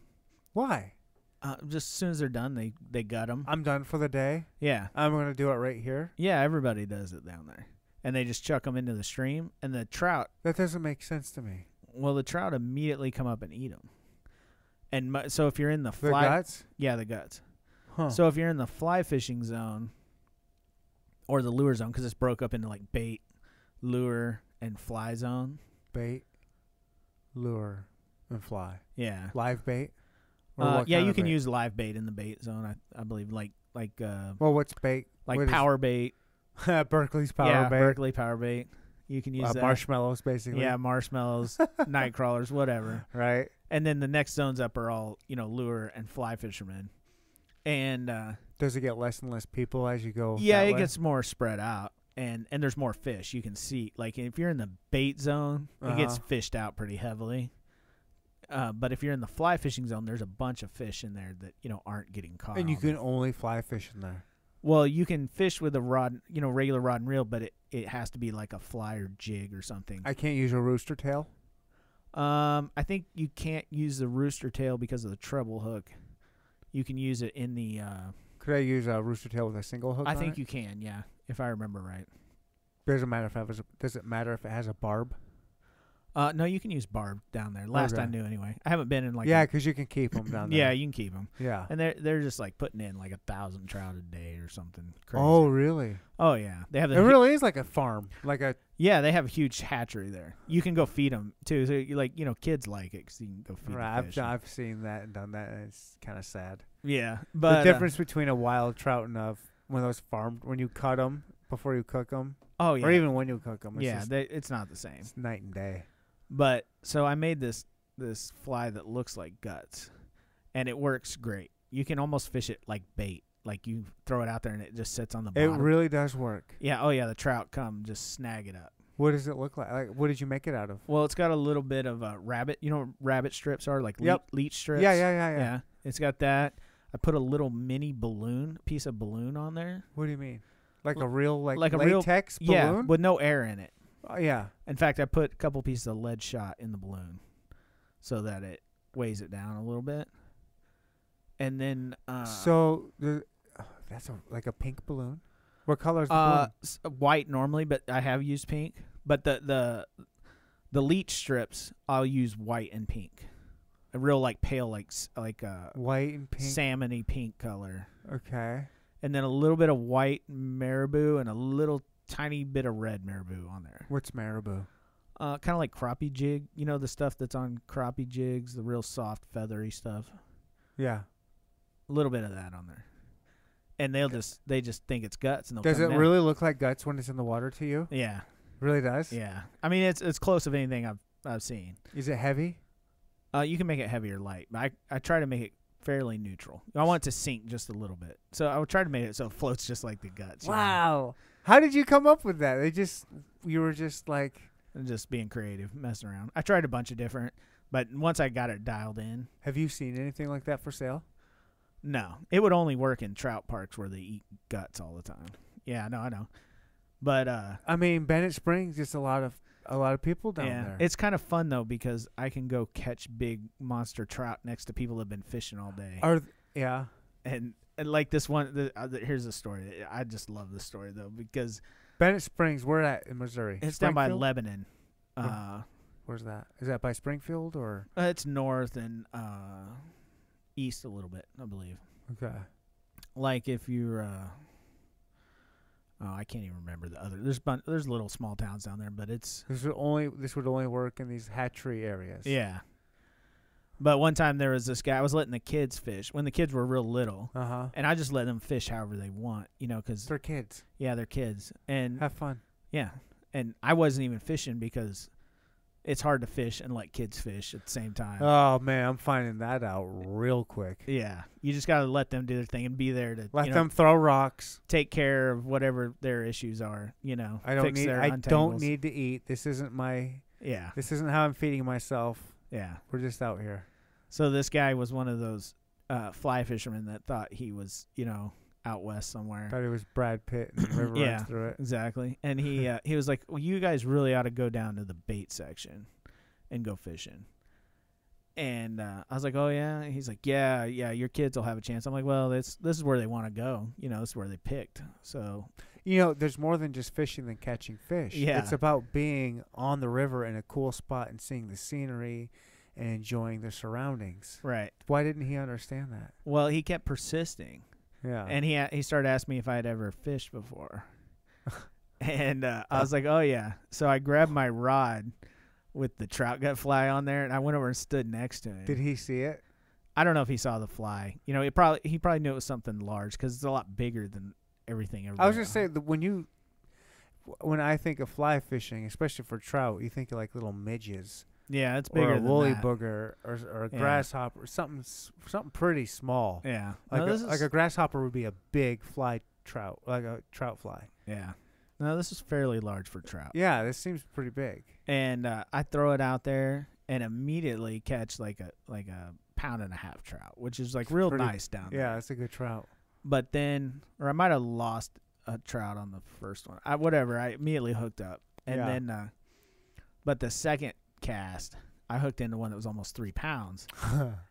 Why?
Uh, just as soon as they're done, they they gut them.
I'm done for the day.
Yeah,
I'm gonna do it right here.
yeah, everybody does it down there, and they just chuck them into the stream, and the trout
That doesn't make sense to me.
Well, the trout immediately come up and eat them. And mu- so if you're in the
The
fly,
guts.
yeah, the guts.
Huh.
So if you're in the fly fishing zone or the lure zone, because it's broke up into like bait, lure, and fly zone.
bait, lure, and fly.
Yeah,
Live bait. Or
uh,
what
yeah,
kind
you
of
can
bait?
use live bait in the bait zone. I, I believe like like uh
Well, what's bait?
like
what is-
power bait,
(laughs) Berkeley's power
yeah,
bait.
Berkeley power bait. You can use
uh,
that.
marshmallows, basically.
yeah,
(laughs)
marshmallows, night crawlers, whatever.
Right.
And then the next zones up are all you know lure and fly fishermen, and. uh
Does it get less and less people as you go?
yeah
that
it
way?
gets more spread out and and there's more fish you can see like if you're in the bait zone it gets
Uh-huh.
fished out pretty heavily uh, but if you're in the fly fishing zone there's a bunch of fish in there that you know aren't getting caught
And you
on.
can only fly fish in there.
well you can fish with a rod you know regular rod and reel but it, it has to be like a fly or jig or something
I can't use a rooster tail.
um i think you can't use the rooster tail because of the treble hook you can use it in the uh,
Could I use a rooster tail with a single hook?
i
on
think
it?
you can yeah if i remember right
Doesn't matter if it has a, does it matter if it has a barb?
Uh, no, you can use barb down there. Last I
Okay.
knew, anyway. I haven't been in like
Yeah,
a-
'cause you can keep them down there.
yeah, you can keep them,
Yeah.
and they're they're just like putting in like a thousand trout a day or something crazy.
Oh, really?
oh yeah, they have
It
the
really is like a farm, like a
yeah they have a huge hatchery there. You can go feed them too. So you like you know kids like it 'cause you can go feed
Right,
the fish.
I've, I've seen that and done that, and it's kind of sad.
yeah, but uh,
the difference between a wild trout and a f- one of those farmed when you cut them before you cook them,
oh yeah,
or even when you cook them, it's
yeah,
just,
they, it's not the same.
it's night and day.
But so I made this this fly that looks like guts, and it works great. You can almost fish it like bait. Like you throw it out there and it just sits on the
It
bottom.
really does work.
yeah. Oh yeah, the trout come just snag it up.
What does it look like? Like, what did you make it out of?
Well, it's got a little bit of a rabbit. You know what rabbit strips are like
Yep.
le- leech strips.
Yeah, yeah, yeah, yeah,
yeah. It's got that. I put a little mini balloon, piece of balloon on there.
What do you mean? Like a real, like,
like a real-
latex
Yeah,
balloon?
with no air in it.
Oh, yeah.
In fact, I put a couple pieces of lead shot in the balloon so that it weighs it down a little bit. And then uh
so the, (sighs) oh, that's a, like a pink balloon. What color is the
uh
balloon?
s- white normally, but I have used pink, but the the the leech strips I'll use white and pink. A real like pale like s- like uh
White and pink.
salmony pink color.
Okay.
And then a little bit of white marabou and a little tiny bit of red marabou on there.
What's marabou?
Uh, kind of like crappie jig, you know the stuff that's on crappie jigs, the real soft feathery stuff.
Yeah.
a little bit of that on there, and they'll just they just think it's guts and they'll
Does
come
it
down.
really look like guts when it's in the water to you?
Oh, Yeah,
Really does.
yeah. I mean, it's it's close of anything I've I've seen.
Is it heavy?
Uh, you can make it heavy or light, but I I try to make it fairly neutral. I want it to sink just a little bit, so I would try to make it so it floats just like the guts. you know,
How did you come up with that? They just you were just like
and just being creative, messing around. I tried a bunch of different, but once I got it dialed in,
have you seen anything like that for sale?
No, it would only work in trout parks where they eat guts all the time. Yeah, no, I know, but uh,
I mean Bennett Springs just a lot of a lot of people down
yeah.
there.
It's kind of fun though because I can go catch big monster trout next to people that've been fishing all day.
Are th- yeah.
and, and like this one, the, uh, the, here's the story. I just love this story though because
Bennett Springs, where at in Missouri?
it's down by
Springfield?
Lebanon.
Yeah.
Uh,
Where's that? Is that by Springfield or
uh, it's north and uh, east a little bit, I believe.
Okay.
Like if you're, uh, oh, I can't even remember the other. There's bun- there's little small towns down there, but it's
This would only this would only work in these hatchery areas.
Yeah. But one time there was this guy. I was letting the kids fish when the kids were real little,
Uh huh.
and I just let them fish however they want, you know, because
They're kids.
yeah, they're kids, and
Have fun.
yeah, and I wasn't even fishing because it's hard to fish and let kids fish at the same time.
Oh man, I'm finding that out real quick.
yeah, you just gotta let them do their thing and be there to
Let
you know,
them throw rocks.
take care of whatever their issues are. You know,
I don't
fix
need.
Their
I don't
untangles.
need to eat. This isn't my.
Yeah,
This isn't how I'm feeding myself.
yeah.
We're just out here.
So this guy was one of those uh, fly fishermen that thought he was, you know, out west somewhere.
Thought it was Brad Pitt
(coughs)
and the river
Yeah.
runs through it.
Exactly. And he uh, he was like, "Well, you guys really ought to go down to the bait section and go fishing." And uh, I was like, "Oh yeah." And he's like, "Yeah, yeah, your kids will have a chance." I'm like, "Well, this this is where they want to go. You know, this is where they picked." So
You know, there's more than just fishing than catching fish.
Yeah.
It's about being on the river in a cool spot and seeing the scenery and enjoying the surroundings.
right.
Why didn't he understand that?
Well, he kept persisting,
Yeah.
and he a- he started asking me if I had ever fished (laughs) before, and uh, I was like, "Oh yeah." So I grabbed my rod with the trout gut fly on there, and I went over and stood next to him.
Did he see it?
I don't know if he saw the fly. You know, he probably he probably knew it was something large because it's a lot bigger than everything.
I was
everywhere
gonna say
else.
that when you, when I think of fly fishing, especially for trout, you think of like little midges.
yeah, it's
or
bigger
a
than
woolly
that.
booger or, s- or a
Yeah.
grasshopper, something s- something pretty small.
Yeah,
Like,
no,
a,
this is,
like a grasshopper would be a big fly trout, like a trout fly.
yeah. No, this is fairly large for trout.
Yeah, this seems pretty big.
And uh, I throw it out there and immediately catch like a like a pound and a half trout, which is like real
pretty-
nice down there.
Yeah, it's a good trout. (laughs)
But then, or I might have lost a trout on the first one. I whatever. I immediately hooked up, and
Yeah.
then, uh, but the second cast, I hooked into one that was almost three pounds,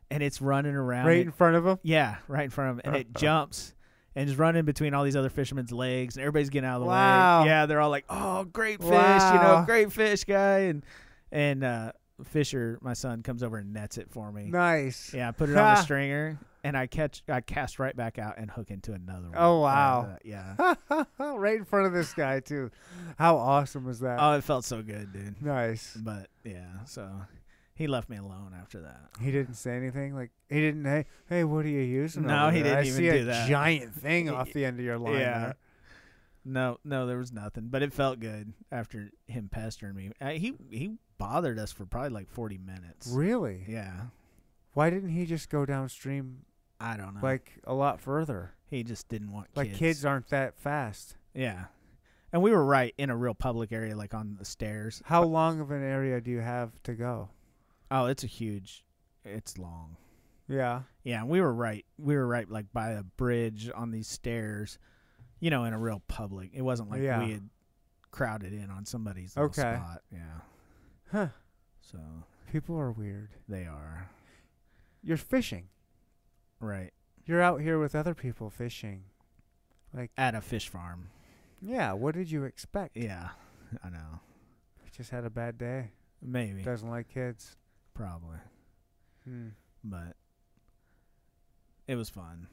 and it's running around.
right
it-
in Uh-huh. front of him.
(laughs) Yeah, right in front of him, and it jumps and is running between all these other fishermen's legs, and everybody's getting out of the
Wow.
way. Yeah, they're all like, "Oh, great fish!" You
Wow.
know, "Great fish, guy," and and uh, Fisher, my son, comes over and nets it for me.
Nice. (laughs)
Yeah, I put it on the stringer, and I catch, I cast right back out and hook into another one.
Oh, wow.
Uh, yeah.
(laughs) right in front of this guy too. How awesome is that?
Oh, it felt so good, dude.
nice.
But yeah, so he left me alone after that.
He didn't say anything. Like he didn't. Hey, hey, what are you using?
No,
over
he
there? I
didn't
see
even
a
do that.
Giant thing off the end of your line.
Yeah.
there."
No, no, there was nothing, but it felt good after him pestering me. Uh, he he bothered us for probably like forty minutes.
Really?
Yeah,
Why didn't he just go downstream
I don't know.
like a lot further?
he just didn't want
Like
Uh, kids.
kids, aren't that fast.
Yeah, and we were right in a real public area, like on the stairs.
How long of an area do you have to go?
Oh, it's a huge, it's long.
Yeah.
Yeah, and we were right. We were right, like by a bridge on these stairs. You know, in a real public. It wasn't like
Yeah.
we had crowded in on somebody's little
Okay.
spot. Yeah.
Huh.
So
People are weird.
they are
You're fishing.
right
You're out here with other people fishing.
at a fish farm.
Yeah. What did you expect?
Yeah, I know.
Just had a bad day.
Maybe,
Doesn't like kids.
probably,
Hmm.
but it was fun.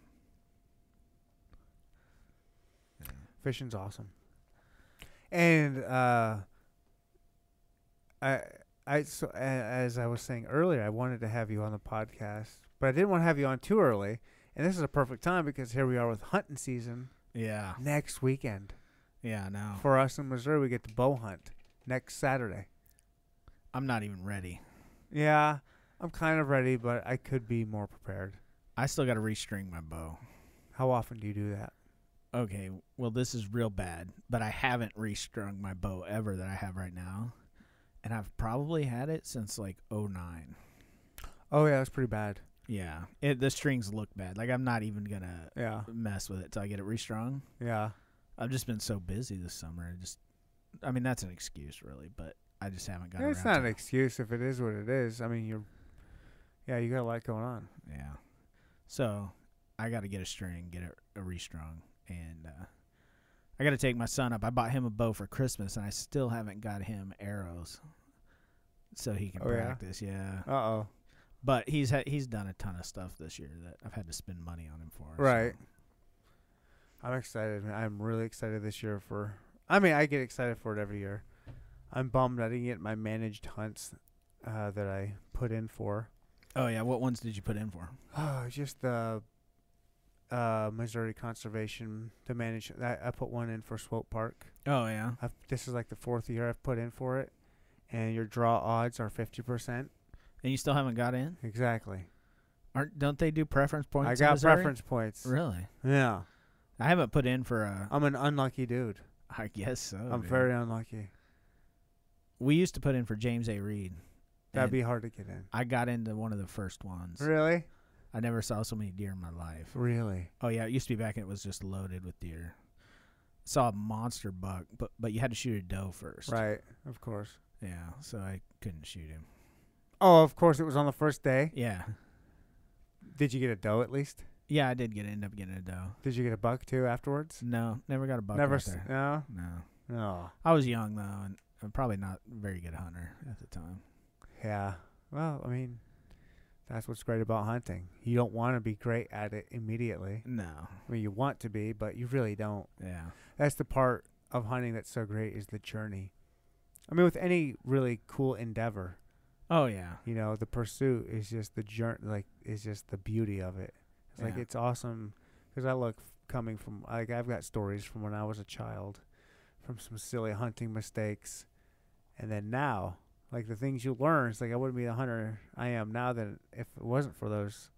Fishing's awesome. And uh, I, I so a- as I was saying earlier, I wanted to have you on the podcast, but I didn't want to have you on too early. And this is a perfect time because here we are with hunting season
Yeah,
next weekend
yeah. No,
for us in Missouri. We get to bow hunt next Saturday.
I'm not even ready.
Yeah, I'm kind of ready, but I could be more prepared.
I still got to restring my bow.
How often do you do that?
Okay, well, this is real bad, but I haven't restrung my bow ever that I have right now, and I've probably had it since like '09.
Oh yeah, that's pretty bad.
Yeah, it, the strings look bad. Like I'm not even gonna
Yeah,
mess with it till I get it restrung.
yeah.
I've just been so busy this summer. I just, I mean, that's an excuse, really, but I just haven't gotten.
It's
around
not
to
an
it.
excuse if it is what it is. I mean, you're. Yeah, you got a lot going on.
Yeah. So I got to get a string, get it a restrung, and uh, I got to take my son up. I bought him a bow for Christmas, and I still haven't got him arrows, so he can
Oh, yeah?
practice. Yeah.
Uh oh.
But he's ha- he's done a ton of stuff this year that I've had to spend money on him for. so-
Right. I'm excited. man. I'm really excited this year for. I mean, I get excited for it every year. I'm bummed I didn't get my managed hunts uh, that I put in for. (sighs)
Oh yeah. What ones did you put in for?
Oh, just the uh, Missouri Conservation to manage. I, I put one in for Swope Park.
Oh yeah.
I've, this is like the fourth year I've put in for it, and your draw odds are fifty percent
And you still haven't got in?
exactly.
Aren't don't they do preference points?
I
in
got
Missouri?
preference points.
Really?
Yeah,
I haven't put in for a. (laughs)
I'm an unlucky dude.
I guess so.
I'm
dude.
very unlucky.
We used to put in for James A. Reed.
That'd
and-
be hard to get in.
I got into one of the first ones.
Really?
I never saw so many deer in my life.
Really?
Oh yeah, it used to be back and it was just loaded with deer. Saw a monster buck, but but you had to shoot a doe first.
Right. Of course.
Yeah, so I couldn't shoot him.
Oh, of course. It was on the first day.
Yeah.
Did you get a doe at least?
Yeah, I did get end up getting a doe.
Did you get a buck too afterwards?
No, never got a buck
Never.
out
s eh.
there.
No.
No.
No.
I was young though and I'm probably not a very good hunter at the time.
Yeah. Well, I mean, that's what's great about hunting. You don't want to be great at it immediately.
No.
I mean, you want to be, but you really don't.
Yeah.
That's the part of hunting that's so great is the journey. I mean, with any really cool endeavor,
Oh yeah.
you know the pursuit is just the journey like is just the beauty of it it's like
Yeah.
it's awesome because i look f- coming from like i've got stories from when i was a child from some silly hunting mistakes and then now like the things you learn it's like i wouldn't be the hunter i am now than if it wasn't for those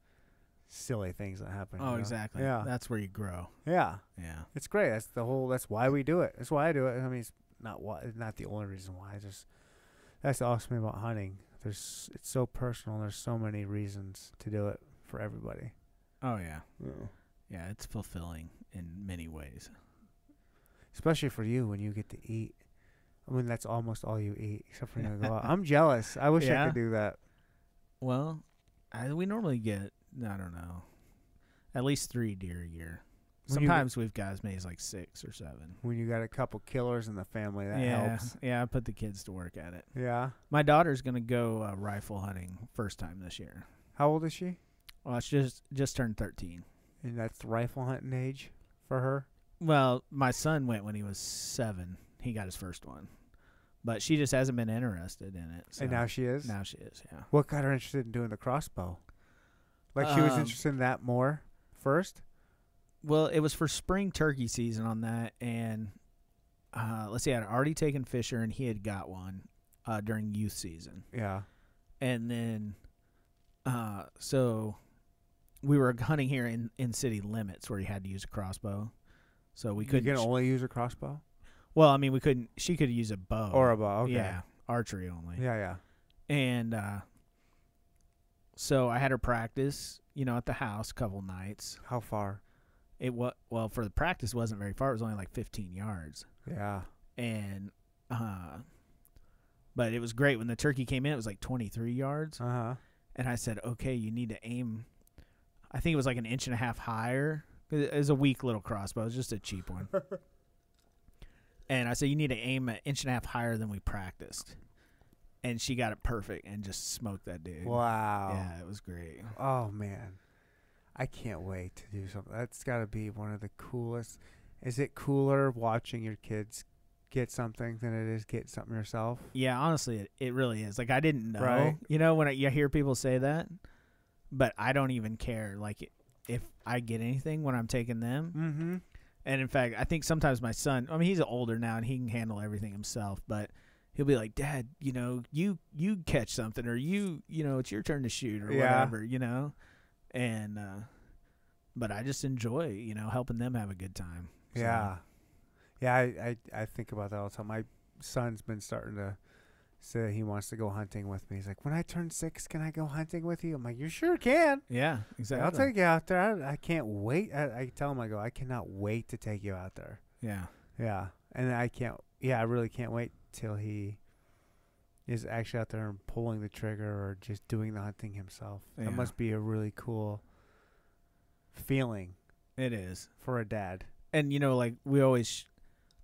silly things that happened you
Oh
know?
exactly.
yeah
That's where you grow.
yeah
Yeah.
it's great that's the whole that's why we do it that's why i do it i mean it's not why it's not the only reason why it's just that's the awesome thing about hunting there's it's so personal there's so many reasons to do it for everybody
Oh yeah. Yeah, it's fulfilling in many ways.
especially for you when you get to eat i mean that's almost all you eat except for when you go
(laughs)
out i'm jealous i wish i
Yeah?
could do that
Well, I, we normally get I don't know, at least three deer a year.
When you-
Sometimes we've got as many as like six or seven.
When you got a couple killers in the family, that
yeah,
helps.
yeah. I put the kids to work at it.
Yeah.
My daughter's gonna go uh, rifle hunting first time this year.
How old is she?
Well, she just just turned thirteen.
And that's rifle hunting age for her.
Well, my son went when he was seven. He got his first one, but she just hasn't been interested in it. So
and now she is.
now she is. Yeah.
What got her interested in doing the crossbow? Like she was
Um,
interested in that more first.
Well, it was for spring turkey season on that, and uh, let's see, I'd already taken Fisher, and he had got one uh, during youth season,
Yeah.
and then uh, so we were hunting here in in city limits where you had to use a crossbow, so we
You
couldn't.
can only use a crossbow
well, I mean, we couldn't. She could use a bow
or a bow. Okay.
Oh, yeah, archery only,
Yeah. Yeah.
and uh, so I had her practice, you know, at the house a couple nights.
How far?
It was well for the practice wasn't very far; it was only like fifteen yards.
Yeah.
and uh but it was great when the turkey came in it was like 23 yards
Uh huh.
and i said okay you need to aim i think it was like an inch and a half higher it it was a weak little crossbow it was just a cheap one and i said you need to aim an inch and a half higher than we practiced and she got it perfect and just smoked that dude
Wow.
yeah it was great
Oh man, I can't wait to do something. That's got to be one of the coolest. Is it cooler watching your kids get something than it is get something yourself?
yeah honestly it, it really is like i didn't know
Right.
you know when I, you hear people say that but i don't even care like if i get anything when i'm taking them
Mm-hmm.
And in fact, I think sometimes my son, I mean, he's older now and he can handle everything himself, but he'll be like, "Dad, you know, you you catch something or you, you know, it's your turn to shoot or
Yeah.
whatever, you know." And uh but I just enjoy, you know, helping them have a good time. So,
Yeah, yeah. I, I I think about that all the time. My son's been starting to say he wants to go hunting with me. He's like, when I turn six, can I go hunting with you? I'm like, you sure can.
Yeah,
Like,
exactly.
I'll take you out there. I, I can't wait. I, I tell him, I go, I cannot wait to take you out there.
yeah.
Yeah, and I can't. Yeah, I really can't wait till he is actually out there and pulling the trigger or just doing the hunting himself.
Yeah.
That must be a really cool feeling
It is.
for a dad.
And you know, like we always sh-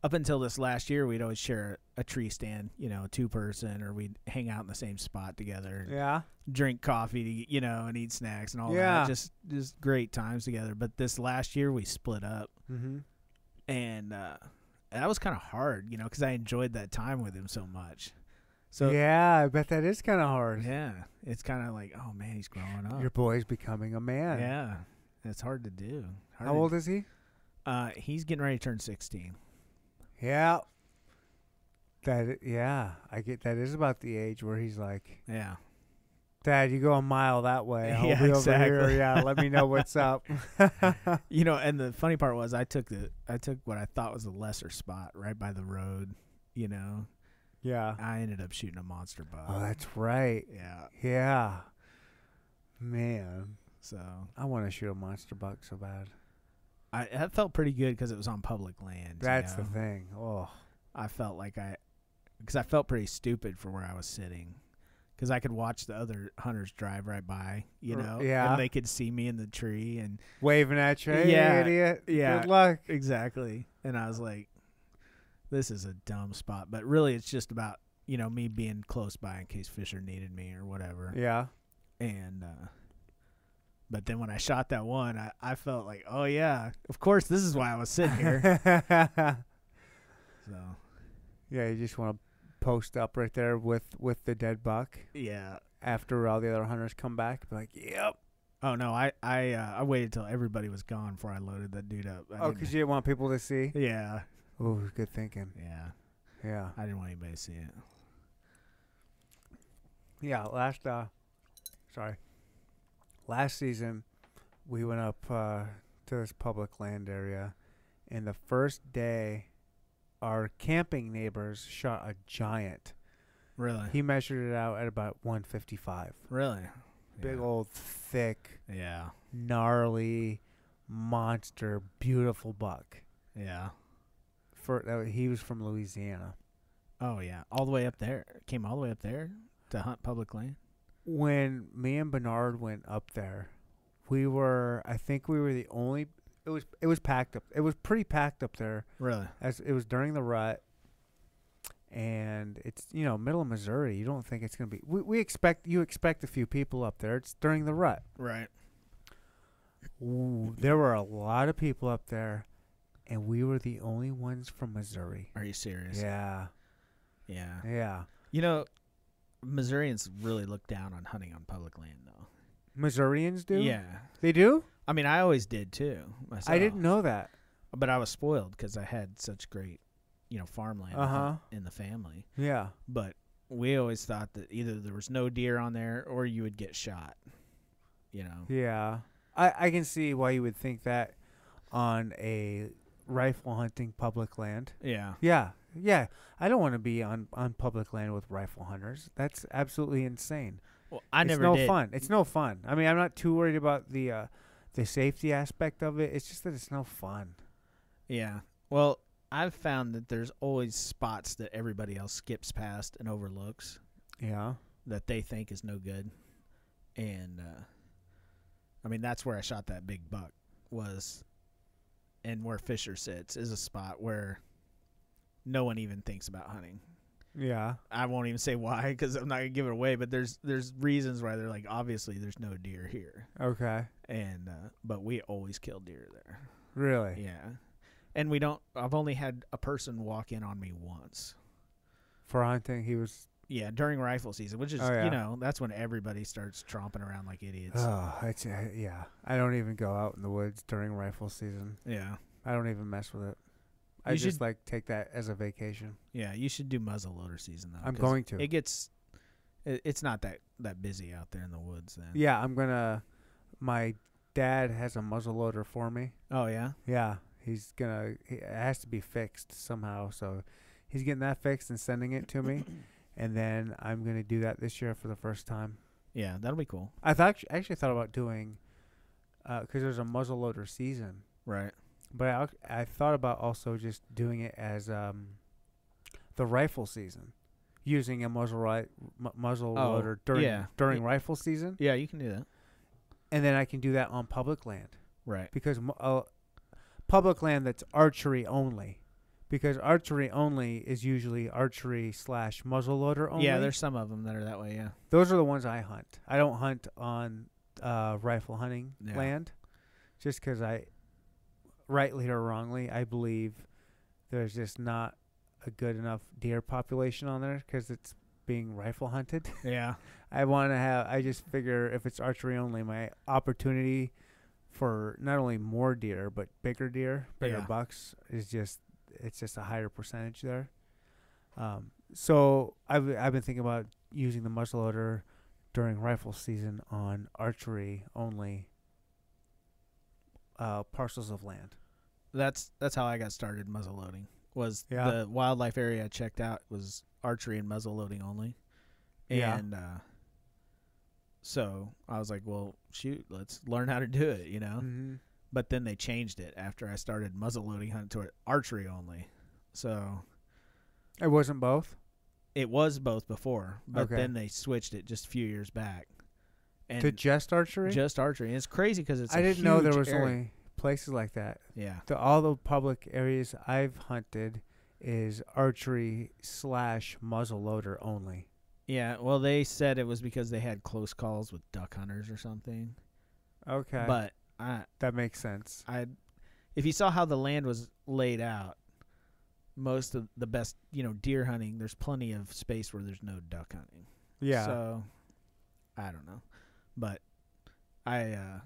up until this last year, we'd always share a tree stand, you know, two person or we'd hang out in the same spot together. and
Yeah,
drink coffee to you know and eat snacks and all
Yeah.
that just just great times together but this last year we split up
hmm
and uh that was kind of hard you know because i enjoyed that time with him so much so yeah,
yeah. I bet that is kind of hard.
it's kind of like oh man he's growing up
Your boy's becoming a man.
yeah it's hard to do Hard
How
to-
old is he?
uh he's getting ready to turn 16
Yeah. That i- yeah, I get that is about the age where he's like,
yeah
Dad, you go a mile that
(laughs)
way. I'll
Yeah,
be over here.
exactly.
Yeah, let me know what's
(laughs)
up.
you know and the funny part was i took the i took what i thought was the lesser spot right by the road you know
yeah.
(laughs) i ended up shooting a monster buck
Uh-huh. Oh, that's right.
yeah
Yeah. Man,
so
I want to shoot a monster buck so bad.
I that felt pretty good because it was on public land. you
That's the
know?
thing. Oh,
I felt like I, because I felt pretty stupid for where I was sitting, because I could watch the other hunters drive right by, you
R-
know,
yeah.
and they could see me in the tree, and
waving at you, hey,
Yeah,
idiot.
yeah.
Good luck.
exactly, and I was like, this is a dumb spot, but really it's just about you know me being close by in case Fisher needed me or whatever,
Yeah.
and. uh but then when I shot that one, I, I felt like, oh yeah, of course this is why I was
(laughs)
sitting here. so
yeah, you just want to post up right there with with the dead buck
yeah,
after all the other hunters come back. Be like, yep.
Oh no, I I uh, I waited till everybody was gone before I loaded that dude up.
Oh,
I didn't-
because you didn't want people to see.
(laughs) yeah,
Oh, good thinking.
yeah.
Yeah.
I didn't want anybody to see it.
Yeah, last uh sorry. Last season we went up uh to this public land area and the first day our camping neighbors shot a giant.
Really,
He measured it out at about 155.
really.
Big
yeah.
old thick,
Yeah,
gnarly monster, beautiful buck.
yeah.
For that he was from Louisiana.
Oh yeah, all the way up there. Came all the way up there to hunt public land.
when me and Bernard went up there, we were I think we were the only it was it was packed up. It was pretty packed up there.
Really?
As it was during the rut, and it's you know middle of Missouri. You don't think it's gonna be. We, we expect you expect a few people up there. It's during the rut.
Right.
Ooh, there were a lot of people up there, and we were the only ones from Missouri.
Are you serious?
Yeah,
Yeah.
yeah.
You know, Missourians really look down on hunting on public land, though.
Missourians do.
Yeah.
they do.
I mean, I always did too. Myself.
I didn't know that.
but I was spoiled because I had such great, you know, farmland in the-
Uh-huh.
in the family.
Yeah,
But we always thought that either there was no deer on there or you would get shot. You know,
yeah. I I can see why you would think that on a rifle hunting public land.
yeah,
Yeah, yeah. I don't want to be on on public land with rifle hunters. That's absolutely insane.
Well, I
it's
never
no
did.
fun. It's no fun. I mean, I'm not too worried about the uh, the safety aspect of it. It's just that it's no fun.
Yeah. Well, I've found that there's always spots that everybody else skips past and overlooks
Yeah.
that they think is no good. And uh, I mean, that's where I shot that big buck was, and where Fisher sits is a spot where no one even thinks about hunting.
Yeah.
I won't even say why because I'm not gonna give it away. But there's there's reasons why they're like obviously there's no deer here,
Okay.
and uh, but we always kill deer there.
Really.
Yeah, and we don't. I've only had a person walk in on me once.
For hunting, he was.
Yeah, during rifle season, which is
Oh, yeah.
you know that's when everybody starts tromping around like idiots.
Oh, it's, uh, yeah. I don't even go out in the woods during rifle season.
yeah,
I don't even mess with it. I
You
just
should-
like take that as a vacation.
yeah. You should do muzzle loader season though.
I'm
'cause
going to.
It gets. It, it's not that that busy out there in the woods then.
yeah, I'm gonna. My dad has a muzzleloader for me.
Oh yeah.
Yeah, he's gonna. he- It has to be fixed somehow. So he's getting that fixed and sending it to
(coughs)
me, and then I'm gonna do that this year for the first time.
Yeah, that'll be cool.
I thought I actually thought about doing, because there's a muzzleloader season,
Right.
but I, al- I thought about also just doing it as um, the rifle season, using a muzzle ri- mu- muzzle
Oh,
loader during
yeah.
during
Y-
rifle season,
Yeah, you can do that.
and then I can do that on public land.
Right.
because mo- uh, public land that's archery only, because archery only is usually archery slash muzzleloader only.
Yeah, there's some of them that are that way. Yeah.
those are the ones I hunt. I don't hunt on uh, rifle hunting
Yeah.
land, just because I, rightly or wrongly, I believe there's just not a good enough deer population on there because it's being rifle hunted.
Yeah.
I want to have. I just figure if it's archery only, my opportunity for not only more deer but bigger deer, bigger
Yeah.
bucks is just it's just a higher percentage there. Um, so I've I've been thinking about using the muzzleloader during rifle season on archery only uh, parcels of land.
that's that's how I got started muzzle loading. Was
Yeah.
the wildlife area I checked out was archery and muzzle loading only.
Yeah.
And uh so I was like, well, shoot, let's learn how to do it, you know.
Mm-hmm.
But then they changed it after I started muzzle loading hunt to archery only. So
It wasn't both.
it was both before, but
Okay.
then they switched it just a few years back. And
to just archery.
just archery. And it's crazy because it's
I
a
didn't know there
huge
was
area.
only places like that.
yeah
the all the public areas I've hunted is archery slash muzzleloader only.
yeah. Well, they said it was because they had close calls with duck hunters or something.
Okay,
But I,
that makes sense.
I, if you saw how the land was laid out, most of the best, you know, deer hunting, there's plenty of space where there's no duck hunting.
Yeah,
So, I don't know, but I, uh,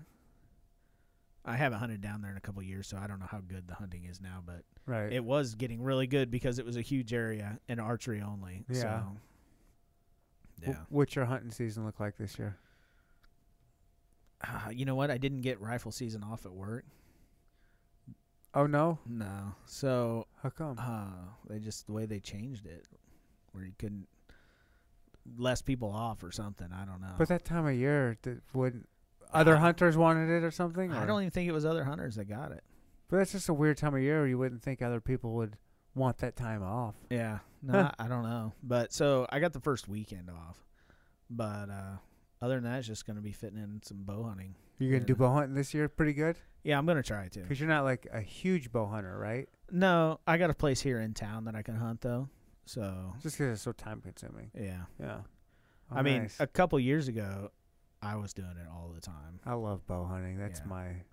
I haven't hunted down there in a couple years, so I don't know how good the hunting is now. But
right.
it was getting really good because it was a huge area and archery only.
Yeah.
So, yeah.
W- what's your hunting season look like this year?
Ah, (sighs) you know what? I didn't get rifle season off at work.
Oh no,
No. So
how come?
Uh, they just the way they changed it, where you couldn't less people off or something. I don't know.
but that time of year, th- wouldn't other hunters wanted it or something?
I
or-
don't e even think it was other hunters that got it.
But that's just a weird time of year. Where you wouldn't think other people would want that time off.
Yeah, no,
Huh.
I I don't know. But so I got the first weekend off, but uh, Other than that, it's just gonna be fitting in some bow hunting.
You're gonna do
Yeah.
bow hunting this year, pretty good,
Yeah, I'm gonna try to.
because you're not like a huge bow hunter, right?
No, I got a place here in town that I can hunt though. So
Just because it's so time consuming.
yeah,
Yeah. Oh,
I mean,
nice.
a couple years ago, I was doing it all the time.
I love bow hunting. That's
Yeah.
my.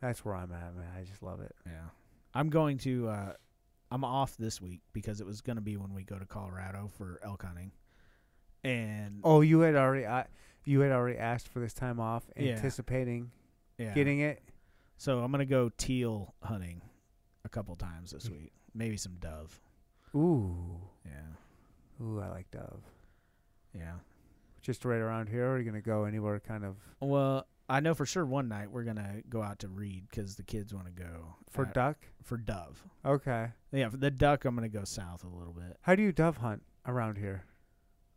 That's where I'm at, man. I just love it.
Yeah. I'm going to uh I'm off this week because it was going to be when we go to Colorado for elk hunting. And
Oh, you had already, I, you had already asked for this time off,
Yeah.
anticipating
yeah.
getting it.
so I'm going to go teal hunting a couple times
Hmm.
this week. Maybe some dove.
Ooh,
Yeah.
ooh, I like dove.
Yeah.
Just right around here. Or are you gonna go anywhere? Kind of
Well, I know for sure one night we're going to go out to Reed cuz the kids want to go
for
out-
duck.
for dove.
Okay.
Yeah, for the duck I'm going to go south a little bit.
How do you dove hunt around here?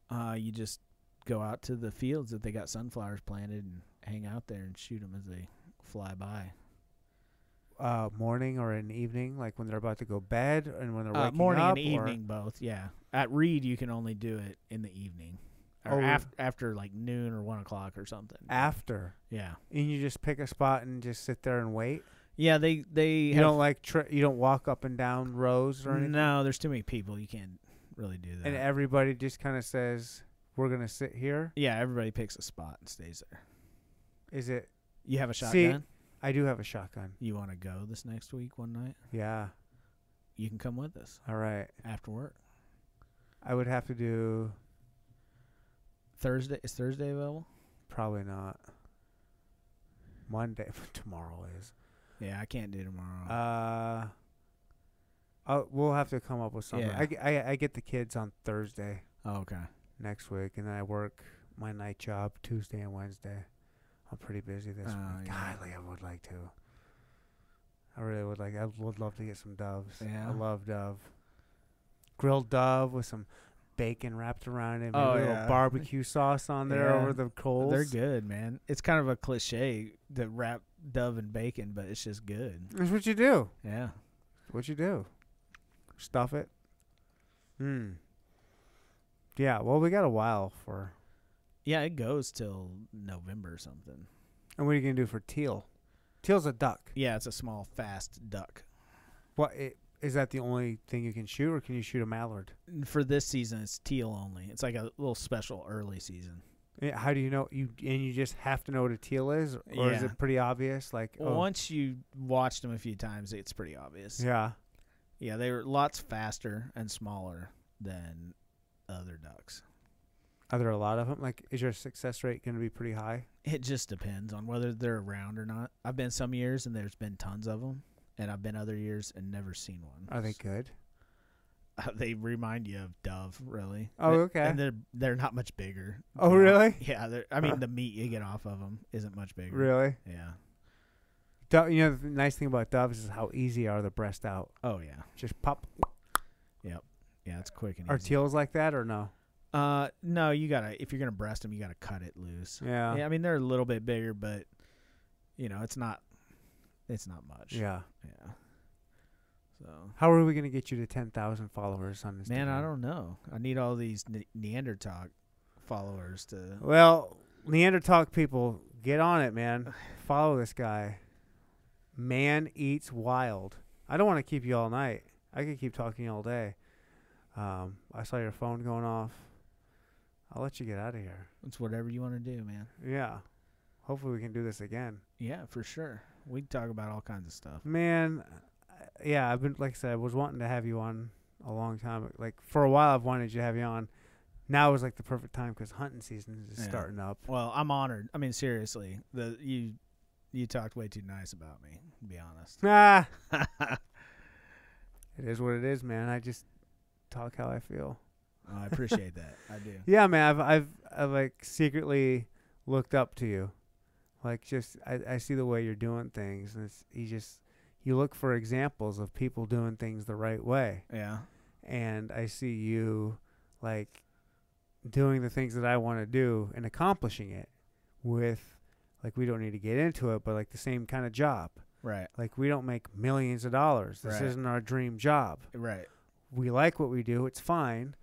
Uh you just go out to the fields that they got sunflowers planted and hang out there and shoot them as they fly by.
Uh, morning or an evening, like when they're about to go bed and when they're
Uh,
waking
morning
up,
and
or-
evening both. Yeah, at Reed you can only do it in the evening, or
Oh.
af- after like noon or one o'clock or something.
after,
yeah,
and you just pick a spot and just sit there and wait.
yeah. They they
You
have-
don't like tri- you don't walk up and down rows or anything.
no. There's too many people. You can't really do that.
And everybody just kind of says, "We're gonna sit here."
yeah, everybody picks a spot and stays there.
Is it?
You have a
See-
shotgun.
I do have a shotgun.
you want to go this next week one night?
Yeah.
You can come with us
All right.
after work.
I would have to do
Thursday is Thursday available?
probably not. Monday (laughs) tomorrow is.
Yeah, I can't do tomorrow.
Uh. I'll, we'll have to come up with something.
Yeah.
I, g- I- I get the kids on Thursday
oh, okay.
next week, and then I work my night job Tuesday and Wednesday. I'm pretty busy this
Oh,
week.
yeah.
Golly, I would like to. I really would like. I would love to get some doves.
Yeah.
I love dove. Grilled dove with some bacon wrapped around it, maybe a
Oh,
little
yeah.
barbecue sauce on there
Yeah.
over the coals.
They're good, man. It's kind of a cliche to wrap dove and bacon, but it's just good.
That's what you do.
Yeah.
What you do? Stuff it. Hmm. Yeah. Well, we got a while for.
Yeah, it goes till November or something.
And what are you gonna do for teal? Teal's a duck.
Yeah, it's a small, fast duck.
What i- is that? The only thing you can shoot, or can you shoot a mallard?
And For this season, it's teal only. It's like a little special early season.
Yeah, How do you know you? And you just have to know what a teal is, or is
Yeah.
it pretty obvious? Like, oh,
Once you watch them a few times, it's pretty obvious.
yeah.
Yeah, they were lots faster and smaller than other ducks.
Are there a lot of them? Like, is your success rate gonna be pretty high?
It just depends on whether they're around or not. I've been some years and there's been tons of them, and I've been other years and never seen one.
Are they good?
(laughs) they remind you of dove, really.
Oh,
They-
okay.
And they're they're not much bigger.
Oh,
Yeah.
really?
Yeah. They're, I mean, the meat you get off of them isn't much bigger.
Really?
Yeah.
Dove, you know, the nice thing about doves is how easy are the breast out.
Oh yeah.
Just pop.
Yeah, it's quick and
Are
easy.
teals like that or no?
uh, no, you gotta if you're gonna breast them, you gotta cut it loose.
Yeah.
I mean they're a little bit bigger, but you know it's not, it's not much.
Yeah.
Yeah. So.
How are we gonna get you to ten thousand followers on this?
Man, I don't know. I need all these ne- Neanderthal followers to.
Well, Neanderthal people, get on it, man. Follow this guy. Man eats wild. I don't want to keep you all night. I could keep talking all day. Um, I saw your phone going off. I'll let you get out of here.
It's whatever you want to do, man.
Yeah. Hopefully we can do this again.
Yeah, for sure. We can talk about all kinds of stuff.
Man, I- yeah, I've been like I said, I was wanting to have you on a long time. Like for a while, I've wanted you to have you on. Now is like the perfect time because hunting season is
Yeah.
starting up.
Well, I'm honored. I mean, seriously, the you you talked way too nice about me. To be honest.
(laughs)
Oh,
Ah, it is what it is, man. I just talk how I feel.
I appreciate that. I do.
Yeah, man. I've I've, I've like secretly looked up to you. Like just I, I see the way you're doing things, and it's you just you look for examples of people doing things the right way.
Yeah.
and I see you like doing the things that I want to do and accomplishing it with like we don't need to get into it, but like the same kind of job.
Right.
Like we don't make millions of dollars. This
Right.
isn't our dream job.
Right.
We like what we do. It's fine,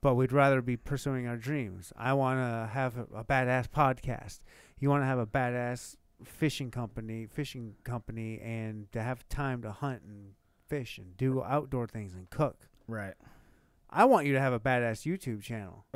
but we'd rather be pursuing our dreams. I want to have a, a badass podcast. You want to have a badass fishing company, fishing company, and to have time to hunt and fish and do outdoor things and cook.
Right. (laughs)
I want you to have a badass YouTube channel.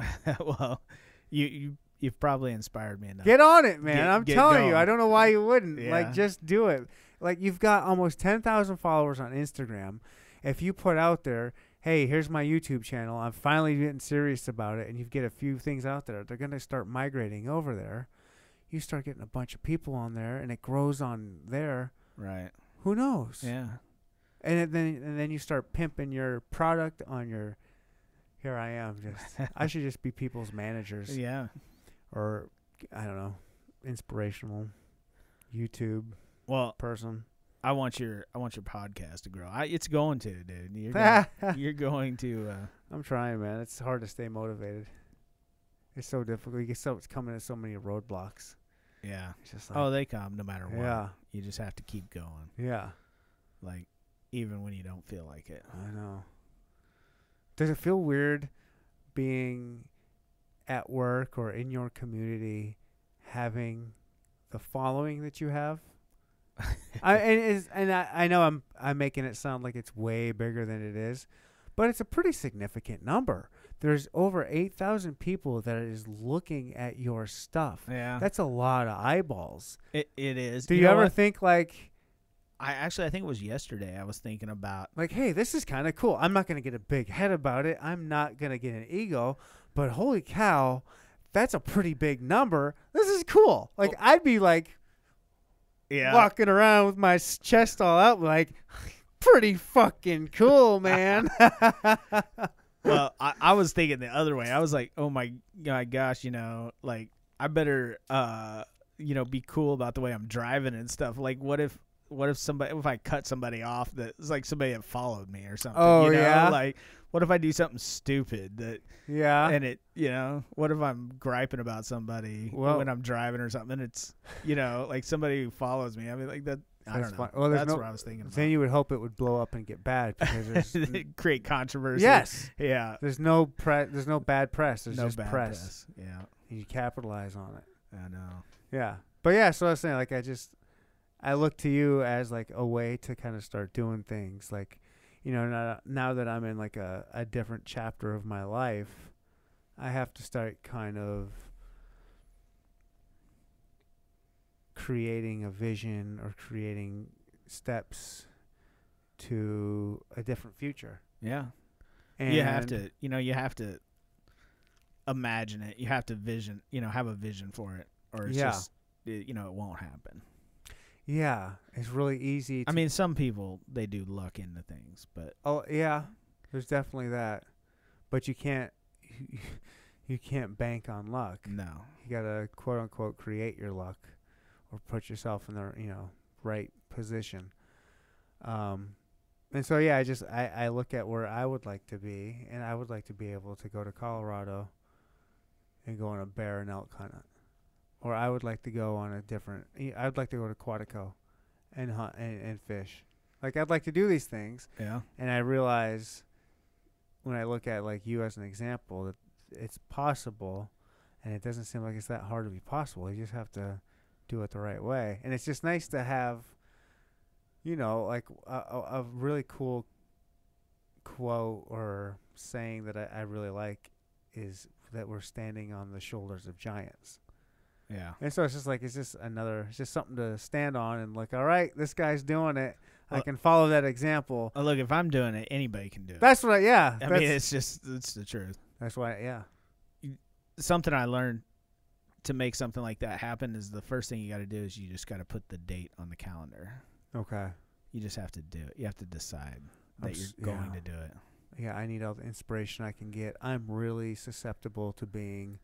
well, you you you've probably inspired me enough.
Get on it, man.
Get-
I'm
get
telling
going.
you. I don't know why you wouldn't.
Yeah.
Like, just do it. Like, you've got almost 10,000 followers on Instagram. If you put out there, hey, here's my YouTube channel, I'm finally getting serious about it, and you get a few things out there, they're going to start migrating over there. You start getting a bunch of people on there, and it grows on there.
Right.
Who knows?
Yeah.
And it- then and then you start pimping your product on your. Here I am.
(laughs)
Just I should just be people's managers
Yeah.
or I don't know, inspirational YouTube
Well,
person.
I want your I want your podcast to grow. I, it's going to, dude.
(laughs)
You're going,
I'm
you're going to. Uh,
trying, man. It's hard to stay motivated. It's so difficult. You get so it's coming at so many roadblocks.
yeah.
It's just
Oh,
like,
they come no matter what.
yeah,
You just have to keep going,
yeah.
like even when you don't feel like it.
I know. Does it feel weird being at work or in your community having the following that you have?
(laughs)
I and is and I, I know I'm I'm making it sound like it's way bigger than it is, but it's a pretty significant number. There's over eight thousand people that is looking at your stuff.
Yeah.
That's a lot of eyeballs.
It, it is.
Do you,
know
ever
what?
think like
I actually I think it was yesterday. I was thinking about
like, hey, this is kind of cool. I'm not going to get a big head about it. I'm not going to get an ego, but holy cow, that's a pretty big number. This is cool. Like, I'd be like
Oh. yeah.
(laughs) walking around with my s- chest all out, like, pretty fucking
(laughs)
cool, man.
well, I, I was thinking the other way. I was like, oh my, my gosh, you know, like I better, uh, you know, be cool about the way I'm driving and stuff. Like, what if, what if somebody, if I cut somebody off that's like somebody that followed me or something?
Oh,
you know?
yeah.
Like, what if I do something stupid that,
yeah.
and it, you know, what if I'm griping about somebody
Well-
when I'm driving or something? And it's, you know, like somebody who follows me. I mean, like that. I
That's
don't know.
fine. Well, there's
that's
no-
what I was thinking.
Then you would hope it would blow up and get bad because
(laughs)
there's
About. Create controversy.
yes,
Yeah.
there's no pre- there's no bad press. There's
no
just
bad
press.
press. Yeah.
and you capitalize on it.
I know.
Yeah. But yeah, so I was saying like I just I look to you as like a way to kind of start doing things like you know now, now that I'm in like a, a different chapter of my life, I have to start kind of creating a vision or creating steps to a different future.
Yeah.
And
you have to, you know, you have to imagine it. You have to vision, you know, have a vision for it or it's
Yeah.
just it, you know, it won't happen.
Yeah, it's really easy to
I mean, some people they do luck into things, but
Oh yeah, there's definitely that, but you can't (laughs) you can't bank on luck.
no.
You gotta quote unquote create your luck, or put yourself in the you know right position. Um, and so yeah, I just I I look at where I would like to be, and I would like to be able to go to Colorado and go on a bear and elk hunt, or I would like to go on a different. I would like to go to Quantico, and hunt and, and fish. Like I'd like to do these things
Yeah.
and I realize when I look at like you as an example that it's possible, and it doesn't seem like it's that hard to be possible. You just have to do it the right way, and it's just nice to have, you know, like a, a, a really cool quote or saying that I, I really like is that we're standing on the shoulders of giants.
Yeah.
And so it's just like it's just another it's just something to stand on and like, all right, this guy's doing it. I
Well-
can follow that example.
Oh, look, if I'm doing it, anybody can do it.
That's what I yeah.
I
that's,
mean, it's just it's the truth.
that's why yeah.
Something I learned to make something like that happen is the first thing you got to do is you just got to put the date on the calendar.
Okay.
You just have to do it. You have to decide
I'm
that you're
s-
going
yeah.
to do it.
Yeah, I need all the inspiration I can get. I'm really susceptible to being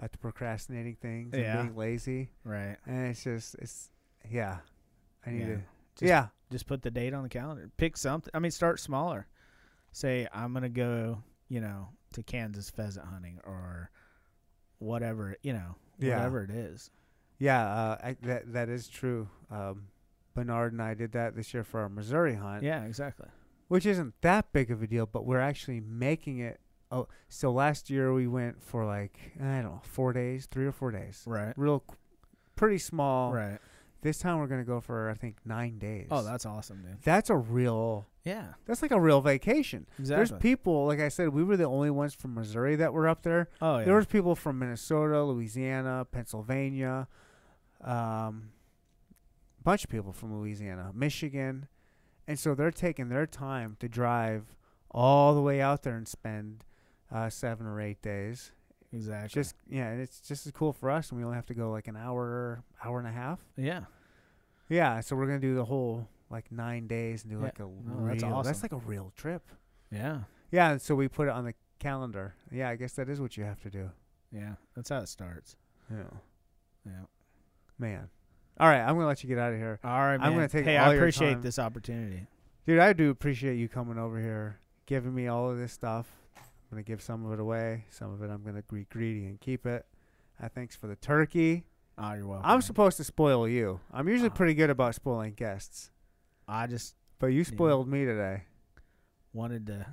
uh, to procrastinating things
Yeah.
and being lazy.
Right.
And it's just it's yeah. I need
Yeah.
to
Just-
Yeah.
just put the date on the calendar. Pick something. I mean, start smaller. Say I'm gonna go, you know, to Kansas pheasant hunting or whatever, you know,
Yeah.
whatever it is.
Yeah, uh, I, that that is true. Um Bernard and I did that this year for our Missouri hunt.
Yeah, exactly.
which isn't that big of a deal, but we're actually making it Oh, so last year we went for like I don't know, four days, three or four days.
Right.
Real, qu- pretty small.
Right.
This time we're gonna go for I think nine days.
Oh, that's awesome, dude.
that's a real.
Yeah.
That's like a real vacation.
Exactly.
There's people, like I said, we were the only ones from Missouri that were up there.
oh yeah.
There was people from Minnesota, Louisiana, Pennsylvania, um, bunch of people from Louisiana, Michigan, and so they're taking their time to drive all the way out there and spend uh, seven or eight days.
exactly.
Just yeah, and it's just as cool for us, and we only have to go like an hour, hour and a half.
yeah.
Yeah, so we're gonna do the whole like nine days and do
Yeah.
like a
No,
real,
that's
that's,
awesome.
like a real trip.
Yeah.
Yeah, and so we put it on the calendar. Yeah, I guess that is what you have to do.
Yeah. That's how it starts.
Yeah.
Yeah.
Man. All right, I'm gonna let you get out of here,
All right, man.
I'm gonna take
Hey,
all
I
your
appreciate
time.
this opportunity.
dude. I do appreciate you coming over here, giving me all of this stuff. I'm gonna give some of it away, some of it I'm gonna be greedy and keep it. Uh, thanks for the turkey.
Oh, you're welcome.
I'm
man.
supposed to spoil you. I'm usually
Ah.
pretty good about spoiling guests,
I just
but you spoiled me today.
wanted to,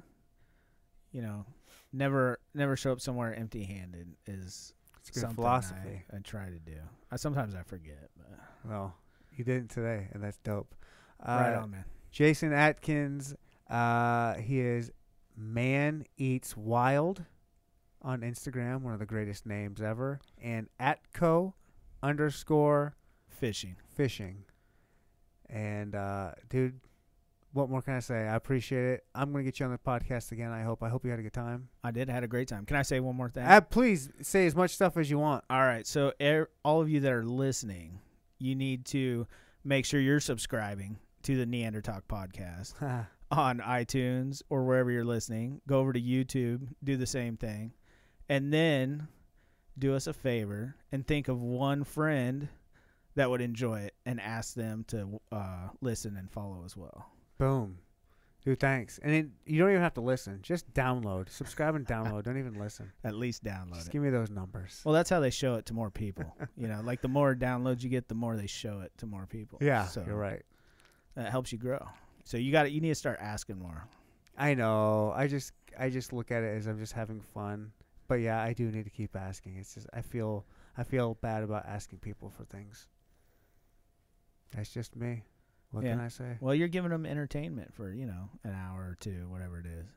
you know, never never show up somewhere empty-handed is
It's good
something
philosophy.
I, I try to do. I sometimes I forget. But
Well, you didn't today, and that's dope. Uh,
right on, man.
Jason Atkins. Uh, he is Man Eats Wild on Instagram, one of the greatest names ever, and Atco underscore
Fishing.
fishing. And uh, dude, what more can I say? I appreciate it. I'm gonna get you on the podcast again. I hope. I hope you had a good time.
I did had a great time. Can I say one more thing?
Uh, please say as much stuff as you want. (laughs)
All right. So er, all of you that are listening, you need to make sure you're subscribing to the Neanderthal podcast on iTunes or wherever you're listening. Go over to YouTube, do the same thing, and then do us a favor and think of one friend that would enjoy it and ask them to uh, listen and follow as well.
Boom. Dude, thanks. And it, you don't even have to listen. Just download, subscribe, and download. don't even
(laughs)
listen.
At least download
Just
it.
give me those numbers.
Well, that's how they show it to more people. you know, like the more downloads you get, the more they show it to more people.
Yeah,
so
you're right.
That helps you grow. So you got to You need to start asking more.
I know. I just I just look at it as I'm just having fun. But yeah, I do need to keep asking. It's just I feel I feel bad about asking people for things. That's just me. What
Yeah.
can I say?
Well, you're giving them entertainment for you know an hour or two, whatever it is.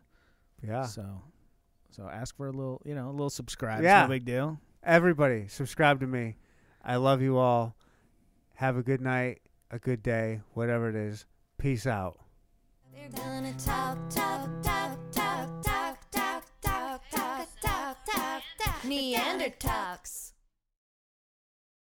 Yeah.
So, so ask for a little, you know, a little subscribe. Yeah.
Yeah.
No big deal.
Everybody, subscribe to me. I love you all. Have a good night, a good day, whatever it is. Peace out.
They're gonna talk, talk, talk, talk, talk, talk, talk, talk, talk, talk, talk, Neanderthals.